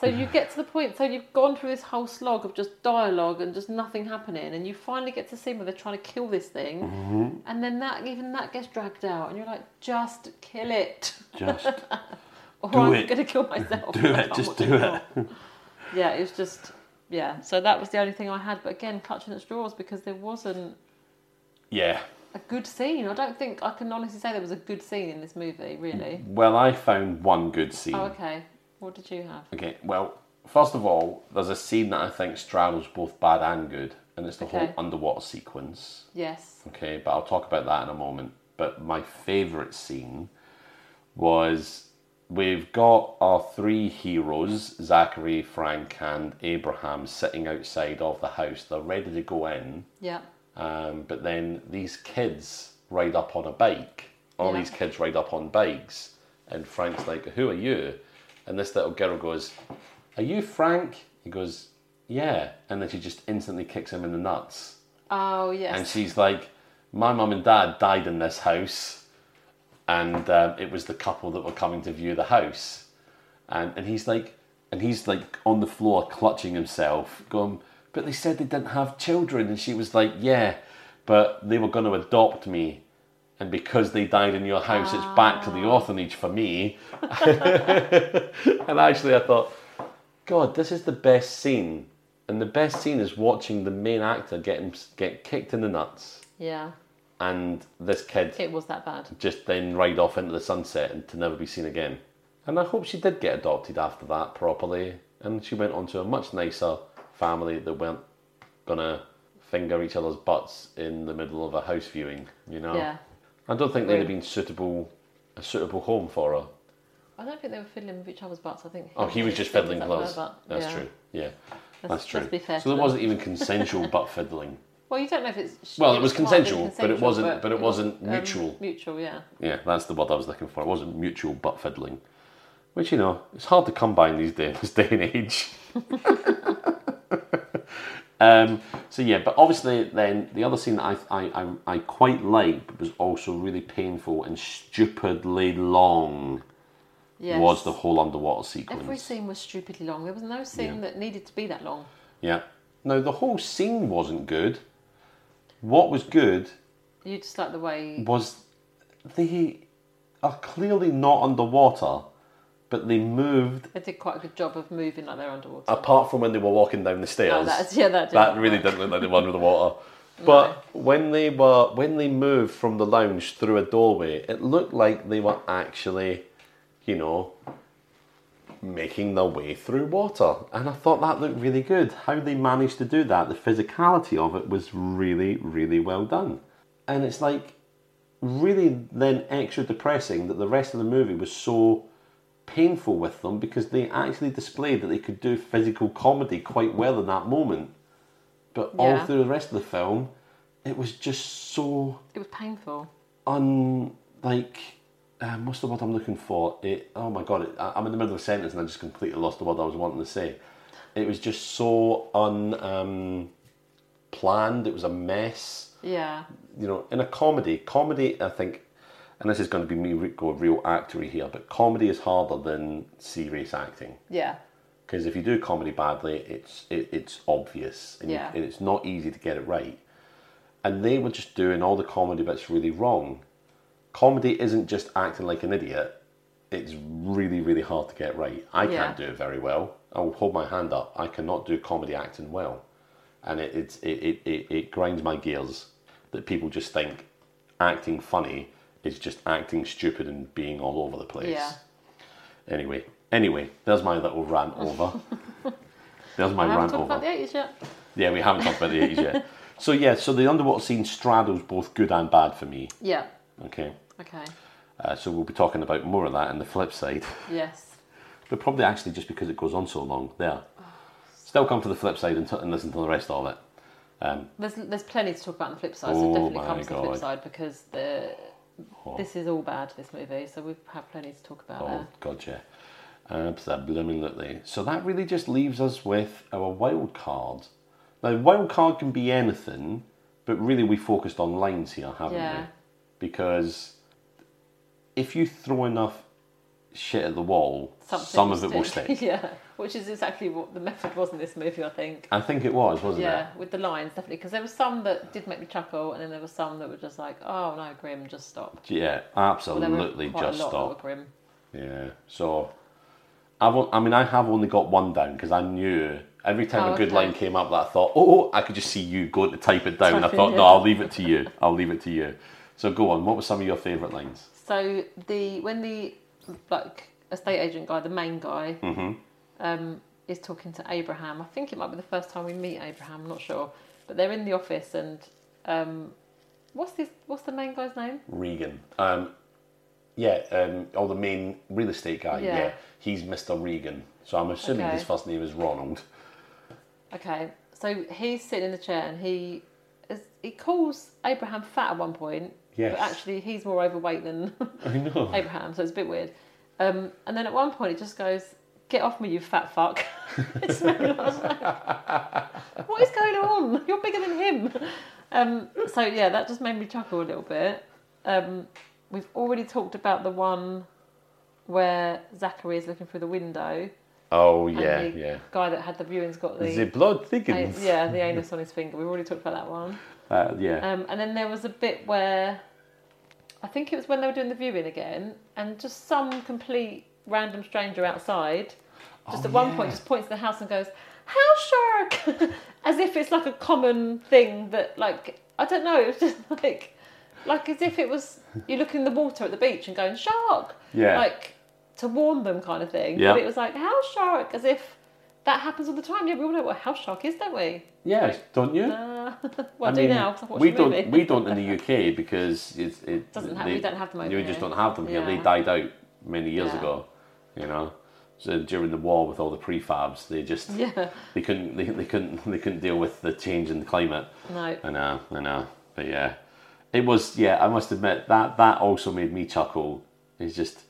Speaker 2: So you get to the point. So you've gone through this whole slog of just dialogue and just nothing happening, and you finally get to the scene where they're trying to kill this thing,
Speaker 1: Mm-hmm.
Speaker 2: and then that even that gets dragged out, and you're like, just kill it.
Speaker 1: Just *laughs*
Speaker 2: or
Speaker 1: Do
Speaker 2: I'm
Speaker 1: it. *laughs*
Speaker 2: gonna kill myself.
Speaker 1: Do
Speaker 2: I
Speaker 1: it,
Speaker 2: can't
Speaker 1: just
Speaker 2: watch
Speaker 1: do
Speaker 2: anymore. yeah, it was just yeah. So that was the only thing I had, but again, clutching at straws because there wasn't
Speaker 1: yeah.
Speaker 2: a good scene. I don't think I can honestly say there was a good scene in this movie, really.
Speaker 1: Well, I found one good scene.
Speaker 2: Oh, okay. What did you have?
Speaker 1: Okay, well, first of all, there's a scene that I think straddles both bad and good, and it's the whole
Speaker 2: Okay.
Speaker 1: underwater sequence.
Speaker 2: Yes.
Speaker 1: Okay, but I'll talk about that in a moment. But my favourite scene was we've got our three heroes, Zachary, Frank, and Abraham, sitting outside of the house. They're ready to go in,
Speaker 2: Yeah.
Speaker 1: um, but then these kids ride up on a bike. All
Speaker 2: Yeah.
Speaker 1: these kids ride up on bikes, and Frank's like, "Who are you?" And this little girl goes, "Are you Frank?" He goes, "Yeah," and then she just instantly kicks him in the nuts,
Speaker 2: Oh yes.
Speaker 1: and she's like, "My mum and dad died in this house, and um, it was the couple that were coming to view the house," and and he's like, and he's like on the floor clutching himself, going, "But they said they didn't have children," and she was like, "Yeah, but they were going to adopt me." And because they died in your house, it's back to the orphanage for me. *laughs* and actually, I thought, God, this is the best scene, and the best scene is watching the main actor get him, get kicked in the nuts,
Speaker 2: Yeah.
Speaker 1: and this kid
Speaker 2: It was that bad.
Speaker 1: just then ride off into the sunset and to never be seen again. And I hope she did get adopted after that properly, and she went on to a much nicer family that weren't gonna finger each other's butts in the middle of a house viewing. You know,
Speaker 2: Yeah.
Speaker 1: I don't think they'd have
Speaker 2: Agree.
Speaker 1: been suitable a suitable home for her.
Speaker 2: I don't think they were fiddling with each other's butts. I think.
Speaker 1: Oh, he was just fiddling gloves.
Speaker 2: But-
Speaker 1: That's
Speaker 2: yeah.
Speaker 1: true. Yeah, that's,
Speaker 2: Let's-
Speaker 1: true.
Speaker 2: let's be fair
Speaker 1: so
Speaker 2: to
Speaker 1: there
Speaker 2: them.
Speaker 1: wasn't even consensual *laughs* butt fiddling.
Speaker 2: Well, you don't know if it's.
Speaker 1: Well, it was
Speaker 2: might have been
Speaker 1: consensual, but it wasn't- but it wasn't
Speaker 2: um,
Speaker 1: mutual.
Speaker 2: mutual, yeah.
Speaker 1: Yeah, that's the word I was looking for. It wasn't mutual butt fiddling, which you know it's hard to come by in these days, this day *laughs* and age. um, so yeah, but obviously then the other scene that I I, I, I quite liked but was also really painful and stupidly long
Speaker 2: Yes.
Speaker 1: was the whole underwater sequence.
Speaker 2: Every scene was stupidly long. There was no scene
Speaker 1: Yeah.
Speaker 2: that needed to be that long.
Speaker 1: Yeah. No, the whole scene wasn't good. What was good
Speaker 2: You just like the way.
Speaker 1: was they are clearly not underwater, but they moved
Speaker 2: They did quite a good job of moving like they're underwater.
Speaker 1: apart from when they were walking down the stairs.
Speaker 2: Oh, that's, yeah, that did.
Speaker 1: that really didn't look like they were under the water. But when they were when they moved from the lounge through a doorway, it looked like they were actually, you know, making their way through water. And I thought that looked really good. How they managed to do that, the physicality of it was really, really well done. And it's like really then extra depressing that the rest of the movie was so painful with them because they actually displayed that they could do physical comedy quite well in that moment. But all
Speaker 2: Yeah.
Speaker 1: through the rest of the film, it was just so
Speaker 2: It was painful.
Speaker 1: un like um, what's the word I'm looking for? It oh my god, it, I, I'm in the middle of a sentence and I just completely lost the word I was wanting to say. It was just so un um, planned. It was a mess
Speaker 2: Yeah.
Speaker 1: you know, in a comedy, comedy, I think, and this is going to be me re- go real actory here, but comedy is harder than serious acting.
Speaker 2: Yeah.
Speaker 1: Because if you do comedy badly, it's it, it's obvious, and, you-
Speaker 2: Yeah.
Speaker 1: and it's not easy to get it right. And they were just doing all the comedy bits really wrong. Comedy isn't just acting like an idiot; it's really, really hard to get right. I can't do
Speaker 2: Yeah.
Speaker 1: it very well. I will hold my hand up. I cannot do comedy acting well, and it it's, it, it, it it grinds my gears that people just think acting funny is just acting stupid and being all over the place.
Speaker 2: Yeah.
Speaker 1: Anyway, anyway, there's my little
Speaker 2: *laughs*
Speaker 1: rant over. there's my
Speaker 2: I haven't
Speaker 1: rant
Speaker 2: talked
Speaker 1: over.
Speaker 2: about the 80s yet.
Speaker 1: yeah, we haven't talked about the 80s
Speaker 2: *laughs*
Speaker 1: yet. So yeah, so the underwater scene straddles both good and bad for me.
Speaker 2: Yeah.
Speaker 1: Okay,
Speaker 2: Okay.
Speaker 1: uh, so we'll be talking about more of that and the flip side, *laughs*
Speaker 2: Yes.
Speaker 1: but probably actually just because it goes on so long. There,
Speaker 2: Oh.
Speaker 1: still come for the flip side and, t- and listen to the rest of it.
Speaker 2: There's there's plenty to talk about on the flip side,
Speaker 1: Oh
Speaker 2: so definitely
Speaker 1: my
Speaker 2: come to the flip
Speaker 1: God.
Speaker 2: side because the this is all bad this movie, so we have plenty to talk about
Speaker 1: Oh
Speaker 2: there.
Speaker 1: God, yeah, absolutely. So that really just leaves us with our wild card. Now, wild card can be anything, but really we focused on lines here, haven't we?
Speaker 2: Yeah.
Speaker 1: Because if you throw enough shit at the wall,
Speaker 2: Something
Speaker 1: some of
Speaker 2: will
Speaker 1: it will stick.
Speaker 2: *laughs* yeah, which is exactly what the method was in this movie, I think.
Speaker 1: I think it was, wasn't
Speaker 2: Yeah,
Speaker 1: it?
Speaker 2: with the lines definitely, because there were some that did make me chuckle, and then there were some that were just like, "Oh no, grim, just stop."
Speaker 1: Yeah,
Speaker 2: Well, there were
Speaker 1: absolutely.
Speaker 2: quite
Speaker 1: just
Speaker 2: a lot that
Speaker 1: stop.
Speaker 2: were grim.
Speaker 1: Yeah. So I've on- I mean I have only got one down because I knew every time
Speaker 2: Oh,
Speaker 1: a good
Speaker 2: okay.
Speaker 1: line came up that I thought, oh, I could just see you going to type it down.
Speaker 2: Type
Speaker 1: I
Speaker 2: it,
Speaker 1: thought, no,
Speaker 2: yeah.
Speaker 1: I'll leave it to you. I'll leave it to you. So go on. What were some of your favourite lines?
Speaker 2: So the when the like estate agent guy, the main guy,
Speaker 1: Mm-hmm.
Speaker 2: um, is talking to Abraham. I think it might be the first time we meet Abraham. I'm not sure, but they're in the office and um, what's this? What's the main guy's name?
Speaker 1: Regan. Um, yeah. Um, or the main real estate guy. Yeah.
Speaker 2: Yeah.
Speaker 1: He's Mr. Regan. So I'm assuming
Speaker 2: Okay.
Speaker 1: his first name is Ronald.
Speaker 2: Okay, so he's sitting in the chair and he is, he calls Abraham fat at one point.
Speaker 1: Yes.
Speaker 2: But actually, he's more overweight than
Speaker 1: I know.
Speaker 2: Abraham, so it's a bit weird. Um, and then at one point, it just goes, "Get off me, you fat fuck!" *laughs* it's really I was like, "What is going on? You're bigger than him." Um, so yeah, that just made me chuckle a little bit. Um, we've already talked about the one where Zachary is looking through the window.
Speaker 1: *laughs* Oh
Speaker 2: and
Speaker 1: yeah,
Speaker 2: the
Speaker 1: yeah.
Speaker 2: Guy that had the viewing's got the,
Speaker 1: The blood
Speaker 2: a-
Speaker 1: thickens.
Speaker 2: yeah the anus on his finger. We've already talked about that one.
Speaker 1: Uh, yeah.
Speaker 2: Um, and then there was a bit where I think it was when they were doing the viewing again, and just some complete random stranger outside, just
Speaker 1: Oh,
Speaker 2: at one
Speaker 1: yeah.
Speaker 2: point, just points to the house and goes, "House shark," *laughs* as if it's like a common thing that, like, I don't know, *laughs* it was just like, like as if it was you look in the water at the beach and going shark,
Speaker 1: Yeah.
Speaker 2: like to warn them kind of thing.
Speaker 1: Yeah.
Speaker 2: But it was like house shark, as if. That happens all the time. Yeah, we all know what a house shark is, don't we?
Speaker 1: Yes, don't you?
Speaker 2: Uh, *laughs* well, I,
Speaker 1: I
Speaker 2: do
Speaker 1: mean,
Speaker 2: now 'cause I've watched
Speaker 1: we
Speaker 2: the
Speaker 1: don't.
Speaker 2: movie.
Speaker 1: We don't in the UK because it's it
Speaker 2: Doesn't have- we don't have them over
Speaker 1: We
Speaker 2: here.
Speaker 1: just don't have them here. They
Speaker 2: Yeah.
Speaker 1: died out many years
Speaker 2: Yeah.
Speaker 1: ago. You know, so during the war with all the prefabs, they just
Speaker 2: *laughs* Yeah,
Speaker 1: they couldn't they, they couldn't *laughs* they couldn't deal with the change in the climate.
Speaker 2: no.
Speaker 1: I know, I know, but yeah, it was yeah. I must admit that that also made me chuckle. It's just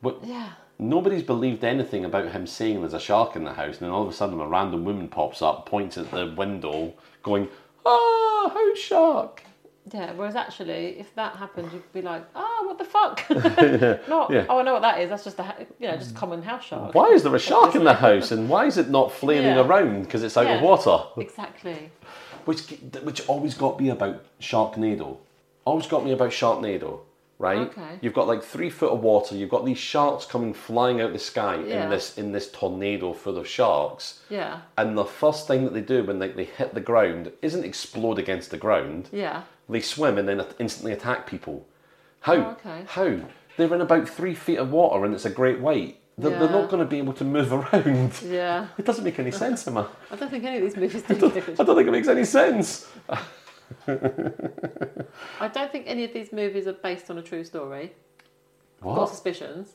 Speaker 1: what
Speaker 2: Yeah,
Speaker 1: nobody's believed anything about him saying there's a shark in the house, and then all of a sudden a random woman pops up, points at the window, going, "Ah, house shark."
Speaker 2: yeah. Whereas actually, if that happened, you'd be like, "Oh, what
Speaker 1: *laughs*
Speaker 2: the fuck!" *laughs* Not,
Speaker 1: Yeah. Mm.
Speaker 2: "Oh, I know what that is." That's just a, ha- you know, just common house shark.
Speaker 1: Why is there a shark in the house, and why is it not flailing
Speaker 2: Yeah.
Speaker 1: around because it's out of
Speaker 2: Yeah.
Speaker 1: water?
Speaker 2: Exactly.
Speaker 1: Which which always got me about Sharknado. Always got me about Sharknado. Right?
Speaker 2: Okay.
Speaker 1: You've got like three foot of water. You've got these sharks coming flying out the sky in
Speaker 2: Yeah.
Speaker 1: this in this tornado full of sharks.
Speaker 2: Yeah,
Speaker 1: And the first thing that they do when they, they hit the ground isn't explode against the ground.
Speaker 2: yeah,
Speaker 1: They swim and then instantly attack people. How?
Speaker 2: Oh, okay.
Speaker 1: How? They're in about three feet of water and it's a great weight. They're, they're
Speaker 2: Yeah.
Speaker 1: not going to be able to move *laughs* around.
Speaker 2: yeah.
Speaker 1: It doesn't make any sense,
Speaker 2: *laughs*
Speaker 1: Emma.
Speaker 2: I don't think any of
Speaker 1: *laughs*
Speaker 2: these movies do.
Speaker 1: I
Speaker 2: Good.
Speaker 1: don't think it makes any sense.
Speaker 2: I don't think any of these movies are based on a true story. I've got
Speaker 1: What?
Speaker 2: suspicions.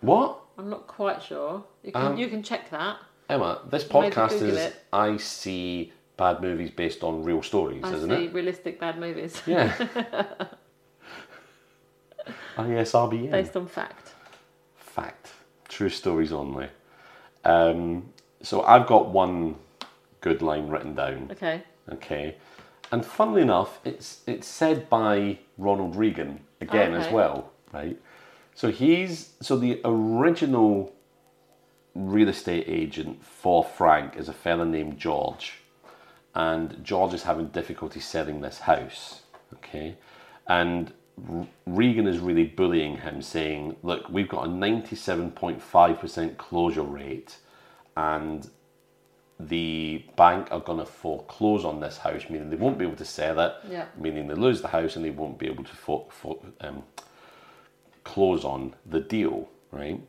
Speaker 1: What?
Speaker 2: I'm not quite sure. You can
Speaker 1: Um,
Speaker 2: you can check that.
Speaker 1: Emma, this
Speaker 2: Maybe
Speaker 1: podcast
Speaker 2: Google
Speaker 1: is
Speaker 2: it.
Speaker 1: I see bad movies based on real stories,
Speaker 2: I
Speaker 1: isn't
Speaker 2: see
Speaker 1: it? Hmm.
Speaker 2: realistic bad movies *laughs*
Speaker 1: *laughs* Yeah. ISRBN.
Speaker 2: based on fact.
Speaker 1: Fact. True stories only. Um, so I've got one good line written down.
Speaker 2: Okay.
Speaker 1: Okay. And funnily enough, it's it's said by Ronald Reagan again as
Speaker 2: Okay.
Speaker 1: well, right? So he's so the original real estate agent for Frank is a fella named George, and George is having difficulty selling this house, okay? And R- Regan is really bullying him, saying, "Look, we've got a ninety-seven point five percent closure rate, and the bank are going to foreclose on this house, meaning they won't be able to sell it,
Speaker 3: Yeah.
Speaker 1: meaning they lose the house and they won't be able to for, for, um, close on the deal, right?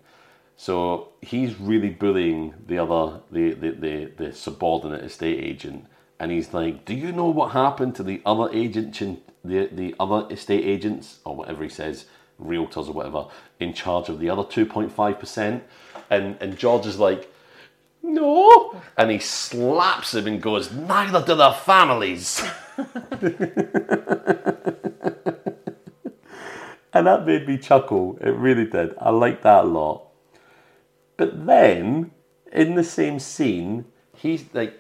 Speaker 1: So he's really bullying the other, the, the, the, the subordinate estate agent, and he's like, "Do you know what happened to the other agent, chin- the the other estate agents, or whatever he says, realtors or whatever, in charge of the other two point five percent?" And and George is like, no. And he slaps him and goes, Neither do their families. *laughs* and that made me chuckle. It really did. I liked that a lot. But then, in the same scene, he's like,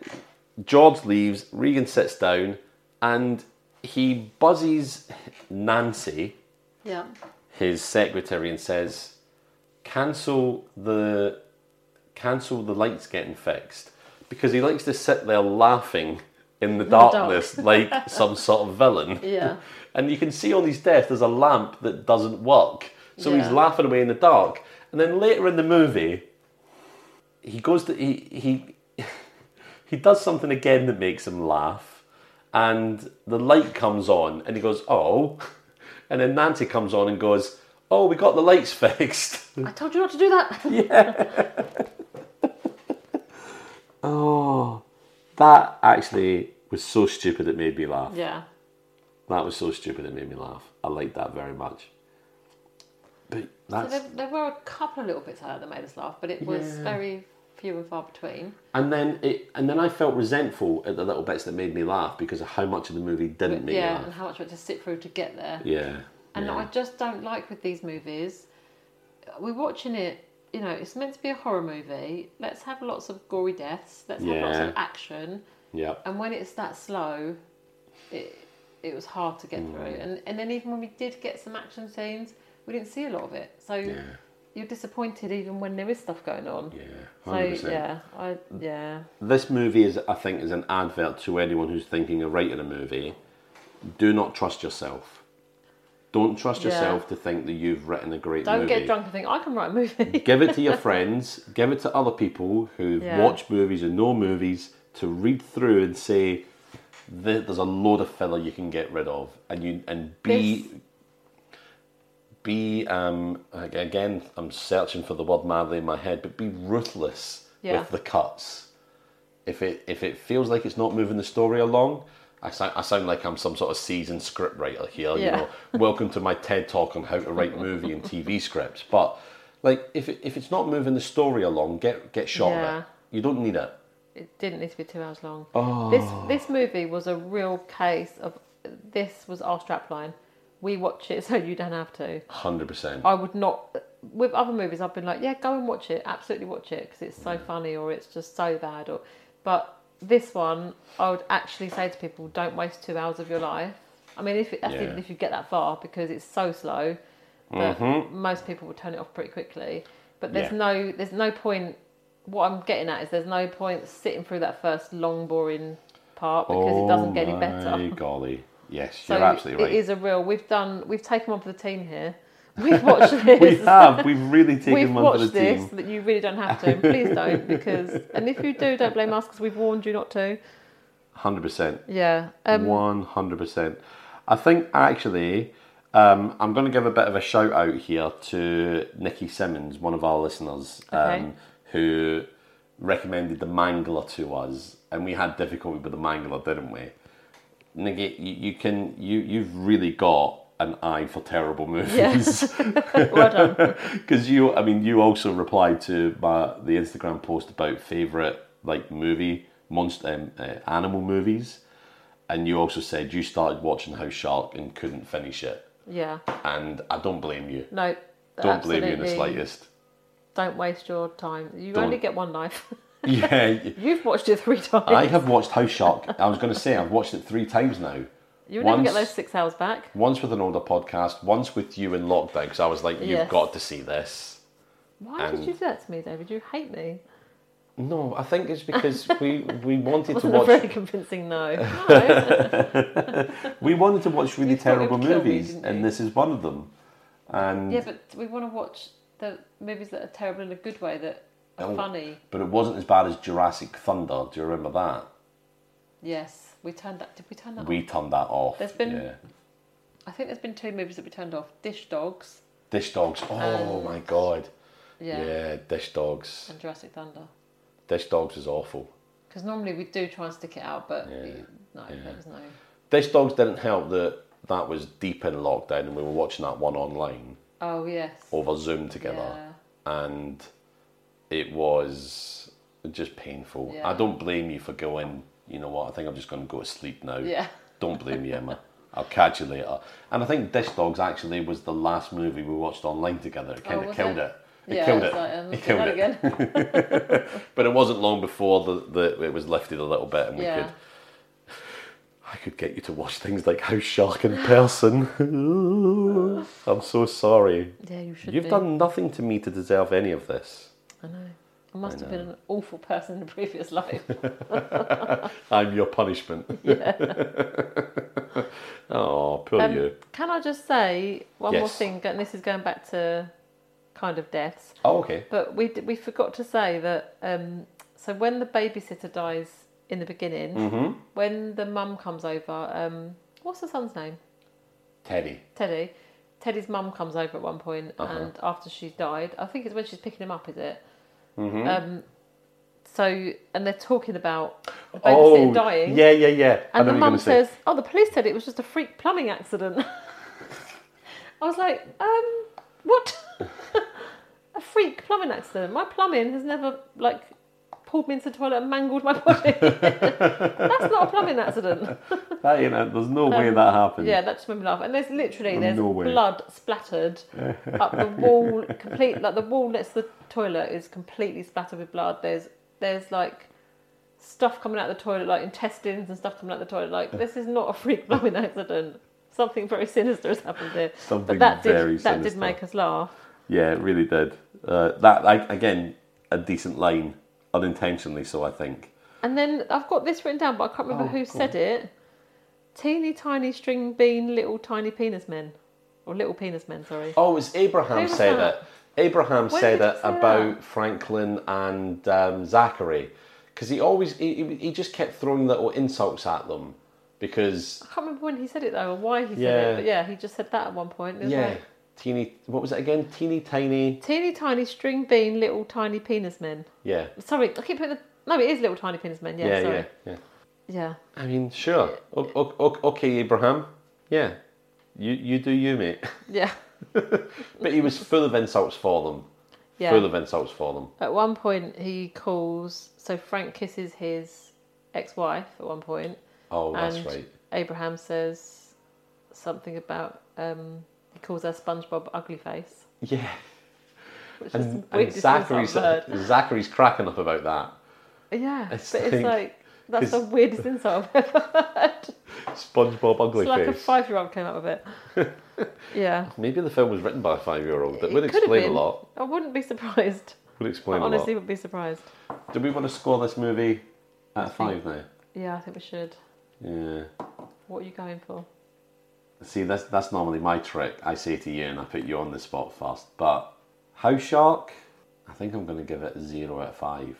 Speaker 1: George leaves, Regan sits down, and he buzzes Nancy,
Speaker 3: Yeah.
Speaker 1: his secretary, and says, Cancel the cancel the lights getting fixed because he likes to sit there laughing in the
Speaker 2: dark.
Speaker 1: darkness like some sort of villain.
Speaker 3: Yeah.
Speaker 1: And you can see on his desk there's a lamp that doesn't work. So he's
Speaker 3: Yeah.
Speaker 1: laughing away in the dark. And then later in the movie, he goes to he he *laughs* he does something again that makes him laugh. And the light comes on and he goes, Oh *laughs* and then Nancy comes on and goes, Oh, we got the lights *laughs* fixed.
Speaker 2: I told you not to do
Speaker 1: *laughs*
Speaker 2: that.
Speaker 1: Oh, that actually was so stupid it made me laugh.
Speaker 2: yeah.
Speaker 1: That was so stupid it made me laugh. I liked that very much. But
Speaker 2: So
Speaker 1: that's
Speaker 2: there, there were a couple of little bits like that that made us laugh, but it was
Speaker 1: Yeah.
Speaker 2: very few and far between.
Speaker 1: and then it and then I felt resentful at the little bits that made me laugh because of how much of the movie didn't make
Speaker 2: yeah,
Speaker 1: me
Speaker 2: and
Speaker 1: laugh.
Speaker 2: how much we had to sit through to get there.
Speaker 1: Yeah.
Speaker 2: And
Speaker 1: yeah.
Speaker 2: I just don't like with these movies. We're watching it, you know, it's meant to be a horror movie. Let's have lots of gory deaths. Let's have lots
Speaker 1: Yeah.
Speaker 2: of action.
Speaker 1: yeah.
Speaker 2: And when it's that slow, it it was hard to get
Speaker 1: Mm.
Speaker 2: through. And and then even when we did get some action scenes, we didn't see a lot of it. So
Speaker 1: Yeah.
Speaker 2: you're disappointed even when there is stuff going on.
Speaker 1: Yeah.
Speaker 2: So
Speaker 1: 100%.
Speaker 2: yeah, I yeah.
Speaker 1: This movie is I think is an advert to anyone who's thinking of writing a movie. Do not trust yourself. Don't trust
Speaker 2: Yeah.
Speaker 1: yourself to think that you've written a great
Speaker 2: Don't
Speaker 1: movie.
Speaker 2: get drunk and think I can write a movie. *laughs*
Speaker 1: give it to your friends, give it to other people who
Speaker 2: Yeah.
Speaker 1: watch movies and know movies to read through and say "Th- there's a load of filler you can get rid of and you and be
Speaker 2: This-
Speaker 1: be um ag- again I'm searching for the word madly in my head but be ruthless
Speaker 2: Yeah.
Speaker 1: with the cuts if it if it feels like it's not moving the story along I sound, I sound like I'm some sort of seasoned script writer here you
Speaker 2: Yeah.
Speaker 1: know welcome to my TED talk on how to write movie and TV scripts. But like, if it, if it's not moving the story along, get get shot of
Speaker 2: Yeah.
Speaker 1: it. You don't need it.
Speaker 2: It didn't need to be two hours long. This this movie was a real case of this was our strapline. We watch it *laughs* so you don't have to.
Speaker 1: Hundred percent.
Speaker 2: I would not. With other movies, I've been like, yeah, go and watch it. Absolutely watch it because it's so
Speaker 1: Mm.
Speaker 2: funny or it's just so bad. Or, but this one, I would actually say to people, don't waste two hours of your life. I mean, if that's
Speaker 1: Yeah.
Speaker 2: even if you get that far because it's so slow, that most people will turn it off pretty quickly. But there's
Speaker 1: Mm-hmm. Yeah.
Speaker 2: no there's no point. What I'm getting at is there's no point sitting through that first long boring part Oh, because it doesn't get any better.
Speaker 1: Oh, My golly, yes,
Speaker 2: So
Speaker 1: you're absolutely right.
Speaker 2: it is a real. We've done. We've taken one for the team here. *laughs* We've
Speaker 1: *laughs*
Speaker 2: watched this. *laughs*
Speaker 1: we have. We've really taken
Speaker 2: We've
Speaker 1: one for
Speaker 2: watched
Speaker 1: the
Speaker 2: this
Speaker 1: team.
Speaker 2: that you really don't have to. and Please
Speaker 1: *laughs*
Speaker 2: don't because. And if you do, don't blame us because we've warned you not to.
Speaker 1: Hundred percent.
Speaker 2: Yeah. Um,
Speaker 1: One hundred percent. I think actually, um, I'm going to give a bit of a shout out here to Nikki Simmons, one of our listeners, um,
Speaker 2: Okay.
Speaker 1: who recommended the Mangler to us, and we had difficulty with the Mangler, didn't we? Nikki, you, you can you you've really got an eye for terrible
Speaker 2: *laughs*
Speaker 1: movies
Speaker 2: well done.
Speaker 1: because you i mean you also replied to my the instagram post about favorite like movie monster um, uh, animal movies and you also said you started watching house shark and couldn't finish it
Speaker 2: Yeah.
Speaker 1: and i don't blame you
Speaker 2: No.
Speaker 1: don't blame you in the
Speaker 2: absolutely
Speaker 1: slightest *laughs*
Speaker 2: Don't waste your time. You
Speaker 1: Don't.
Speaker 2: only get one life. *laughs*
Speaker 1: yeah,
Speaker 2: You've watched it three times.
Speaker 1: I have watched House Shark. I was going to say I've watched it three times now.
Speaker 2: You'll never get
Speaker 1: Once-
Speaker 2: those six hours back.
Speaker 1: Once with an older podcast, once with you in lockdown, because I was like, you've
Speaker 2: Yes.
Speaker 1: got to see this.
Speaker 2: Why
Speaker 1: And-
Speaker 2: did you do that to me, David? You hate me.
Speaker 1: No, I think it's because we we wanted
Speaker 2: *laughs*
Speaker 1: to
Speaker 2: Wasn't a very
Speaker 1: watch
Speaker 2: convincing
Speaker 1: *laughs*
Speaker 2: no.
Speaker 1: we wanted to watch really
Speaker 2: You thought it
Speaker 1: terrible
Speaker 2: would kill me,
Speaker 1: movies,
Speaker 2: didn't
Speaker 1: and
Speaker 2: you?
Speaker 1: this is one of them. And
Speaker 2: yeah, but we want to watch the movies that are terrible in a good way, that are
Speaker 1: Oh.
Speaker 2: funny.
Speaker 1: but it wasn't as bad as Jurassic Thunder. Do you remember that?
Speaker 2: Yes, we turned that. Did we turn that? off?
Speaker 1: We turned that off.
Speaker 2: There's been-
Speaker 1: yeah.
Speaker 2: I think there's been two movies that we turned off. Dish Dogs.
Speaker 1: Dish Dogs. Oh
Speaker 2: And-
Speaker 1: my god.
Speaker 2: Um, Yeah.
Speaker 1: Yeah. Dish Dogs.
Speaker 2: And Jurassic Thunder.
Speaker 1: Dish Dogs is awful.
Speaker 2: Because normally we do try and stick it out, but
Speaker 1: Yeah.
Speaker 2: we- no, there was no.
Speaker 1: Dish Dogs didn't help that that was deep in lockdown and we were watching that one online
Speaker 2: Oh yes.
Speaker 1: over Zoom together.
Speaker 2: Yeah.
Speaker 1: and it was just painful.
Speaker 2: Yeah.
Speaker 1: I don't blame you for going, you know what, I think I'm just going to go to sleep now.
Speaker 2: Yeah.
Speaker 1: Don't blame you, Emma. I'll catch you later. And I think Dish Dogs actually was the last movie we watched online together. It kind of
Speaker 2: Oh, was
Speaker 1: killed
Speaker 2: it?
Speaker 1: it. It
Speaker 2: yeah,
Speaker 1: killed
Speaker 2: it's
Speaker 1: it.
Speaker 2: like, um,
Speaker 1: it killed
Speaker 2: that
Speaker 1: it. *laughs*
Speaker 2: again.
Speaker 1: But it wasn't long before the, the it was lifted a little bit and we
Speaker 2: yeah.
Speaker 1: could. I could get you to watch things like House Shark in
Speaker 2: *laughs*
Speaker 1: person. I'm so sorry.
Speaker 2: Yeah, you should.
Speaker 1: You've
Speaker 2: be.
Speaker 1: done nothing to me to deserve any of this.
Speaker 2: I know. I must have been an awful person in a previous *laughs* life.
Speaker 1: *laughs* I'm your punishment. *laughs* oh, poor
Speaker 2: Um,
Speaker 1: you.
Speaker 2: Can I just say one more
Speaker 1: Yes.
Speaker 2: thing? And this is going back to kind of deaths,
Speaker 1: Oh, okay.
Speaker 2: but we d- we forgot to say that. Um, so when the babysitter dies in the beginning,
Speaker 1: Mm-hmm.
Speaker 2: when the mum comes over, um, what's the son's name?
Speaker 1: Teddy.
Speaker 2: Teddy. Teddy's mum comes over at one point
Speaker 1: Uh-huh.
Speaker 2: and after she's died, I think it's when she's picking him up, is it?
Speaker 1: Mm-hmm.
Speaker 2: Um, so, and they're talking about the babysitter dying.
Speaker 1: Oh, yeah, yeah, yeah. I know
Speaker 2: And the
Speaker 1: what you're
Speaker 2: mum
Speaker 1: gonna say.
Speaker 2: says, "Oh, the police said it was just a freak plumbing accident." *laughs* I was like, "Um, what? *laughs* a freak plumbing accident? My plumbing has never like pulled me into the toilet and mangled my body. *laughs* That's not a plumbing accident."
Speaker 1: That ain't it. There's no way that happened.
Speaker 2: Um, Yeah, that just made me laugh. And there's literally there's
Speaker 1: No way.
Speaker 2: blood
Speaker 1: *laughs*
Speaker 2: splattered up the wall. Complete like the wall next to the toilet is completely splattered with blood. There's there's like stuff coming out of the toilet, like intestines and stuff coming out of the toilet. Like this is not a
Speaker 1: *laughs*
Speaker 2: freak plumbing accident. Something very sinister has happened here.
Speaker 1: Something
Speaker 2: but that did
Speaker 1: very
Speaker 2: that
Speaker 1: sinister.
Speaker 2: did make us laugh.
Speaker 1: Yeah, it really did. Uh, that, I, again, a decent line, unintentionally so, I think.
Speaker 2: And then I've got this written down, but I can't remember
Speaker 1: Oh,
Speaker 2: who
Speaker 1: go on.
Speaker 2: said it. Teeny tiny string bean, little tiny penis men, or little penis men. Sorry.
Speaker 1: Oh, it was Abraham
Speaker 2: Who was
Speaker 1: said
Speaker 2: that?
Speaker 1: it. Abraham
Speaker 2: When
Speaker 1: said
Speaker 2: did he
Speaker 1: it
Speaker 2: say
Speaker 1: about Franklin and um, Zachary because he always he, he- he just kept throwing little insults at them because
Speaker 2: I can't remember when he said it though, or why he said
Speaker 1: Yeah.
Speaker 2: it. But yeah, he just said that at one point. It was
Speaker 1: yeah,
Speaker 2: like,
Speaker 1: teeny what was it again? Teeny tiny
Speaker 2: Teeny tiny string bean, little tiny penis men.
Speaker 1: yeah.
Speaker 2: Sorry, I keep putting the. No, it is little tiny penis men. Yeah,
Speaker 1: yeah,
Speaker 2: sorry.
Speaker 1: yeah, yeah.
Speaker 2: Yeah.
Speaker 1: I mean, sure. O- o- o- okay, Abraham. Yeah, you you do you, mate.
Speaker 2: Yeah.
Speaker 1: But he was full of insults for them.
Speaker 2: Yeah.
Speaker 1: Full of insults for them.
Speaker 2: At one point, he calls. So Frank kisses his ex wife at one point,
Speaker 1: Oh, that's
Speaker 2: and
Speaker 1: right.
Speaker 2: Abraham says something about. um He calls her SpongeBob Ugly Face.
Speaker 1: Yeah,
Speaker 2: Which is
Speaker 1: and,
Speaker 2: the
Speaker 1: and
Speaker 2: weirdest insult I've
Speaker 1: Zachary's
Speaker 2: heard.
Speaker 1: Zachary's cracking up about that.
Speaker 2: Yeah,
Speaker 1: It's
Speaker 2: but
Speaker 1: like-
Speaker 2: it's like. That's the
Speaker 1: it's-
Speaker 2: weirdest insult I've ever heard.
Speaker 1: SpongeBob ugly
Speaker 2: It's like
Speaker 1: face.
Speaker 2: a five year old came up with it.
Speaker 1: *laughs*
Speaker 2: yeah.
Speaker 1: Maybe the film was written by a five-year-old. That
Speaker 2: It
Speaker 1: would
Speaker 2: could have
Speaker 1: explain a
Speaker 2: been.
Speaker 1: lot.
Speaker 2: I wouldn't be surprised.
Speaker 1: Would explain
Speaker 2: I honestly
Speaker 1: a lot.
Speaker 2: would be surprised.
Speaker 1: Do we want to score this movie at five now?
Speaker 2: Yeah, I think we should.
Speaker 1: Yeah.
Speaker 2: What are you going for?
Speaker 1: See, that's that's normally my trick. I say to you, and I put you on the spot first. But House Shark, I think I'm going to give it a zero out of five.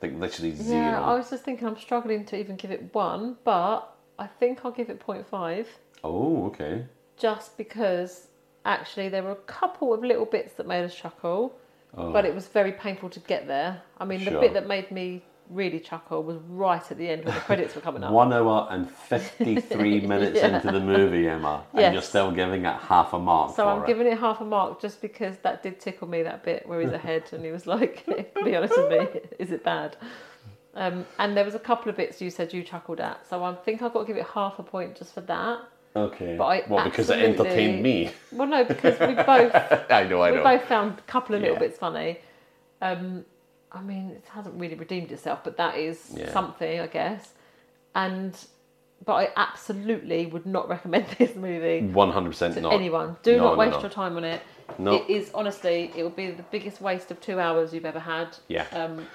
Speaker 1: Like literally zero.
Speaker 2: Yeah, I was just thinking I'm struggling to even give it one, but I think I'll give it 0.5
Speaker 1: Oh, okay.
Speaker 2: just because actually there were a couple of little bits that made us chuckle,
Speaker 1: Oh,
Speaker 2: but it was very painful to get there. I mean, the
Speaker 1: Sure.
Speaker 2: bit that made me really chuckle was right at the end when the credits were coming up.
Speaker 1: one hour and fifty-three minutes
Speaker 2: *laughs* Yeah.
Speaker 1: into the movie, Emma, and
Speaker 2: Yes.
Speaker 1: you're still giving it half a mark
Speaker 2: So
Speaker 1: for
Speaker 2: I'm
Speaker 1: it.
Speaker 2: giving it half a mark just because that did tickle me that bit where he's ahead and he was like, *laughs* "Be honest with me, is it bad?" Um, and there was a couple of bits you said you chuckled at, so I think I've got to give it half a point just for that.
Speaker 1: Okay.
Speaker 2: But I
Speaker 1: well, because it entertained me. *laughs*
Speaker 2: Well, no, because we both
Speaker 1: I know. I
Speaker 2: we
Speaker 1: know.
Speaker 2: both found a couple of little
Speaker 1: Yeah.
Speaker 2: bits funny, um, I mean, it hasn't really redeemed itself, but that is
Speaker 1: Yeah.
Speaker 2: something, I guess. And, but I absolutely would not recommend *laughs* this movie
Speaker 1: One hundred percent
Speaker 2: to
Speaker 1: not.
Speaker 2: anyone. Do
Speaker 1: No,
Speaker 2: not
Speaker 1: no,
Speaker 2: waste
Speaker 1: no.
Speaker 2: your time on it.
Speaker 1: No.
Speaker 2: It is honestly, it would be the biggest waste of two hours you've ever had.
Speaker 1: Yeah.
Speaker 2: Um,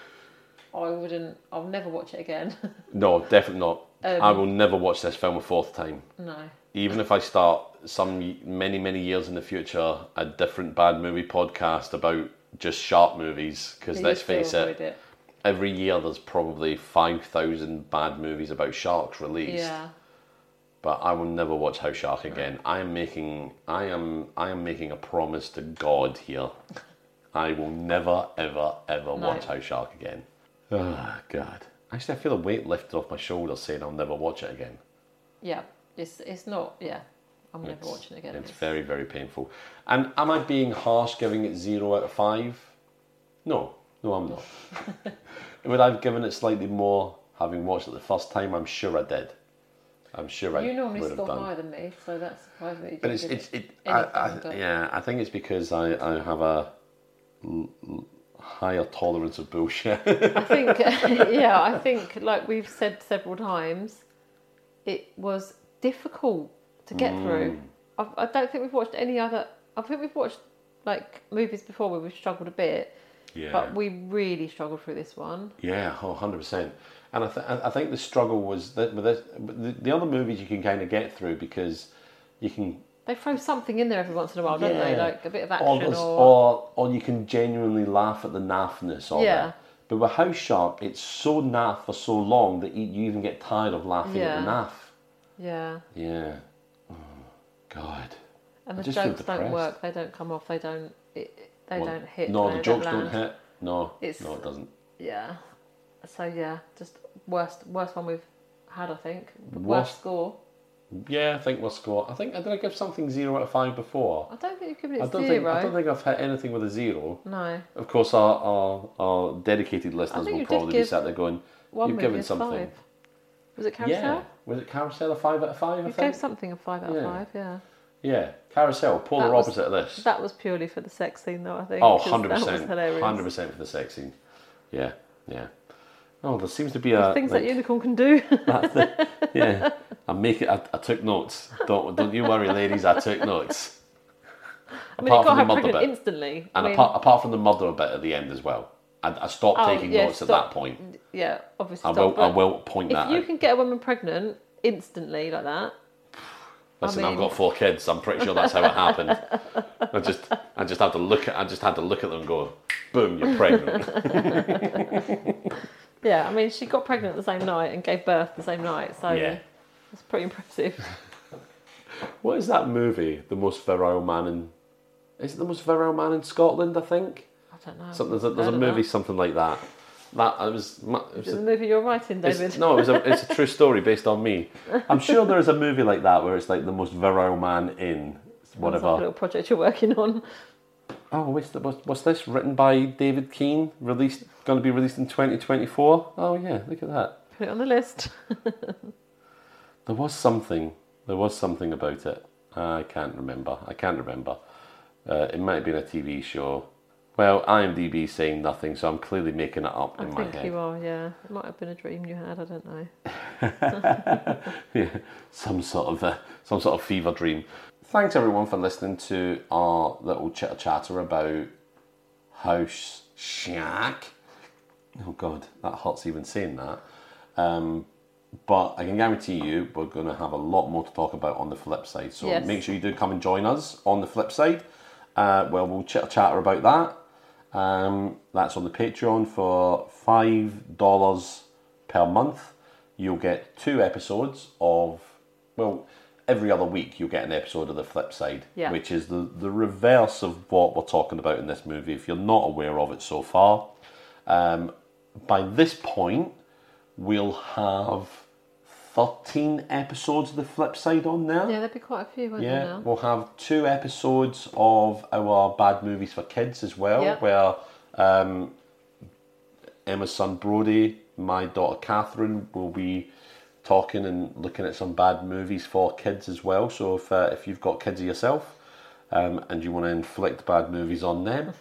Speaker 2: I wouldn't. I'll never watch it again. *laughs*
Speaker 1: No, definitely not. I
Speaker 2: Um,
Speaker 1: will never watch this film a fourth time.
Speaker 2: no.
Speaker 1: Even if I start some y- many many years in the future a different bad movie podcast about just sharp movies, because
Speaker 2: You
Speaker 1: let's
Speaker 2: still
Speaker 1: face
Speaker 2: avoid
Speaker 1: it, every year there's probably five thousand bad movies about sharks released.
Speaker 2: Yeah.
Speaker 1: But I will never watch House Shark again. I am making I am I am making a promise to God here. I will never ever ever watch House Shark again. Ah, God. Actually, I feel a weight lifted off my shoulders saying I'll never watch it again.
Speaker 2: Yeah. It's it's not. Yeah. I'm never
Speaker 1: It's-
Speaker 2: watching it again.
Speaker 1: It's very, very painful. And am I being harsh giving it zero out of five? No, no, I'm
Speaker 2: *laughs*
Speaker 1: not. Would I have given it slightly more having watched it the first time? I'm sure I did. I'm sure I
Speaker 2: you normally
Speaker 1: would have
Speaker 2: score
Speaker 1: done.
Speaker 2: higher than me, so that's surprising. That you
Speaker 1: But
Speaker 2: didn't
Speaker 1: it's
Speaker 2: give
Speaker 1: it's it.
Speaker 2: any
Speaker 1: I,
Speaker 2: further
Speaker 1: I,
Speaker 2: thought.
Speaker 1: yeah, I think it's because I, I have a l- l- higher tolerance of bullshit. *laughs*
Speaker 2: I think, *laughs* yeah, I think, like we've said several times, it was difficult to get
Speaker 1: Mm.
Speaker 2: through. I, I don't think we've watched any other. I think we've watched like movies before where we've struggled a bit,
Speaker 1: Yeah.
Speaker 2: but we really struggled through this one.
Speaker 1: Yeah, oh, 100%. And I, th- I think the struggle was that with this, with the, the other movies you can kind of get through because you can.
Speaker 2: They throw something in there every once in a while, don't they?
Speaker 1: Yeah.
Speaker 2: Like a bit of
Speaker 1: Or,
Speaker 2: action
Speaker 1: there's-
Speaker 2: or,
Speaker 1: or, or you can genuinely laugh at the naffness of
Speaker 2: Yeah.
Speaker 1: it. But with House Shark, it's so naff for so long that you, you even get tired of laughing at the
Speaker 2: Yeah.
Speaker 1: naff.
Speaker 2: yeah,
Speaker 1: Yeah. Oh, God.
Speaker 2: and
Speaker 1: I
Speaker 2: the
Speaker 1: just feel
Speaker 2: jokes don't
Speaker 1: depressed.
Speaker 2: work. They don't come off. They don't. It, they
Speaker 1: Well,
Speaker 2: don't hit.
Speaker 1: No,
Speaker 2: they
Speaker 1: the jokes
Speaker 2: land.
Speaker 1: don't hit. No,
Speaker 2: It's-
Speaker 1: no, it doesn't.
Speaker 2: Yeah. So yeah, just worst worst one we've had, I think. Worst,
Speaker 1: Worst-
Speaker 2: score.
Speaker 1: Yeah, I think we'll score. I think I did. I give something zero out of five before.
Speaker 2: I don't think you've given
Speaker 1: I
Speaker 2: it
Speaker 1: don't
Speaker 2: zero.
Speaker 1: think. I don't think I've hit anything with a zero.
Speaker 2: No.
Speaker 1: Of course, our, our, our dedicated listeners
Speaker 2: think
Speaker 1: will
Speaker 2: you did
Speaker 1: probably be
Speaker 2: give
Speaker 1: sat there going,
Speaker 2: One
Speaker 1: "You've
Speaker 2: movie
Speaker 1: given
Speaker 2: is
Speaker 1: something."
Speaker 2: five. Was it
Speaker 1: Yeah,
Speaker 2: Carousel?
Speaker 1: was it Carousel a five out of five? I
Speaker 2: You
Speaker 1: think.
Speaker 2: gave something a five out of
Speaker 1: Yeah.
Speaker 2: five, yeah.
Speaker 1: Yeah, Carousel, polar
Speaker 2: That was-
Speaker 1: opposite of this.
Speaker 2: That was purely for the sex scene though, I think.
Speaker 1: Oh,
Speaker 2: because
Speaker 1: 100
Speaker 2: That was
Speaker 1: percent,
Speaker 2: hilarious.
Speaker 1: hundred percent for the sex scene. Yeah, yeah. Oh, there seems to be a
Speaker 2: Things
Speaker 1: like-
Speaker 2: that unicorn can do.
Speaker 1: That's the, yeah, I make it. I, I took notes. Don't don't you worry, ladies. I took notes.
Speaker 2: I mean, it got her
Speaker 1: mother
Speaker 2: pregnant
Speaker 1: bit,
Speaker 2: instantly. I
Speaker 1: and
Speaker 2: mean,
Speaker 1: apart, apart from the mother bit at the end as well, I, I stopped
Speaker 2: Oh,
Speaker 1: taking
Speaker 2: yeah,
Speaker 1: notes at
Speaker 2: stop.
Speaker 1: that point.
Speaker 2: yeah, obviously.
Speaker 1: I
Speaker 2: stop,
Speaker 1: will. I
Speaker 2: but
Speaker 1: will point that.
Speaker 2: If you
Speaker 1: out.
Speaker 2: can get a woman pregnant instantly like that,
Speaker 1: Listen,
Speaker 2: I
Speaker 1: I've
Speaker 2: mean-
Speaker 1: got four kids. I'm pretty sure that's how it happened.
Speaker 2: *laughs*
Speaker 1: I just, I just had to look at. I just had to look at them and go, boom, you're
Speaker 2: *laughs*
Speaker 1: pregnant.
Speaker 2: yeah, I mean, she got pregnant the same night and gave birth the same night, so
Speaker 1: yeah.
Speaker 2: it's pretty impressive. *laughs*
Speaker 1: What is that movie? The most virile man in. Is it the most virile man in Scotland? I think.
Speaker 2: I don't know.
Speaker 1: Something, there's a, there's a
Speaker 2: Heard of
Speaker 1: movie,
Speaker 2: that.
Speaker 1: something like that. That I was. ma- It was
Speaker 2: Is it
Speaker 1: a-
Speaker 2: the movie you're writing,
Speaker 1: it's-
Speaker 2: David.
Speaker 1: no, it *laughs* was a, it's a true story based on me. I'm sure there is a movie like that where it's like the most virile man in
Speaker 2: Sounds like a
Speaker 1: whatever.
Speaker 2: little project you're working on. *laughs*
Speaker 1: Oh, what's, the, what's, what's this? Written by David Keane, released, going to be released in 2024. Oh yeah, look at that.
Speaker 2: Put it on the list.
Speaker 1: There was something. There was something about it. I can't remember. I can't remember. Uh, it might have been a TV show. Well, IMDb saying nothing, so I'm clearly making it up
Speaker 2: I
Speaker 1: in Oh my
Speaker 2: think you
Speaker 1: head.
Speaker 2: are, yeah. It might have been a dream you had, I don't know.
Speaker 1: *laughs* Yeah, some sort of uh, some sort of fever dream. Thanks everyone for listening to our little chitter chatter about House Shack. Oh God, that hurts even saying that. Um, but I can guarantee you, we're going to have a lot more to talk about on the flip side. So
Speaker 2: Yes.
Speaker 1: make sure you do come and join us on the flip side. Uh, well, we'll chitter chatter about that. Um, that's on the Patreon for five dollars per month. You'll get two episodes of well, every other week you'll get an episode of the flip side,
Speaker 2: Yeah.
Speaker 1: which is the the reverse of what we're talking about in this movie. If you're not aware of it so far, um, by this point we'll have 13 episodes of the flip side on there.
Speaker 2: Yeah, there'd be quite a few, wouldn't
Speaker 1: Yeah,
Speaker 2: there now?
Speaker 1: we'll have two episodes of our bad movies for kids as well,
Speaker 2: Yeah.
Speaker 1: where um, Emma's son Brody, my daughter Catherine, will be talking and looking at some bad movies for kids as well. So if uh, if you've got kids yourself um, and you want to inflict bad movies on them,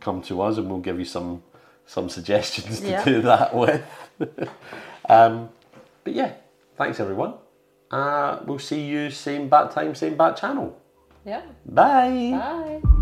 Speaker 1: come to us and we'll give you some some suggestions to
Speaker 2: Yeah.
Speaker 1: do *laughs* that with. um, but yeah, thanks everyone. Uh, we'll see you same bat time, same bat channel.
Speaker 2: Yeah.
Speaker 1: Bye.
Speaker 2: Bye.